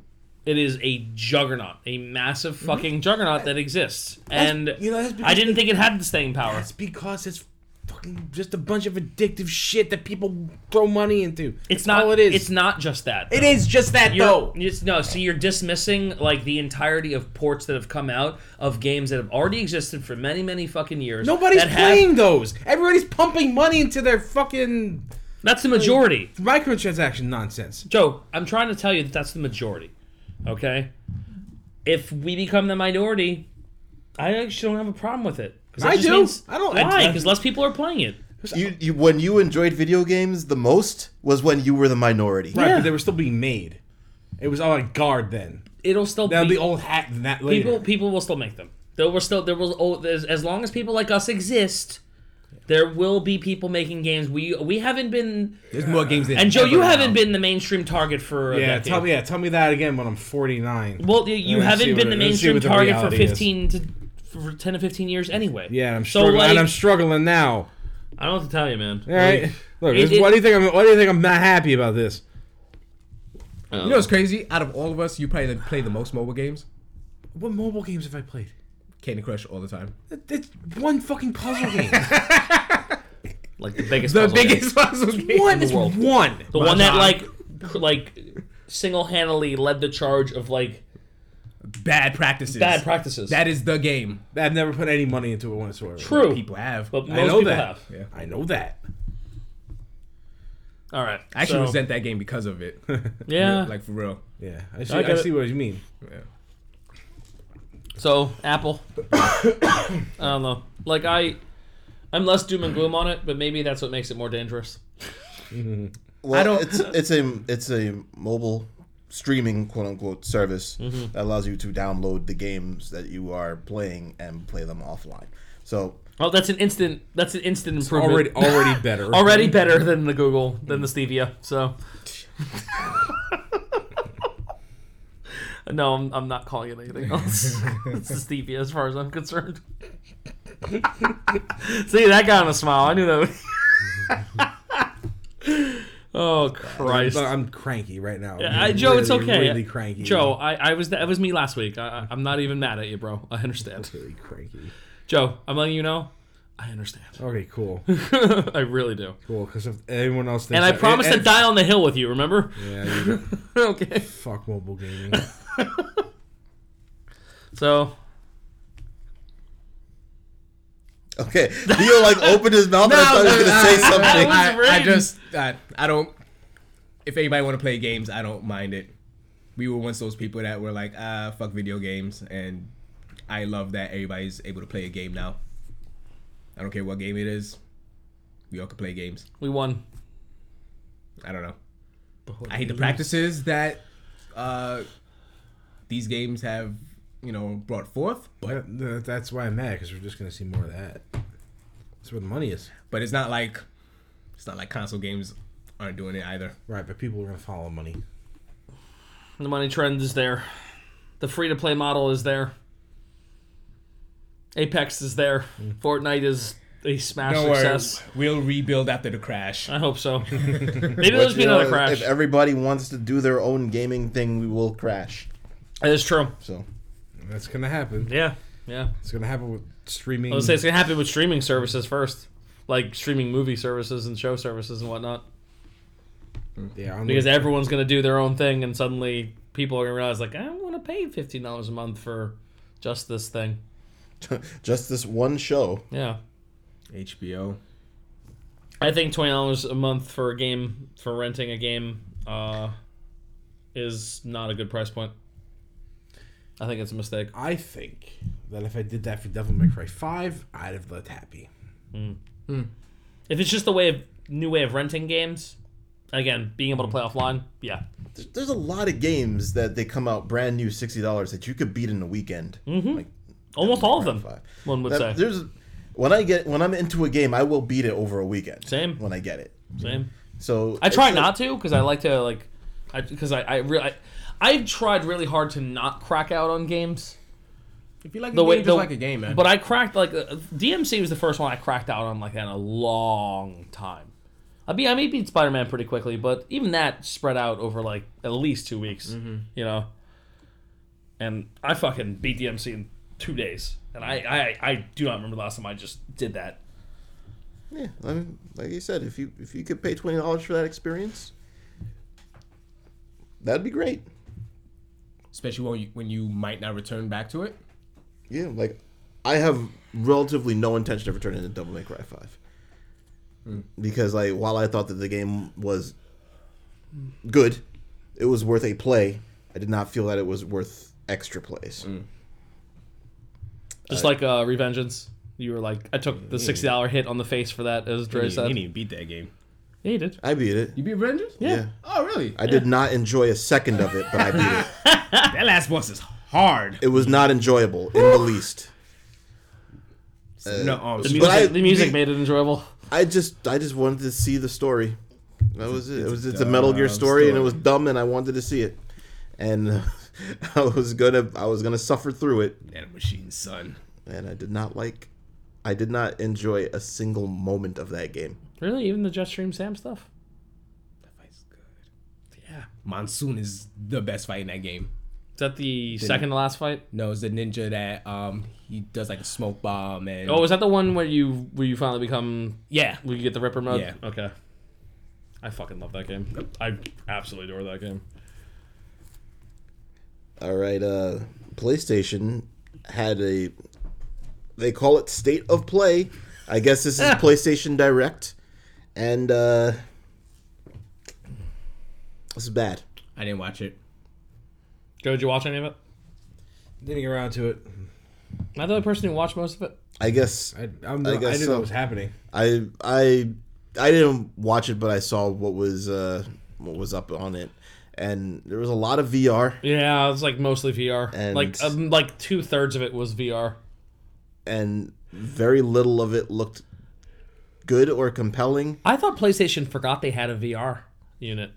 Speaker 4: It is a juggernaut, a massive fucking juggernaut that exists, and
Speaker 6: you know, Mm-hmm. that's
Speaker 4: I
Speaker 6: because
Speaker 4: didn't think it had the staying power.
Speaker 6: That's because it's fucking just a bunch of addictive shit that people throw money into.
Speaker 4: It's
Speaker 6: That's
Speaker 4: not.
Speaker 6: all it is.
Speaker 4: It's not just that.
Speaker 6: It is just that
Speaker 4: You're,
Speaker 6: though.
Speaker 4: it's- no, see, you're dismissing like the entirety of ports that have come out of games that have already existed for many, many fucking years.
Speaker 6: Nobody's
Speaker 4: that have-
Speaker 6: playing those. Everybody's pumping money into their fucking
Speaker 4: that's the majority.
Speaker 6: microtransaction nonsense.
Speaker 4: Joe, I'm trying to tell you that that's the majority. Okay, if we become the minority, I actually don't have a problem with it. 'Cause that
Speaker 6: I
Speaker 4: just
Speaker 6: do.
Speaker 4: means-
Speaker 6: I don't-
Speaker 4: Why?
Speaker 6: I-
Speaker 4: Because less people are playing it.
Speaker 2: You, you when you enjoyed video games the most was when you were the minority.
Speaker 6: Right, but they were still being made. It was all like guard then.
Speaker 4: It'll still
Speaker 6: That'll
Speaker 4: be,
Speaker 6: be old hat and that later.
Speaker 4: people. People will still make them. There will still there will oh, as, as long as people like us exist. There will be people making games. We we haven't been
Speaker 3: There's more games than
Speaker 4: And Joe,
Speaker 3: ever
Speaker 4: you
Speaker 3: now.
Speaker 4: haven't been the mainstream target for a
Speaker 6: yeah,
Speaker 4: decade.
Speaker 6: tell me yeah, tell me that again when I'm 49.
Speaker 4: Well, you, you
Speaker 6: Let's see
Speaker 4: haven't
Speaker 6: what
Speaker 4: been
Speaker 6: it-
Speaker 4: the
Speaker 6: let's see
Speaker 4: mainstream
Speaker 6: what the
Speaker 4: target for
Speaker 6: reality is.
Speaker 4: fifteen to for ten to fifteen years anyway.
Speaker 6: yeah, I'm
Speaker 4: So,
Speaker 6: struggling and
Speaker 4: like,
Speaker 6: I'm struggling now.
Speaker 4: I don't know what to tell you, man.
Speaker 6: All right. Look,
Speaker 4: it-
Speaker 6: this- why do you think I'm why do you think I'm not happy about this?
Speaker 4: Um,
Speaker 3: You know what's crazy? Out of all of us, you probably play the most mobile games.
Speaker 6: What mobile games have I played?
Speaker 3: Candy Crush all the time.
Speaker 6: It's one fucking puzzle game.
Speaker 4: Like the biggest,
Speaker 3: The
Speaker 4: puzzle game.
Speaker 3: biggest puzzle game.
Speaker 6: one is
Speaker 4: world.
Speaker 6: one.
Speaker 4: the one that like like single handedly led the charge of like
Speaker 3: Bad practices.
Speaker 4: bad practices.
Speaker 3: That is the game.
Speaker 6: I've never put any money into it whatsoever.
Speaker 4: True,
Speaker 3: People have.
Speaker 4: but most
Speaker 6: I know
Speaker 4: people
Speaker 6: that.
Speaker 4: have.
Speaker 3: Yeah.
Speaker 6: I know that.
Speaker 4: All right,
Speaker 3: I actually
Speaker 4: so-
Speaker 3: resent that game because of it.
Speaker 4: Yeah,
Speaker 3: Like for real.
Speaker 6: Yeah, I see.
Speaker 4: I
Speaker 6: I,
Speaker 4: get
Speaker 6: see
Speaker 4: it.
Speaker 6: what you mean.
Speaker 4: So Apple, I don't know. Like I, I'm less doom and gloom on it, but maybe that's what makes it more dangerous.
Speaker 2: Well,
Speaker 3: I don't-
Speaker 2: It's it's a it's a mobile streaming quote unquote service that allows you to download the games that you are playing and play them offline. So
Speaker 4: Oh, that's an instant. That's an instant improvement.
Speaker 6: Already, already better.
Speaker 4: already better than the Google than the Stevia. So. No, I'm, I'm not calling it anything else. it's the stevia, as far as I'm concerned. See, that got him a smile. I knew that. would- oh
Speaker 6: I'm,
Speaker 4: Christ!
Speaker 6: I'm cranky right now.
Speaker 4: Yeah,
Speaker 6: I'm
Speaker 4: I- Joe, it's
Speaker 6: really,
Speaker 4: okay.
Speaker 6: Really cranky.
Speaker 4: Joe, I, I was that was me last week. I, I- I'm not even mad at you, bro. I understand.
Speaker 6: really cranky.
Speaker 4: Joe, I'm letting you know. I understand.
Speaker 6: Okay, cool,
Speaker 4: I really do.
Speaker 6: cool. Because if anyone else, thinks
Speaker 4: And I promised to
Speaker 6: and-
Speaker 4: die on the hill with you. Remember?
Speaker 6: Yeah, you
Speaker 4: okay.
Speaker 6: fuck mobile gaming.
Speaker 4: So
Speaker 2: okay, Leo like opened his mouth and I thought he was gonna say something.
Speaker 4: I-
Speaker 3: I,
Speaker 4: was
Speaker 3: I
Speaker 4: ready.
Speaker 3: just, I, I don't. If anybody want to play games, I don't mind it. We were once those people that were like, ah, fuck video games, and I love that everybody's able to play a game now. I don't care what game it is. We all can play games.
Speaker 4: we won.
Speaker 3: I don't know. I hate the practices that uh, these games have, you know, brought forth.
Speaker 6: but th- that's why I'm mad because we're just gonna see more of that. That's where the money is,
Speaker 3: But it's not like, it's not like console games aren't doing it either.
Speaker 6: right? But people are gonna follow money.
Speaker 4: The money trend is there. The free to play model is there. Apex is there.
Speaker 6: Mm.
Speaker 4: Fortnite is a smash
Speaker 3: Don't worry,
Speaker 4: success.
Speaker 3: we'll rebuild after the crash.
Speaker 4: I hope so. Maybe there'll just be another
Speaker 2: You know,
Speaker 4: crash.
Speaker 2: If everybody wants to do their own gaming thing, we will crash.
Speaker 4: That is true.
Speaker 2: So
Speaker 6: That's gonna happen.
Speaker 4: Yeah. Yeah.
Speaker 6: It's gonna happen with streaming.
Speaker 4: I would say it's gonna happen with streaming services first. Like streaming movie services and show services and whatnot.
Speaker 6: yeah, I'm
Speaker 4: Because
Speaker 6: gonna-
Speaker 4: everyone's gonna do their own thing and suddenly people are gonna realize like, I don't wanna pay fifteen dollars a month for just this thing.
Speaker 2: just this one show.
Speaker 4: Yeah.
Speaker 3: HBO.
Speaker 4: I think twenty dollars a month for a game for renting a game uh, is not a good price point. I think it's a mistake.
Speaker 6: I think that if I did that for Devil May Cry 5, I'd have left happy.
Speaker 4: If it's just the way of new way of renting games. Again, being able to play offline. Yeah.
Speaker 2: There's- There's a lot of games that they come out brand new, sixty dollars that you could beat in a weekend. Like
Speaker 4: Almost all of them,
Speaker 2: five.
Speaker 4: one would
Speaker 2: that-
Speaker 4: say.
Speaker 2: There's when I get when I'm into a game, I will beat it over a weekend.
Speaker 4: Same.
Speaker 2: when I get it.
Speaker 4: Same.
Speaker 2: So
Speaker 4: I try
Speaker 2: it's like-
Speaker 4: not to because I like to like, because I I really I, I've tried really hard to not crack out on games.
Speaker 3: If you like a
Speaker 4: The
Speaker 3: game,
Speaker 4: way
Speaker 3: just
Speaker 4: the-
Speaker 3: like a game, man.
Speaker 4: But I cracked like uh, DMC was the first one I cracked out on like that in a long time. I mean, I may beat Spider Man pretty quickly, but even that spread out over like at least two weeks. You know, and I fucking beat DMC in two days, and I I, I do not remember the last time I just did that.
Speaker 2: Yeah, I mean, like you said, if you if you could pay twenty dollars for that experience, that'd be great.
Speaker 3: especially when you, when you might not return back to it.
Speaker 2: Yeah, like I have relatively no intention of returning to Double May Cry Five because like while I thought that the game was good, it was worth a play. I did not feel that it was worth extra plays.
Speaker 4: Just like uh, Revengeance, you were like, I took the sixty dollar hit on the face for that, as
Speaker 3: You
Speaker 4: Dre
Speaker 3: didn't, you
Speaker 4: said.
Speaker 3: didn't
Speaker 4: Yeah,
Speaker 3: even beat that game.
Speaker 4: he did.
Speaker 2: I beat it.
Speaker 3: You beat Rangers?
Speaker 2: Yeah.
Speaker 3: Oh, really?
Speaker 2: I did not enjoy a second of it, but I beat it.
Speaker 3: That last boss is hard.
Speaker 2: It was not enjoyable in the least.
Speaker 3: no, oh,
Speaker 4: The
Speaker 3: so-
Speaker 4: music,
Speaker 2: I-
Speaker 4: the music
Speaker 2: the-
Speaker 4: made it enjoyable.
Speaker 2: I just I just wanted to see the story. That was it. It was it's a Metal Gear story, and it was dumb, and I wanted to see it, and I was gonna I was gonna suffer through it,
Speaker 3: that machine, son.
Speaker 2: and I did not like, I did not enjoy a single moment of that game.
Speaker 4: Really, even the Jetstream Sam stuff.
Speaker 3: That fight's good.
Speaker 4: Yeah.
Speaker 3: Monsoon is the best fight in that game.
Speaker 4: Is that the second to last fight?
Speaker 3: No, it's the ninja that um he does like a smoke bomb and
Speaker 4: Oh, is that the one where you where you finally become
Speaker 3: yeah.
Speaker 4: where you get the Ripper mode?
Speaker 3: Yeah.
Speaker 4: Okay. I fucking love that game. I absolutely adore that game.
Speaker 2: All right, uh, PlayStation had a, they call it State of Play. I guess this is PlayStation Direct, and uh, this is bad.
Speaker 3: I didn't watch it.
Speaker 4: Joe, did you watch any of it?
Speaker 6: Didn't get around to it.
Speaker 4: Am I the only person who watched most of it?
Speaker 2: I guess
Speaker 6: I, I'm,
Speaker 2: I
Speaker 6: I,
Speaker 2: guess
Speaker 6: knew
Speaker 2: so.
Speaker 6: that was happening.
Speaker 2: I I I didn't watch it, but I saw what was uh, what was up on it, and there was a lot of VR,
Speaker 4: Yeah, it's like mostly VR.
Speaker 2: And-
Speaker 4: like um, like two thirds of it was VR.
Speaker 2: and very little of it looked good or compelling.
Speaker 4: I thought PlayStation forgot they had a VR unit.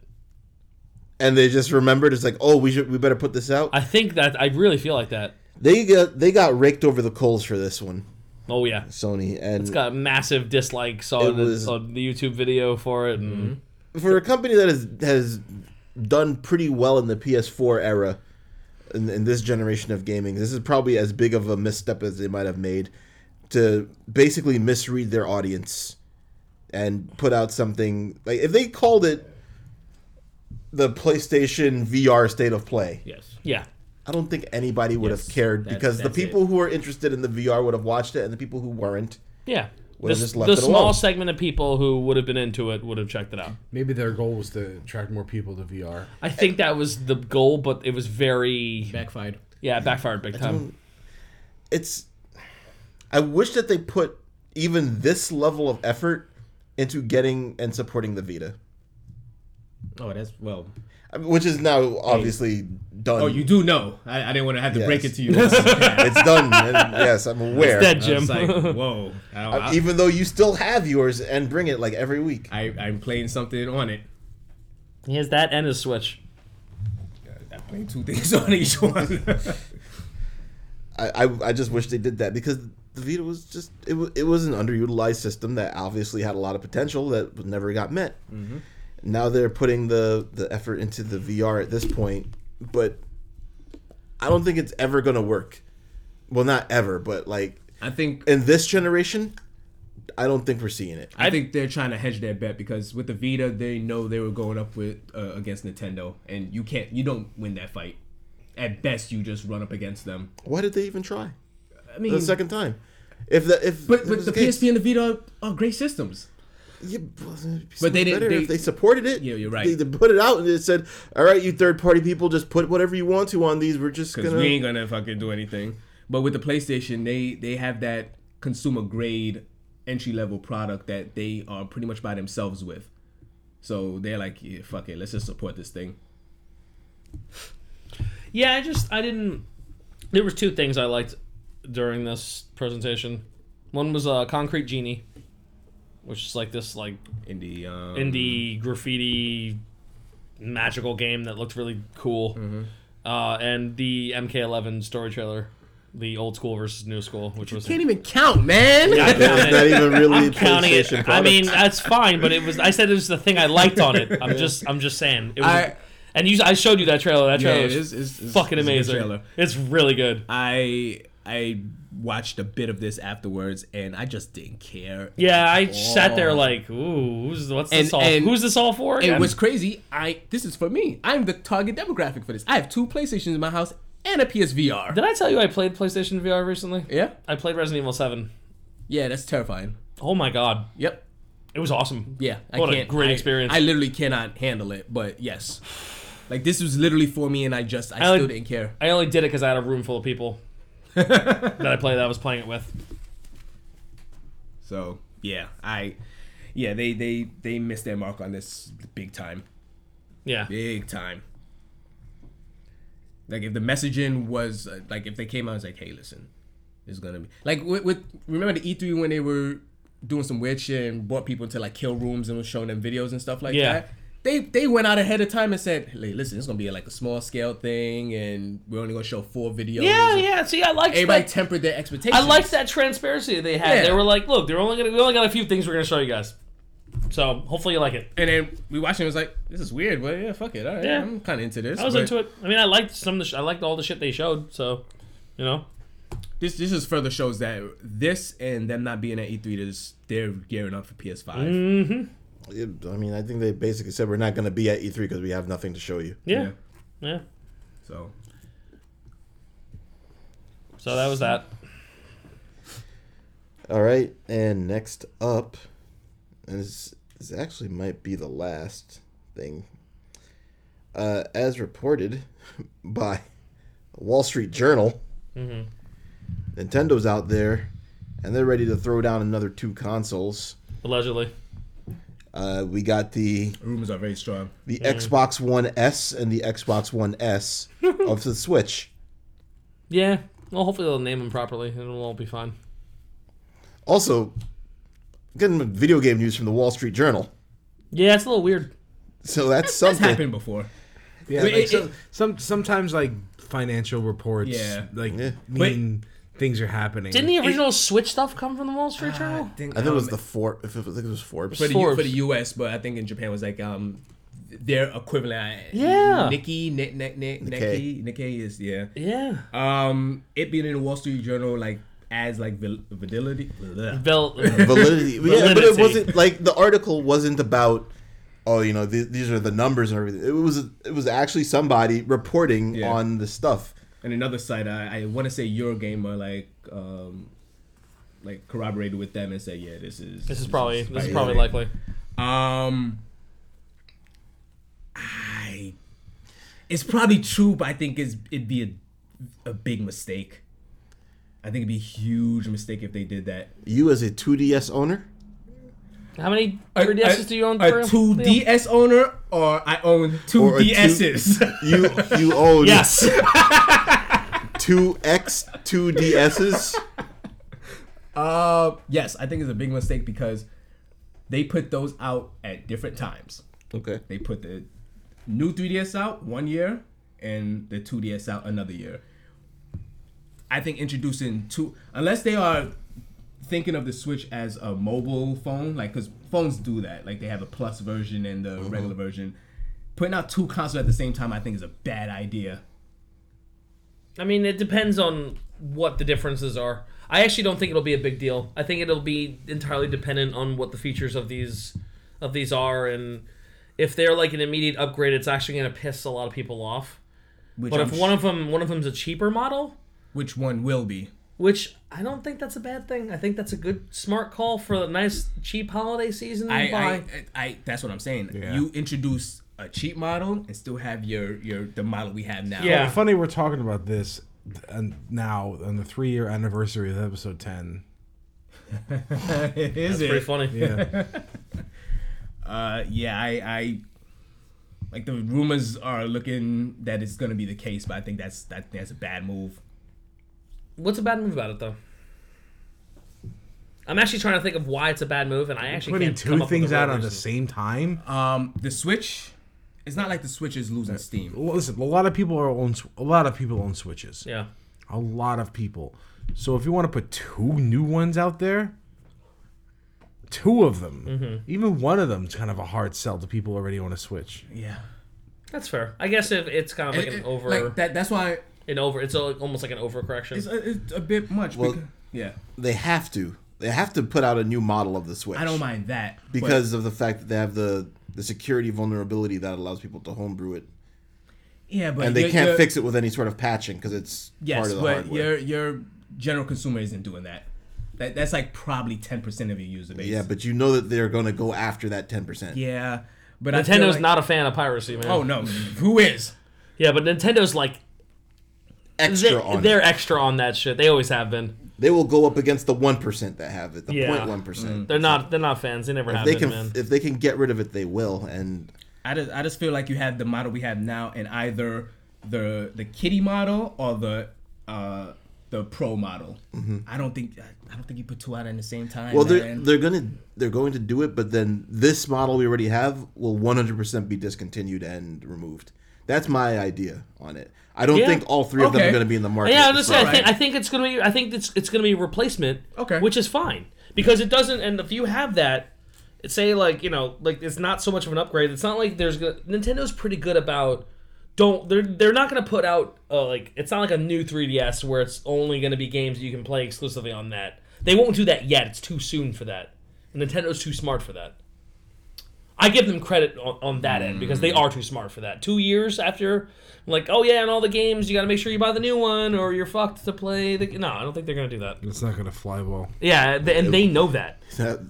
Speaker 2: And they just remembered it's like, oh, we should we better put this out.
Speaker 4: I think that I really feel like that.
Speaker 2: They got they got raked over the coals for this one,
Speaker 4: Oh yeah,
Speaker 2: Sony, and
Speaker 4: it's got massive dislikes on, the-
Speaker 2: was-
Speaker 4: on the YouTube video for it. And
Speaker 2: for a company that has has done pretty well in the PS4 era, in, in this generation of gaming, this is probably as big of a misstep as they might have made to basically misread their audience and put out something like if they called it the PlayStation VR State of Play.
Speaker 3: Yes.
Speaker 4: Yeah,
Speaker 2: I don't think anybody would have cared
Speaker 3: that's-
Speaker 2: because the
Speaker 3: that's it.
Speaker 2: people who are interested in the VR would have watched it, and the people who weren't.
Speaker 4: yeah.
Speaker 2: Would've
Speaker 4: The-
Speaker 2: just left
Speaker 4: the
Speaker 2: it
Speaker 4: small
Speaker 2: alone.
Speaker 4: segment of people who would have been into it would have checked it out.
Speaker 6: Maybe their goal was to attract more people to VR.
Speaker 4: I think that was the goal, but it was very
Speaker 3: Backfired.
Speaker 4: yeah it backfired big time.
Speaker 2: it's I wish that they put even this level of effort into getting and supporting the Vita,
Speaker 3: Oh, that's well.
Speaker 2: I mean, which is now obviously done.
Speaker 3: Oh, you do know. I, I didn't want to have to break
Speaker 2: Yes.
Speaker 3: it to you. I
Speaker 2: It's done. and yes, I'm aware.
Speaker 4: Dead Jim.
Speaker 3: was like, whoa. I, don't- I,
Speaker 2: Even though you still have yours and bring it like every week.
Speaker 3: I, I'm playing something on it.
Speaker 4: He has that and his Switch.
Speaker 3: I played two things on each one.
Speaker 2: I, I, I just wish they did that because the Vita was just it, wa- it was an underutilized system that obviously had a lot of potential that was- never got met. Now they're putting the the effort into the VR at this point, but I don't think it's ever gonna work. Well, not ever, but like
Speaker 3: I think
Speaker 2: in this generation, I don't think we're seeing it.
Speaker 3: I think they're trying to hedge their bet because with the Vita, they know they were going up with uh, against Nintendo, and you can't, you don't win that fight. At best, you just run up against them.
Speaker 2: Why did they even try
Speaker 3: I mean,
Speaker 2: the second time? If the if
Speaker 3: but
Speaker 2: that
Speaker 3: but
Speaker 2: was
Speaker 3: the
Speaker 2: case-
Speaker 3: PSP and the Vita are, are great systems.
Speaker 2: Yeah, well, it'd be so
Speaker 3: But they
Speaker 2: much
Speaker 3: didn't-
Speaker 2: better
Speaker 3: they-
Speaker 2: if they supported it.
Speaker 3: Yeah, you're right.
Speaker 2: They, they put it out and it said, "All right, you third party people, just put whatever you want to on these. We're just
Speaker 3: Because
Speaker 2: gonna."
Speaker 3: we ain't gonna fucking do anything. But with the PlayStation, they they have that consumer grade entry level product that they are pretty much by themselves with. So they're like, yeah, fuck it, let's just support this thing.
Speaker 4: Yeah, I just I didn't. There was two things I liked during this presentation. One was uh, Concrete Genie, which is like this like
Speaker 3: Indie, um,
Speaker 4: indie graffiti magical game that looked really cool.
Speaker 3: Mm-hmm.
Speaker 4: Uh, and the MK11 story trailer, the old school versus new school, which was
Speaker 7: Can't even count, man.
Speaker 4: I
Speaker 2: It's
Speaker 4: counted-
Speaker 2: not even really a
Speaker 4: counting it.
Speaker 2: PlayStation product.
Speaker 4: I mean, that's fine, but it was. I said it was the thing I liked on it. I'm just, I'm just saying. It was,
Speaker 7: I-
Speaker 4: and you, I showed you that trailer. That
Speaker 7: Yeah,
Speaker 4: trailer
Speaker 7: it is-
Speaker 4: is
Speaker 7: it's- it's-
Speaker 4: fucking
Speaker 7: it's a good
Speaker 4: amazing.
Speaker 7: trailer.
Speaker 4: It's really good.
Speaker 3: I I watched a bit of this afterwards, and I just didn't care.
Speaker 4: Yeah, I sat there like, ooh, who's, what's
Speaker 7: And-
Speaker 4: this all?
Speaker 7: and-
Speaker 4: who's this all for?
Speaker 7: And
Speaker 4: again?
Speaker 7: what's crazy, I this is for me. I'm the target demographic for this. I have two PlayStations in my house and a PSVR.
Speaker 4: Did I tell you I played PlayStation VR recently?
Speaker 7: yeah,
Speaker 4: I played Resident Evil Seven.
Speaker 7: yeah, that's terrifying.
Speaker 4: Oh my god,
Speaker 7: Yep.
Speaker 4: it was awesome.
Speaker 7: Yeah, I
Speaker 4: What a
Speaker 7: can't.
Speaker 4: great
Speaker 7: I-
Speaker 4: experience.
Speaker 7: I literally cannot handle it, but yes, like this was literally for me, and I just I,
Speaker 4: I
Speaker 7: still
Speaker 4: would-
Speaker 7: didn't care.
Speaker 4: I only did it because I had a room full of people that I played that I was playing it with.
Speaker 3: So yeah, I yeah they they they missed their mark on this big time,
Speaker 4: Yeah,
Speaker 3: big time. Like if the messaging was uh, like if they came out and was like, hey, listen, it's gonna be like with, with remember the E3 when they were doing some weird shit and brought people into like kill rooms and was showing them videos and stuff like
Speaker 4: Yeah.
Speaker 3: that. They, they went out ahead of time and said, hey, listen, it's gonna be like a small scale thing, and we're only gonna show four videos.
Speaker 4: yeah,
Speaker 3: and-
Speaker 4: yeah. See, I liked
Speaker 3: Everybody
Speaker 4: that.
Speaker 3: tempered their expectations.
Speaker 4: I liked that transparency they had.
Speaker 3: Yeah.
Speaker 4: They were like, look, they're only gonna we only got a few things we're gonna show you guys. So hopefully you like it.
Speaker 3: And then we watched it and was like, this is weird, but yeah, fuck it. All right,
Speaker 4: Yeah.
Speaker 3: I'm kind of into this.
Speaker 4: I was
Speaker 3: but
Speaker 4: into it. I mean, I liked some of the sh- I liked all the shit they showed. So, you know,
Speaker 3: This, this just further shows that this and them not being at E3, this, they're gearing up for PS5.
Speaker 4: Mm.
Speaker 2: It- I mean, I think they basically said we're not going to be at E3 because we have nothing to show you.
Speaker 4: yeah, yeah.
Speaker 3: So,
Speaker 4: So that was that.
Speaker 2: All right, and next up, and this, this actually might be the last thing, uh, as reported by Wall Street Journal, Nintendo's out there, and they're ready to throw down another two consoles.
Speaker 4: Allegedly,
Speaker 2: Uh, we got the
Speaker 3: rumors are very strong.
Speaker 2: the Xbox One S and the Xbox One S of the Switch.
Speaker 4: yeah. Well, hopefully they'll name them properly and it'll all be fine.
Speaker 2: Also, getting video game news from the Wall Street Journal.
Speaker 4: Yeah, it's a little weird.
Speaker 2: So that's
Speaker 3: That's
Speaker 2: something.
Speaker 3: happened before.
Speaker 6: Yeah,
Speaker 3: Wait,
Speaker 6: like
Speaker 3: it-
Speaker 6: some,
Speaker 3: it-
Speaker 6: some sometimes like financial reports,
Speaker 3: Yeah.
Speaker 6: like
Speaker 2: Yeah.
Speaker 6: mean things are happening.
Speaker 4: Didn't the original Switch stuff come from the Wall
Speaker 3: Ah,
Speaker 4: Street Journal?
Speaker 6: think,
Speaker 2: I think it was the Forbes. I think it was Forbes.
Speaker 3: For the, U-
Speaker 4: Forbes.
Speaker 3: for the US, but I think in Japan it was like um, their equivalent.
Speaker 4: Yeah.
Speaker 3: Nikki, Nick, Nick, Nick, Nikkei.
Speaker 2: Nikkei.
Speaker 3: Nikkei is, yeah.
Speaker 4: Yeah,
Speaker 3: Um, It being in the Wall Street Journal, like, adds like val- validity. Bleh.
Speaker 4: Bill.
Speaker 2: Validity. Yeah, but it
Speaker 4: Validity.
Speaker 2: wasn't like the article wasn't about. Oh, you know th- these are the numbers and everything. It was it was actually somebody reporting
Speaker 3: Yeah.
Speaker 2: on the stuff.
Speaker 3: and another site I, I want to say Eurogamer like um like corroborated with them and said yeah this is
Speaker 4: this is probably this is
Speaker 3: by
Speaker 4: probably
Speaker 3: Eurogamer.
Speaker 4: likely.
Speaker 3: um I it's probably true but I think it's it'd be a a big mistake I think it'd be a huge mistake if they did that
Speaker 2: You as a 2DS owner,
Speaker 4: How many
Speaker 3: A-
Speaker 4: 3DSs
Speaker 3: a-
Speaker 4: do you own?
Speaker 3: a
Speaker 4: Drew?
Speaker 3: two DS owner or I own two
Speaker 2: Or a two-
Speaker 3: DS's
Speaker 2: you you own
Speaker 4: Yes.
Speaker 2: two X two DSs.
Speaker 3: Uh, yes, I think it's a big mistake because they put those out at different times.
Speaker 2: Okay.
Speaker 3: They put the new 3DS out one year and the 2DS out another year. I think introducing two, unless they are thinking of the Switch as a mobile phone, like because phones do that, like they have a plus version and the
Speaker 4: Mm-hmm.
Speaker 3: regular version. Putting out two consoles at the same time, I think, is a bad idea.
Speaker 4: I mean, it depends on what the differences are. I actually don't think it'll be a big deal. I think it'll be entirely dependent on what the features of these of these are and if they're like an immediate upgrade, it's actually going to piss a lot of people off.
Speaker 3: Which
Speaker 4: But
Speaker 3: I'm
Speaker 4: if
Speaker 3: sh-
Speaker 4: one of them one of them's a cheaper model,
Speaker 3: which one will be?
Speaker 4: which I don't think that's a bad thing. I think that's a good smart call for a nice cheap holiday season.
Speaker 3: I,
Speaker 4: buy.
Speaker 3: I, I, I that's what I'm saying. You introduce a cheap model and still have your your the model we have now.
Speaker 4: Yeah.
Speaker 6: Funny, we're talking about this and now on the three year anniversary of episode ten.
Speaker 3: Is
Speaker 4: Pretty
Speaker 3: it?
Speaker 4: funny.
Speaker 6: Yeah.
Speaker 3: Uh, yeah, I, I like the rumors are looking that it's gonna be the case, but I think that's that that's a bad move.
Speaker 4: What's a bad move about it though? I'm actually trying to think of why it's a bad move, and I actually
Speaker 6: Putting
Speaker 4: can't come
Speaker 6: two
Speaker 4: up with a
Speaker 6: things
Speaker 4: real
Speaker 6: out on the
Speaker 4: reason.
Speaker 6: same time.
Speaker 3: Um, the Switch, it's not like the Switch is losing steam.
Speaker 6: Well, listen, a lot of people are on a lot of people own switches.
Speaker 4: Yeah.
Speaker 6: A lot of people. So if you want to put two new ones out there, two of them, even one of them's kind of a hard sell to people already on a Switch.
Speaker 3: Yeah,
Speaker 4: That's fair. I guess if it's kind of like an over,
Speaker 3: like that. That's why
Speaker 4: an over. It's a, almost like an overcorrection.
Speaker 3: it's a, it's a bit much.
Speaker 2: Well-
Speaker 3: because, yeah,
Speaker 2: They have to. They have to put out a new model of the Switch.
Speaker 3: I don't mind that but-
Speaker 2: because of the fact that they have the the security vulnerability that allows people to homebrew it,
Speaker 3: yeah, but
Speaker 2: and they
Speaker 3: you're-
Speaker 2: can't
Speaker 3: you're-
Speaker 2: fix it with any sort of patching because it's part
Speaker 3: Yes,
Speaker 2: of the
Speaker 3: but your
Speaker 2: hardware.
Speaker 3: your general consumer isn't doing that. That that's like probably ten percent of your user base.
Speaker 2: Yeah, but you know that they're going to go after that ten percent.
Speaker 3: yeah, but I feel
Speaker 4: Nintendo's
Speaker 3: like-
Speaker 4: not a fan of piracy, man.
Speaker 3: Oh no, who is?
Speaker 4: Yeah, but Nintendo's like
Speaker 2: extra
Speaker 4: they,
Speaker 2: on.
Speaker 4: they're
Speaker 2: it.
Speaker 4: extra on that shit. They always have been.
Speaker 2: They will go up against the one percent that have it, the
Speaker 4: Yeah. Mm.
Speaker 2: 0.1 percent.
Speaker 4: They're not. They're not fans. They never have
Speaker 2: They
Speaker 4: been,
Speaker 2: can
Speaker 4: man.
Speaker 2: if they can get rid of it, they will. And
Speaker 3: I just I just feel like you have the model we have now in either the the kitty model or the uh the pro model. I don't think I don't think you put two out in the same time.
Speaker 2: well, they're
Speaker 3: man.
Speaker 2: they're gonna they're going to do it, but then this model we already have will 100 percent be discontinued and removed. That's my idea on it. I don't
Speaker 4: Yeah.
Speaker 2: think all three of them
Speaker 3: Okay.
Speaker 2: are going to be in the market.
Speaker 4: Yeah, I'm
Speaker 2: at the
Speaker 4: just saying. I
Speaker 2: same
Speaker 4: think, I think it's gonna be. I think it's it's gonna be a replacement.
Speaker 3: Okay.
Speaker 4: Which is fine because it doesn't. And if you have that, say like you know like it's not so much of an upgrade. It's not like there's gonna, Nintendo's pretty good about don't they're they're not gonna put out uh, like it's not like a new 3DS where it's only gonna be games you can play exclusively on that. They won't do that yet. It's too soon for that. Nintendo's too smart for that. I give them credit on, on that end because they are too smart for that. Two years after, like, oh yeah, and all the games, you got to make sure you buy the new one or you're fucked to play the. No, I don't think they're gonna do that.
Speaker 6: It's not gonna fly well.
Speaker 4: Yeah, th- and they know that.
Speaker 2: That,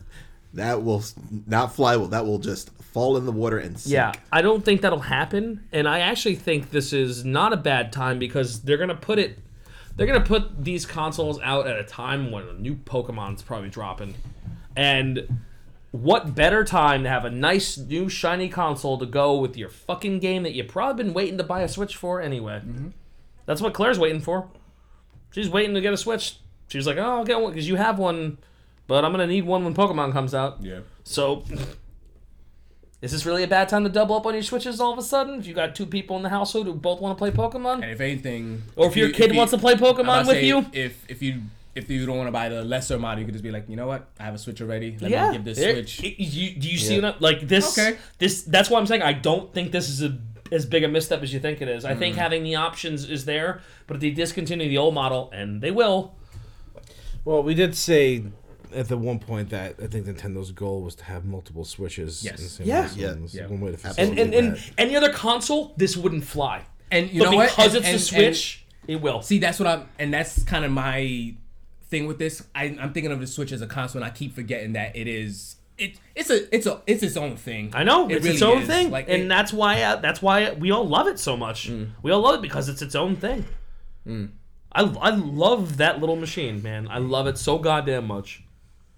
Speaker 2: that will s- not fly well. That will just fall in the water and sink.
Speaker 4: Yeah, I don't think that'll happen, and I actually think this is not a bad time because they're gonna put it. They're gonna put these consoles out at a time when a new Pokemon's probably dropping, and what better time to have a nice new shiny console to go with your fucking game that you probably been waiting to buy a Switch for anyway. That's what Claire's waiting for. She's waiting to get a Switch. She's like, oh, I'll get one because you have one, but I'm gonna need one when Pokemon comes out.
Speaker 3: yeah.
Speaker 4: So, is this really a bad time to double up on your switches all of a sudden? If you got two people in the household who both want to play Pokemon,
Speaker 3: And if anything,
Speaker 4: or if, your
Speaker 3: you-
Speaker 4: kid
Speaker 3: you-
Speaker 4: wants to play
Speaker 3: I'm about
Speaker 4: Pokemon
Speaker 3: to
Speaker 4: with
Speaker 3: say,
Speaker 4: you,
Speaker 3: if if you if you don't want to buy the lesser model, you could just be like, you know what, I have a Switch already. Let
Speaker 4: yeah,
Speaker 3: me give this
Speaker 4: There-
Speaker 3: Switch.
Speaker 4: it- you- do you see that? Like this,
Speaker 3: Okay.
Speaker 4: this. That's why I'm saying I don't think this is a, as big a misstep as you think it is. I think having the options is there, but if they discontinue the old model, and they will,
Speaker 6: Well, we did say at the one point that I think Nintendo's goal was to have multiple Switches.
Speaker 3: Yes.
Speaker 6: yeah.
Speaker 2: Yeah.
Speaker 3: Yeah.
Speaker 6: One way to
Speaker 4: and
Speaker 6: facilitate
Speaker 4: and, and
Speaker 6: that.
Speaker 4: any other console, this wouldn't fly.
Speaker 3: And you
Speaker 4: but
Speaker 3: know what?
Speaker 4: because
Speaker 3: And-
Speaker 4: it's
Speaker 3: and-
Speaker 4: a Switch, it will.
Speaker 3: See, that's what I'm, and that's kind of my thing with this. I, I'm thinking of the Switch as a console, and I keep forgetting that it is. It, it's a it's a it's its own thing.
Speaker 4: I know
Speaker 3: It
Speaker 4: it's its
Speaker 3: really
Speaker 4: own
Speaker 3: is.
Speaker 4: thing,
Speaker 3: Like,
Speaker 4: and
Speaker 3: it- Mm.
Speaker 4: that's why uh, that's why we all love it so much. We all love it because it's its own thing. I, I love that little machine, man. I love it so goddamn much,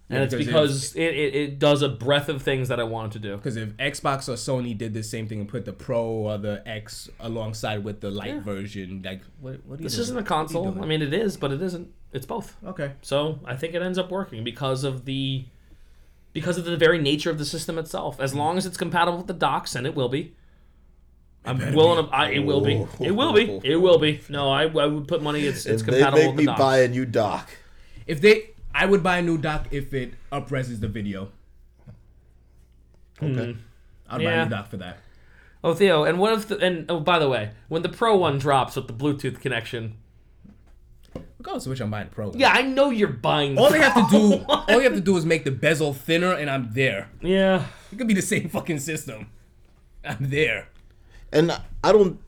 Speaker 4: and it's
Speaker 3: because
Speaker 4: because it, it, it does a breadth of things that I wanted to do.
Speaker 3: Because if Xbox or Sony did the same thing and put the Pro or the X alongside with the light version, like what, what do you
Speaker 4: This
Speaker 3: do?
Speaker 4: isn't a console. I mean, it is, but it isn't. It's both.
Speaker 3: Okay.
Speaker 4: So I think it ends up working because of the because of the very nature of the system itself. As long as it's compatible with the docks, and it will be. I'm willing to. I, it will be. It will be. It will be. No, I, I would put money. It's it's
Speaker 2: If they
Speaker 4: compatible
Speaker 2: make
Speaker 4: with the
Speaker 2: me
Speaker 4: docks.
Speaker 2: buy a new dock,
Speaker 3: If they, I would buy a new dock if it upreses the video.
Speaker 2: okay.
Speaker 3: I'd buy a
Speaker 4: Hmm. Yeah.
Speaker 3: new dock for that.
Speaker 4: Oh, Theo, and what if the and oh, by the way, when the Pro one drops with the Bluetooth connection,
Speaker 3: Regardless of which, I'm buying the Pro. one.
Speaker 4: yeah, I know you're buying.
Speaker 3: All they have to do, all you have to do is make the bezel thinner, and I'm there.
Speaker 4: yeah,
Speaker 3: It could be the same fucking system. I'm there.
Speaker 2: And I don't,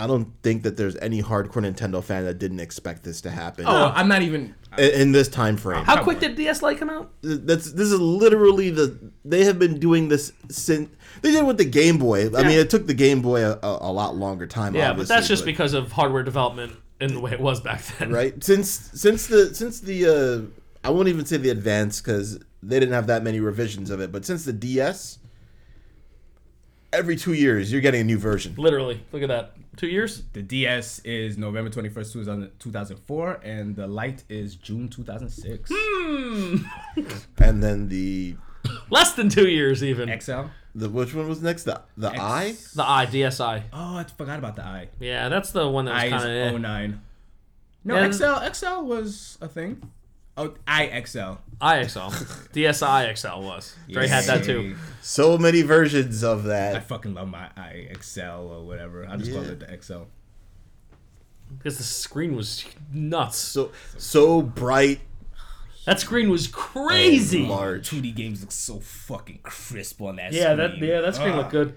Speaker 2: I don't think that there's any hardcore Nintendo fan that didn't expect this to happen
Speaker 3: Oh, I'm not even.
Speaker 2: in, in this time frame.
Speaker 4: how quick did DS Lite come out?
Speaker 2: That's this is literally the they have been doing this since they did it with the Game Boy. I mean, it took the Game Boy a, a, a lot longer time.
Speaker 4: Yeah, but
Speaker 2: obviously,
Speaker 4: that's just because of hardware development and the way it was back then.
Speaker 2: right since since the since the uh, I won't even say the advance because they didn't have that many revisions of it. But since the DS, every two years you're getting a new version.
Speaker 4: Literally, look at that. Two years.
Speaker 3: The DS is November 21st, 2000 2004, and the Lite is June 2006.
Speaker 4: Hmm.
Speaker 2: And then the
Speaker 4: Less than two years, even.
Speaker 3: XL?
Speaker 2: the which one was next? The the I.
Speaker 4: the I DSI.
Speaker 3: Oh, I forgot about the I.
Speaker 4: Yeah, that's the one that was
Speaker 3: I is
Speaker 4: kind of
Speaker 3: 09. No,
Speaker 4: And-
Speaker 3: XL XL was a thing. Oh, IXL.
Speaker 4: IXL. DSI XL was. Dre had that too.
Speaker 2: So many versions of
Speaker 3: I
Speaker 2: that.
Speaker 3: fucking love my IXL or whatever. I just call
Speaker 2: Yeah.
Speaker 3: it the XL.
Speaker 4: Because the screen was nuts.
Speaker 2: So so bright,
Speaker 4: That screen was crazy.
Speaker 2: large.
Speaker 3: 2D games look so fucking crisp on that
Speaker 4: Yeah, that
Speaker 3: screen.
Speaker 4: yeah, that screen
Speaker 3: Ah.
Speaker 4: looked good.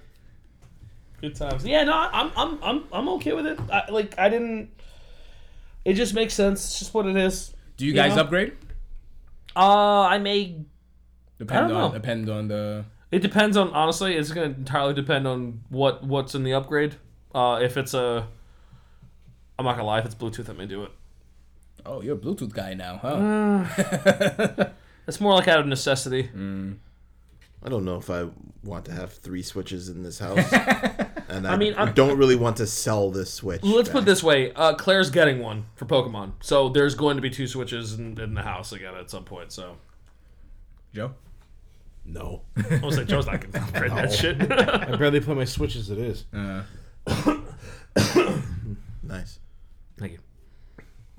Speaker 4: Good times. Yeah, no, I'm I'm I'm I'm okay with it. I, like I didn't. It just makes sense. It's just what it is.
Speaker 3: Do you guys
Speaker 4: know?
Speaker 3: upgrade?
Speaker 4: Uh, I may.
Speaker 3: Depend
Speaker 4: don't
Speaker 3: on
Speaker 4: know.
Speaker 3: depend on the
Speaker 4: It depends on honestly. It's gonna entirely depend on what what's in the upgrade. Uh, if it's a, I'm not gonna lie. If it's Bluetooth, I may do it.
Speaker 3: Oh, you're a Bluetooth guy now, huh?
Speaker 4: Uh. It's more like out of necessity.
Speaker 2: I don't know if I want to have three switches in this house, and I,
Speaker 4: mean, I'm-
Speaker 2: don't really want to sell this switch.
Speaker 4: Let's put it this way: uh, Claire's getting one for Pokemon, so there's going to be two switches in, in the house again at some point. So
Speaker 3: Joe?
Speaker 6: No.
Speaker 4: I was like, Joe's not gonna upgrade that shit.
Speaker 6: I barely play my Switch as it is.
Speaker 2: Nice.
Speaker 4: Thank you.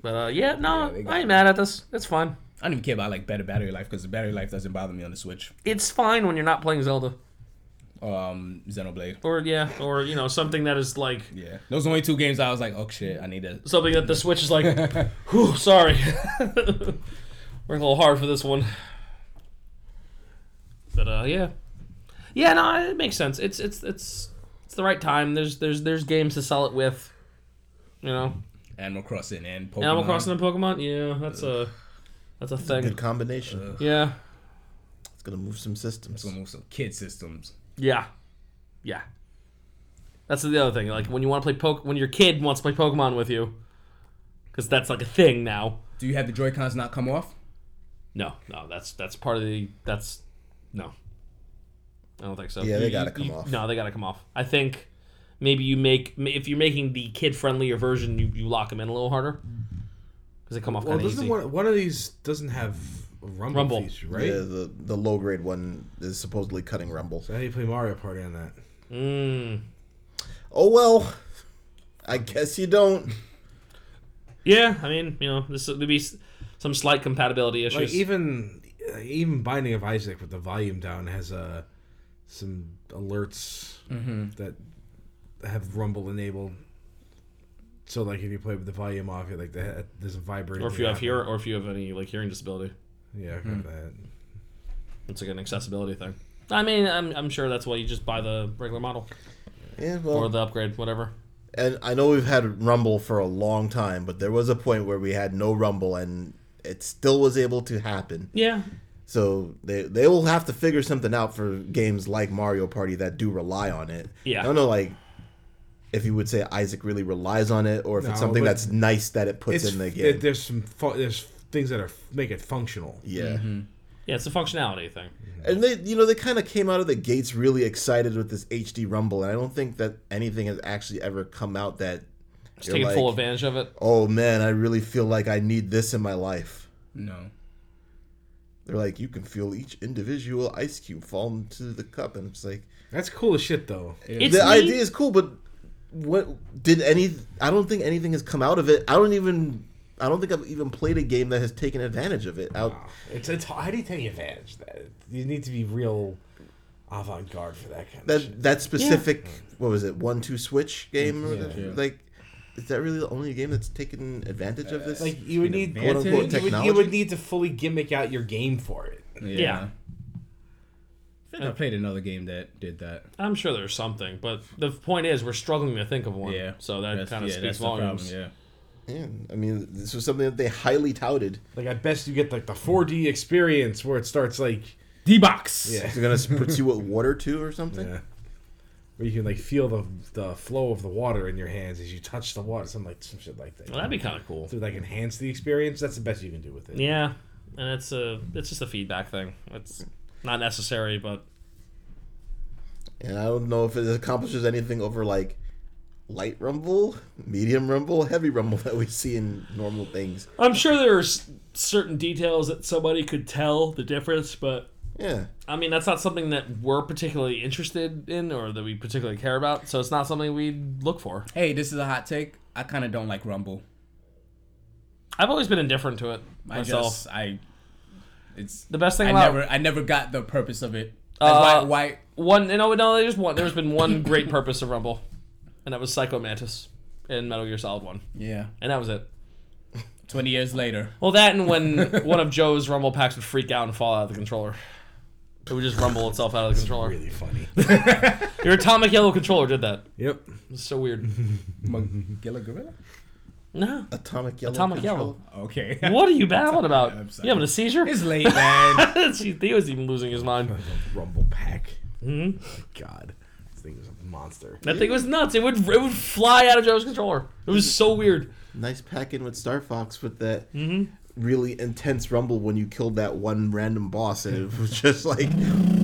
Speaker 4: But uh, yeah, no,
Speaker 3: they got
Speaker 4: I ain't mad at this. It's fine.
Speaker 3: I don't even care about like better battery life because the battery life doesn't bother me on the Switch.
Speaker 4: It's fine when you're not playing Zelda,
Speaker 3: Um, Xenoblade.
Speaker 4: or yeah, or you know something that is like
Speaker 3: Yeah, those are only two games I was like, oh shit, I need to.
Speaker 4: something that the Switch is like, whew, sorry, we're a little hard for this one. But uh, yeah, yeah, no, it makes sense. It's it's it's it's the right time. There's there's there's games to sell it with, you know.
Speaker 3: Animal Crossing and Pokemon.
Speaker 4: Animal Crossing and Pokemon, yeah, that's a that's a
Speaker 2: Good
Speaker 4: thing.
Speaker 2: combination.
Speaker 4: Yeah,
Speaker 2: it's gonna move some systems.
Speaker 3: It's gonna move some kid systems.
Speaker 4: yeah, yeah. That's the other thing. Like when you want to play poke, when your kid wants to play Pokemon with you, because that's like a thing now.
Speaker 3: Do you have the Joy Cons not come off?
Speaker 4: No, no, that's that's part of the that's no. I don't think so.
Speaker 2: Yeah, they gotta come
Speaker 4: you-
Speaker 2: off.
Speaker 4: No, they gotta come off. I think maybe you make if you're making the kid friendlier version, you, you lock them in a little harder because they come off
Speaker 6: Well,
Speaker 4: kind of
Speaker 6: doesn't
Speaker 4: easy.
Speaker 6: one, one of these doesn't have a rumble,
Speaker 4: Rumble.
Speaker 6: feature, right?
Speaker 2: Yeah, the the low grade one is supposedly cutting Rumble.
Speaker 6: How do you play Mario Party on that?
Speaker 4: Mm.
Speaker 2: Oh well, I guess you don't.
Speaker 4: Yeah, I mean, you know, this would be s- some slight compatibility issues.
Speaker 6: Like even uh, even Binding of Isaac with the volume down has uh, some alerts
Speaker 4: Mm-hmm.
Speaker 6: that have rumble enabled. So like if you play with the volume off, it like that there's a vibrating.
Speaker 4: or if you have Mm-hmm. hear, or if you have any like hearing disability,
Speaker 6: yeah, I got that.
Speaker 4: it's like an accessibility thing. I mean, I'm, I'm sure that's why you just buy the regular model
Speaker 2: Yeah,
Speaker 4: or
Speaker 2: well,
Speaker 4: the upgrade, whatever.
Speaker 2: and I know we've had Rumble for a long time, but there was a point where we had no Rumble, and it still was able to happen.
Speaker 4: Yeah,
Speaker 2: So they they will have to figure something out for games like Mario Party that do rely on it.
Speaker 4: Yeah.
Speaker 2: I don't know, like if you would say Isaac really relies on it, or if
Speaker 6: No,
Speaker 2: it's something
Speaker 6: but-
Speaker 2: that's nice that it puts
Speaker 6: It's
Speaker 2: in the
Speaker 6: it-
Speaker 2: game.
Speaker 6: there's some fu- there's things that are make it functional.
Speaker 2: yeah.
Speaker 4: Mm-hmm. yeah, it's a functionality thing.
Speaker 2: And they, you know, they kind of came out of the gates really excited with this HD Rumble, and I don't think that anything has actually ever come out that
Speaker 4: Just
Speaker 2: you're
Speaker 4: taking full
Speaker 2: like,
Speaker 4: advantage of it.
Speaker 2: Oh man, I really feel like I need this in my life.
Speaker 3: No.
Speaker 2: They're like, you can feel each individual ice cube fall into the cup, and it's like
Speaker 6: That's cool as shit though.
Speaker 4: It's
Speaker 2: the
Speaker 4: neat.
Speaker 2: idea is cool, but what did any? I don't think anything has come out of it. I don't even. I don't think I've even played a game that has taken advantage of it. Out.
Speaker 6: It's it's how do you take advantage of that? You need to be real avant garde for that kind of shit.
Speaker 2: that that specific what was it one two switch game or whatever?
Speaker 3: Yeah.
Speaker 2: like is that really the only game that's taken advantage of this
Speaker 6: Like you would need
Speaker 3: Quote, unquote,
Speaker 6: you would- you, would,
Speaker 2: technology?
Speaker 6: need to fully gimmick out your game for it.
Speaker 4: Yeah.
Speaker 3: I think I played another game that did that.
Speaker 4: I'm sure there's something, but the point is we're struggling to think of one.
Speaker 3: Yeah.
Speaker 4: So that
Speaker 3: That's-
Speaker 4: kind of
Speaker 3: yeah,
Speaker 4: speaks
Speaker 3: that's the problem,
Speaker 4: volumes.
Speaker 3: Yeah.
Speaker 2: yeah, i mean this was something that they highly touted
Speaker 6: Like at best you get like the 4D experience where it starts like
Speaker 3: D box.
Speaker 6: Yeah.
Speaker 2: they're gonna spritz you with water too or something
Speaker 6: uh, where you can like feel the the flow of the water in your hands as you touch the water, something like some shit like that.
Speaker 4: Well, that'd be kind of cool.
Speaker 6: to like enhance the experience, that's the best you can do with it.
Speaker 4: Yeah. and it's a it's just a feedback thing. It's not necessary, but
Speaker 2: and I don't know if it accomplishes anything over like light rumble, medium rumble, heavy rumble that we see in normal things.
Speaker 4: I'm sure there's certain details that somebody could tell the difference. But
Speaker 2: Yeah,
Speaker 4: I mean, that's not something that we're particularly interested in or that we particularly care about. So it's not something we look for.
Speaker 3: Hey, this is a hot take. I kind of don't like Rumble.
Speaker 4: I've always been indifferent to it
Speaker 3: I
Speaker 4: myself.
Speaker 3: just I it's
Speaker 4: the best thing
Speaker 3: I
Speaker 4: about
Speaker 3: never I never got the purpose of it. That's why
Speaker 4: Uh,
Speaker 3: why
Speaker 4: One, no, no, there's one. There's been one great purpose of Rumble, and that was Psycho Mantis in Metal Gear Solid One,
Speaker 3: yeah.
Speaker 4: and that was it.
Speaker 3: Twenty years later.
Speaker 4: Well, that and when one of Joe's Rumble packs would freak out and fall out of the controller, it would just rumble itself out of the controller.
Speaker 6: Really funny.
Speaker 4: Your atomic yellow controller did that.
Speaker 6: yep.
Speaker 4: It's so weird.
Speaker 3: McGilla Gorilla?
Speaker 4: No,
Speaker 2: atomic yellow.
Speaker 4: atomic
Speaker 2: control.
Speaker 4: yellow.
Speaker 3: Okay.
Speaker 4: What are you babbling about?
Speaker 3: I'm sorry.
Speaker 4: You having a seizure?
Speaker 3: It's late, man.
Speaker 4: Gee, Theo's even losing his mind.
Speaker 6: Rumble pack. Mm-hmm. God, this thing is a monster.
Speaker 4: That thing was nuts. It would it would fly out of Joe's controller. It was so weird.
Speaker 2: Nice pack in with Star Fox with that really intense rumble when you killed that one random boss, and it was just like,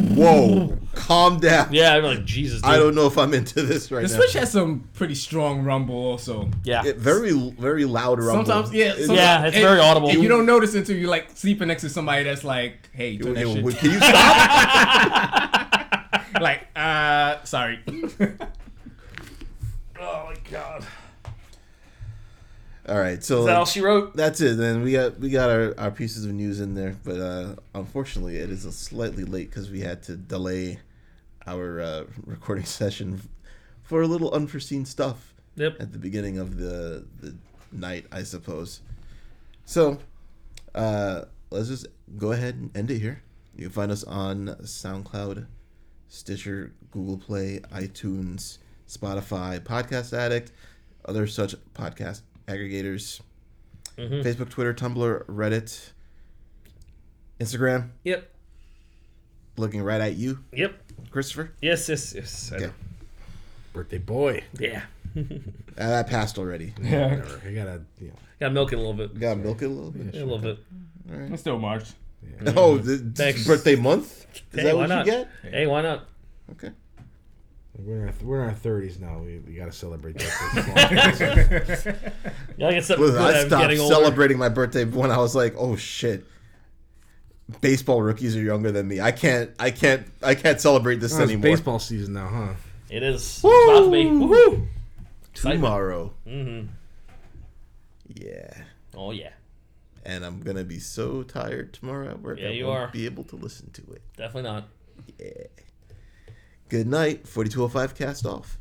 Speaker 2: whoa, calm down.
Speaker 4: Yeah, I'd be like Jesus. Dude.
Speaker 2: I don't know if I'm into this right
Speaker 3: The
Speaker 2: now.
Speaker 3: Switch has some pretty strong rumble also.
Speaker 4: Yeah.
Speaker 2: It- very very loud rumble.
Speaker 3: Sometimes yeah,
Speaker 2: It-
Speaker 3: sometimes-
Speaker 4: Yeah, it's
Speaker 3: and-
Speaker 4: very audible.
Speaker 3: and you don't notice until you're like sleeping next to somebody that's like, hey, turn that
Speaker 2: it-
Speaker 3: shit.
Speaker 2: Can you stop?
Speaker 3: like, uh sorry.
Speaker 4: oh my God. Is
Speaker 2: All right, so
Speaker 4: that all she wrote?
Speaker 2: that's it. Then we got we got our, our pieces of news in there, but uh, unfortunately, it is a slightly late because we had to delay our uh, recording session for a little unforeseen stuff
Speaker 4: Yep.
Speaker 2: at the beginning of the the night, I suppose. So, uh, let's just go ahead and end it here. You can find us on SoundCloud, Stitcher, Google Play, iTunes, Spotify, Podcast Addict, other such podcast aggregators,
Speaker 4: Mm-hmm.
Speaker 2: Facebook, Twitter, Tumblr, Reddit, Instagram.
Speaker 4: Yep.
Speaker 2: Looking right at you,
Speaker 4: Yep.
Speaker 2: Christopher.
Speaker 4: Yes. Yes. Yes. I
Speaker 2: Yeah.
Speaker 4: know.
Speaker 6: Birthday boy.
Speaker 4: Yeah.
Speaker 2: Uh, that passed already.
Speaker 3: Yeah.
Speaker 6: Whatever. I gotta, you know,
Speaker 4: Got milk it a little bit.
Speaker 2: You gotta milk it a little bit.
Speaker 4: A little bit.
Speaker 3: It's still March.
Speaker 2: Oh, the
Speaker 4: Thanks.
Speaker 2: birthday month? Is
Speaker 4: Hey,
Speaker 2: that
Speaker 4: why
Speaker 2: what
Speaker 4: not?
Speaker 2: you get?
Speaker 4: Hey, why not?
Speaker 2: Okay.
Speaker 6: we're in our, we're in our 30s now. We, we gotta celebrate that.
Speaker 4: Y'all get something
Speaker 2: Listen,
Speaker 4: good out
Speaker 2: I
Speaker 4: of
Speaker 2: stopped
Speaker 4: getting older.
Speaker 2: celebrating my birthday when I was like, "Oh shit, baseball rookies are younger than me. I can't, I can't, I can't celebrate this
Speaker 6: Oh, it's
Speaker 2: anymore."
Speaker 6: baseball season now, huh?
Speaker 4: It is. Woo! It's about to be. Woohoo! Excitement.
Speaker 2: tomorrow. Mm-hmm. Yeah,
Speaker 4: Oh yeah,
Speaker 2: and I'm gonna be so tired tomorrow at work.
Speaker 4: Yeah,
Speaker 2: I
Speaker 4: you
Speaker 2: won't
Speaker 4: are.
Speaker 2: Be able to listen to it.
Speaker 4: definitely not.
Speaker 2: Good night. Forty two hundred oh five cast off.